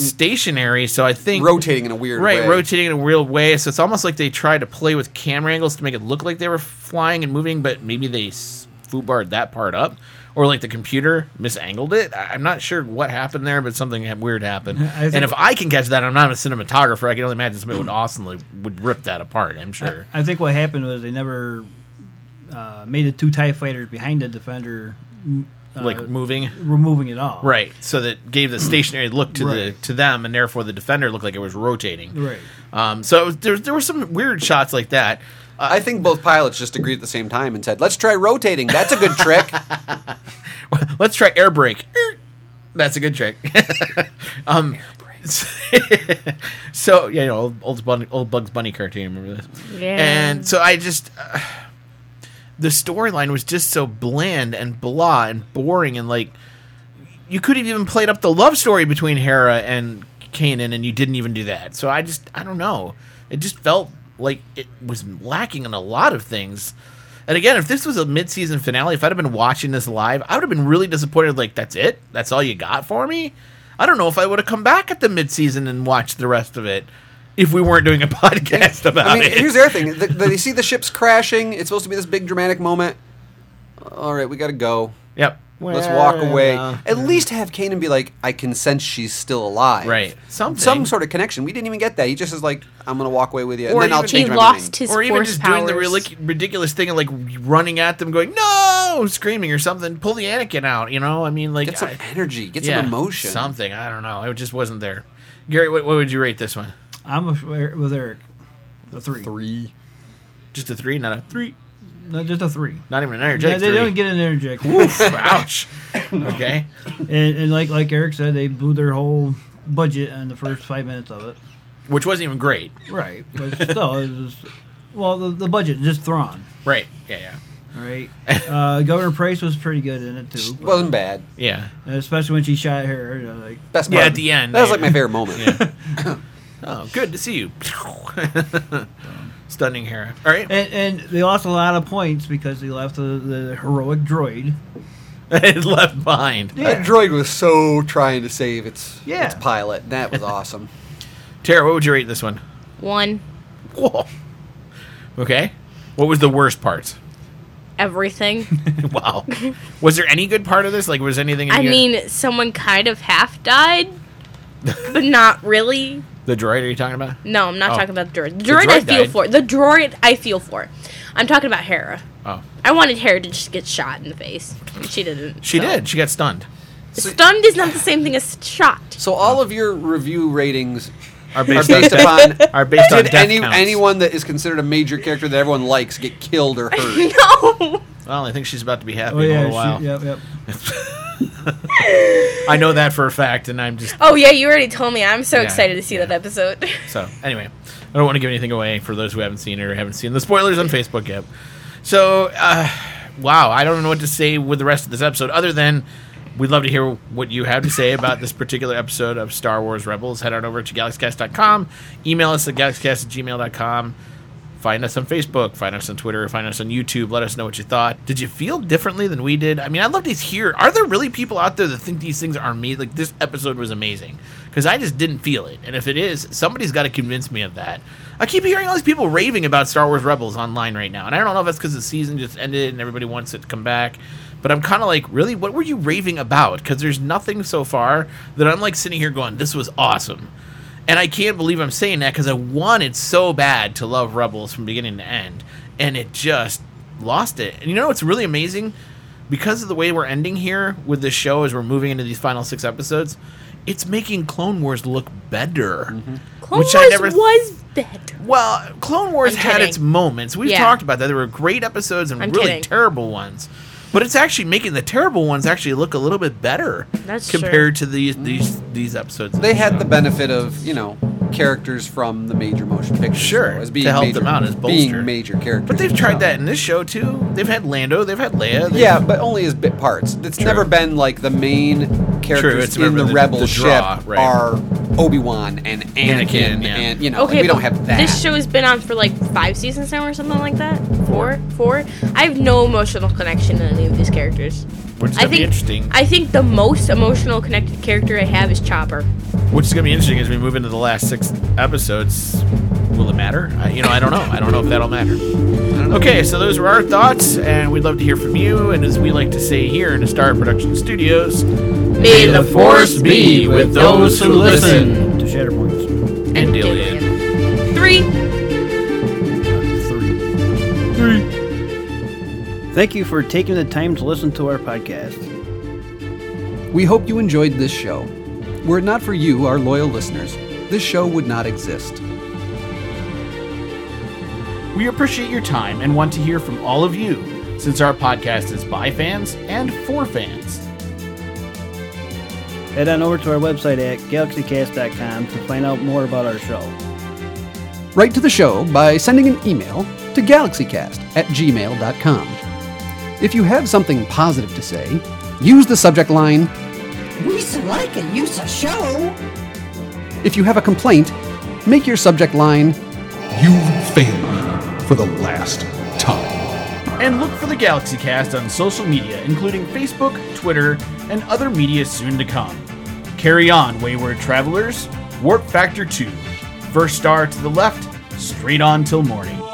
Speaker 10: stationary. So I think
Speaker 1: Rotating in a weird
Speaker 10: right,
Speaker 1: way.
Speaker 10: rotating in a real way. So it's almost like they tried to play with camera angles to make it look like they were flying and moving, but maybe they s- foobarred that part up. Or like the computer misangled it. I- I'm not sure what happened there, but something ha- weird happened.
Speaker 6: I think-
Speaker 10: and if I can catch that, I'm not a cinematographer. I can only imagine somebody would awesomely would rip that apart. I'm sure.
Speaker 6: I think what happened was they never uh, made the two TIE fighters behind the Defender m- uh,
Speaker 10: Like moving?
Speaker 6: removing it all.
Speaker 10: Right. So that gave the stationary look to the
Speaker 6: Right.
Speaker 10: to them, and therefore the defender looked like it was rotating.
Speaker 6: Right.
Speaker 10: Um, so it was, there there were some weird shots like that. Uh,
Speaker 1: I think both pilots just agreed at the same time and said, "Let's try rotating. That's a good trick."
Speaker 10: Let's try air brake. Er, That's a good trick. um, so yeah, you know, old old, Bun- old Bugs Bunny cartoon. Remember this?
Speaker 4: Yeah.
Speaker 10: And so I just uh, the storyline was just so bland and blah and boring and like you could have even played up the love story between Hera and Kanan, and you didn't even do that. So I just I don't know. It just felt like it was lacking in a lot of things. And again, if this was a mid-season finale, if I'd have been watching this live, I would have been really disappointed. Like that's it? That's all you got for me? I don't know if I would have come back at the mid-season and watched the rest of it if we weren't doing a podcast about
Speaker 1: I mean,
Speaker 10: it.
Speaker 1: here's the other thing: the, the, they see the ships crashing. It's supposed to be this big dramatic moment. All right, we got to go.
Speaker 10: Yep.
Speaker 1: Let's walk
Speaker 10: Well,
Speaker 1: away.
Speaker 10: uh,
Speaker 1: At least have Kanan be like, "I can sense she's still alive."
Speaker 10: Right. Something.
Speaker 1: Some sort of connection. We didn't even get that. He just is like, "I'm gonna walk away with you," and
Speaker 10: Or
Speaker 1: then I'll
Speaker 10: even-
Speaker 1: change
Speaker 10: He
Speaker 1: my
Speaker 4: lost
Speaker 1: mind.
Speaker 4: his
Speaker 10: or even
Speaker 4: force
Speaker 10: just doing the
Speaker 4: powers.
Speaker 10: relic- ridiculous thing of like running at them, going no, screaming or something. Pull the Anakin out, you know. I mean, like
Speaker 1: Get some
Speaker 10: I-
Speaker 1: energy. Get some emotion.
Speaker 10: something. I don't know. It just wasn't there. Gary, what, what would you rate this one?
Speaker 6: I'm with with Eric. A three.
Speaker 1: Three.
Speaker 10: Just a three, not a three,
Speaker 6: No, just a three.
Speaker 10: not even an
Speaker 6: Yeah,
Speaker 10: energetic.
Speaker 6: they
Speaker 10: three.
Speaker 6: don't get an energetic.
Speaker 10: Oof, ouch. Okay.
Speaker 6: and, and like like Eric said, they blew their whole budget on the first five minutes of it.
Speaker 10: Which wasn't even great.
Speaker 6: Right, but still, it was well the, the budget just Thrawn.
Speaker 10: Right. Yeah. Yeah.
Speaker 6: All right, uh, Governor Price was pretty good in it too,
Speaker 1: Wasn't bad.
Speaker 10: Yeah.
Speaker 6: and especially when she shot her. you know, like
Speaker 1: Best
Speaker 10: Yeah,
Speaker 1: part.
Speaker 10: at the end,
Speaker 1: That was
Speaker 10: I-
Speaker 1: like my favorite moment.
Speaker 10: Oh, good to see you. Stunning Hera. All right.
Speaker 6: and, and they lost a lot of points because they left the, the heroic droid.
Speaker 10: It's left behind.
Speaker 1: That droid was so trying to save its
Speaker 6: Yeah.
Speaker 1: its pilot. That was awesome.
Speaker 10: Tara, what would you rate this one?
Speaker 4: One,
Speaker 10: Whoa. Okay. What was the worst part?
Speaker 4: everything.
Speaker 10: wow. Was there any good part of this? Like, was anything? Any
Speaker 4: I
Speaker 10: good-
Speaker 4: mean, someone kind of half died, but not really.
Speaker 10: the droid. Are you talking about?
Speaker 4: No, I'm not
Speaker 10: Oh.
Speaker 4: talking about the droid. The
Speaker 10: The
Speaker 4: droid, I
Speaker 10: droid
Speaker 4: feel
Speaker 10: died.
Speaker 4: for. The droid I feel for. I'm talking about Hera.
Speaker 10: Oh,
Speaker 4: I wanted Hera to just get shot in the face. She didn't.
Speaker 10: she
Speaker 4: so.
Speaker 10: did. She got stunned.
Speaker 4: Stunned is not the same thing as shot.
Speaker 1: So all of your review ratings
Speaker 10: Are
Speaker 1: are
Speaker 10: based,
Speaker 1: based
Speaker 10: on
Speaker 1: upon
Speaker 10: death, are based on
Speaker 1: did
Speaker 10: death
Speaker 1: any
Speaker 10: counts.
Speaker 1: anyone that is considered a major character that everyone likes get killed or hurt?
Speaker 4: no.
Speaker 10: Well, I think she's about to be happy
Speaker 6: Oh
Speaker 10: in a
Speaker 6: yeah,
Speaker 10: little while.
Speaker 6: she, yep, yep.
Speaker 10: I know that for a fact, and I'm just
Speaker 4: Oh yeah, you already told me. I'm so
Speaker 10: Yeah,
Speaker 4: excited to see that episode.
Speaker 10: So anyway, I don't want to give anything away for those who haven't seen it or haven't seen the spoilers on Facebook yet. So, uh, wow, I don't know what to say with the rest of this episode other than we'd love to hear what you have to say about this particular episode of Star Wars Rebels. Head on over to galaxycast.com, email us at galaxycast at gmail.com. Find us on Facebook, find us on Twitter, find us on YouTube. Let us know what you thought. Did you feel differently than we did? I mean, I'd love to hear. Are there really people out there that think these things are amazing? Like, this episode was amazing because I just didn't feel it. And if it is, somebody's got to convince me of that. I keep hearing all these people raving about Star Wars Rebels online right now. And I don't know if that's because the season just ended and everybody wants it to come back. But I'm kind of like, really? What were you raving about? Because there's nothing so far that I'm like sitting here going, this was awesome. And I can't believe I'm saying that because I wanted so bad to love Rebels from beginning to end. And it just lost it. And you know what's really amazing? Because of the way we're ending here with this show as we're moving into these final six episodes, it's making Clone Wars look better.
Speaker 4: Clone Wars was better.
Speaker 10: Well, Clone Wars
Speaker 4: I'm
Speaker 10: had
Speaker 4: kidding.
Speaker 10: its moments. We've
Speaker 4: Yeah.
Speaker 10: talked about that. There were great episodes and
Speaker 4: I'm
Speaker 10: really
Speaker 4: kidding.
Speaker 10: terrible ones. But it's actually making the terrible ones actually look a little bit better
Speaker 4: That's true.
Speaker 10: compared to these these these episodes.
Speaker 1: They had the benefit of you know characters from the major motion picture. Sure, as being
Speaker 10: to help
Speaker 1: major,
Speaker 10: them out as bolster.
Speaker 1: being major characters.
Speaker 10: But they've tried that in this show too. They've had Lando, they've had Leia. they've-
Speaker 1: Yeah, but only as bit parts. It's never been like the main characters
Speaker 10: it's
Speaker 1: in
Speaker 10: never
Speaker 1: the,
Speaker 10: the-
Speaker 1: Rebel
Speaker 10: the draw,
Speaker 1: ship
Speaker 10: right.
Speaker 1: are Obi Wan and Anakin,
Speaker 10: Anakin, yeah.
Speaker 1: and you know like, we don't
Speaker 4: but
Speaker 1: have that.
Speaker 4: This show has been on for like five seasons now, or something like that. Four, four. I have no emotional connection to any of these characters.
Speaker 10: Which is
Speaker 4: I
Speaker 10: gonna be
Speaker 4: think
Speaker 10: interesting.
Speaker 4: I think the most emotional connected character I have is Chopper.
Speaker 10: Which is going to be interesting as we move into the last six episodes. Will it matter? I, you know, I don't know. I don't know if that'll matter. Okay, so those were our thoughts, and we'd love to hear from you. And as we like to say here in the Star Production Studios,
Speaker 2: May the force be with those who listen.
Speaker 3: To Shatterpoints.
Speaker 10: And Dillian.
Speaker 4: Three.
Speaker 3: Thank you for taking the time to listen to our podcast.
Speaker 1: We hope you enjoyed this show. Were it not for you, our loyal listeners, this show would not exist.
Speaker 10: We appreciate your time and want to hear from all of you, since our podcast is by fans and for fans.
Speaker 3: Head on over to our website at galaxycast.com to find out more about our show.
Speaker 1: Write to the show by sending an email to galaxycast at gmail.com. If you have something positive to say, use the subject line.
Speaker 12: We so like and use a show.
Speaker 1: If you have a complaint, make your subject line. You failed
Speaker 13: for the last time.
Speaker 10: And look for the Galaxy Cast on social media, including Facebook, Twitter, and other media soon to come. Carry on, Wayward Travelers. Warp Factor 2. First star to the left, straight on till morning.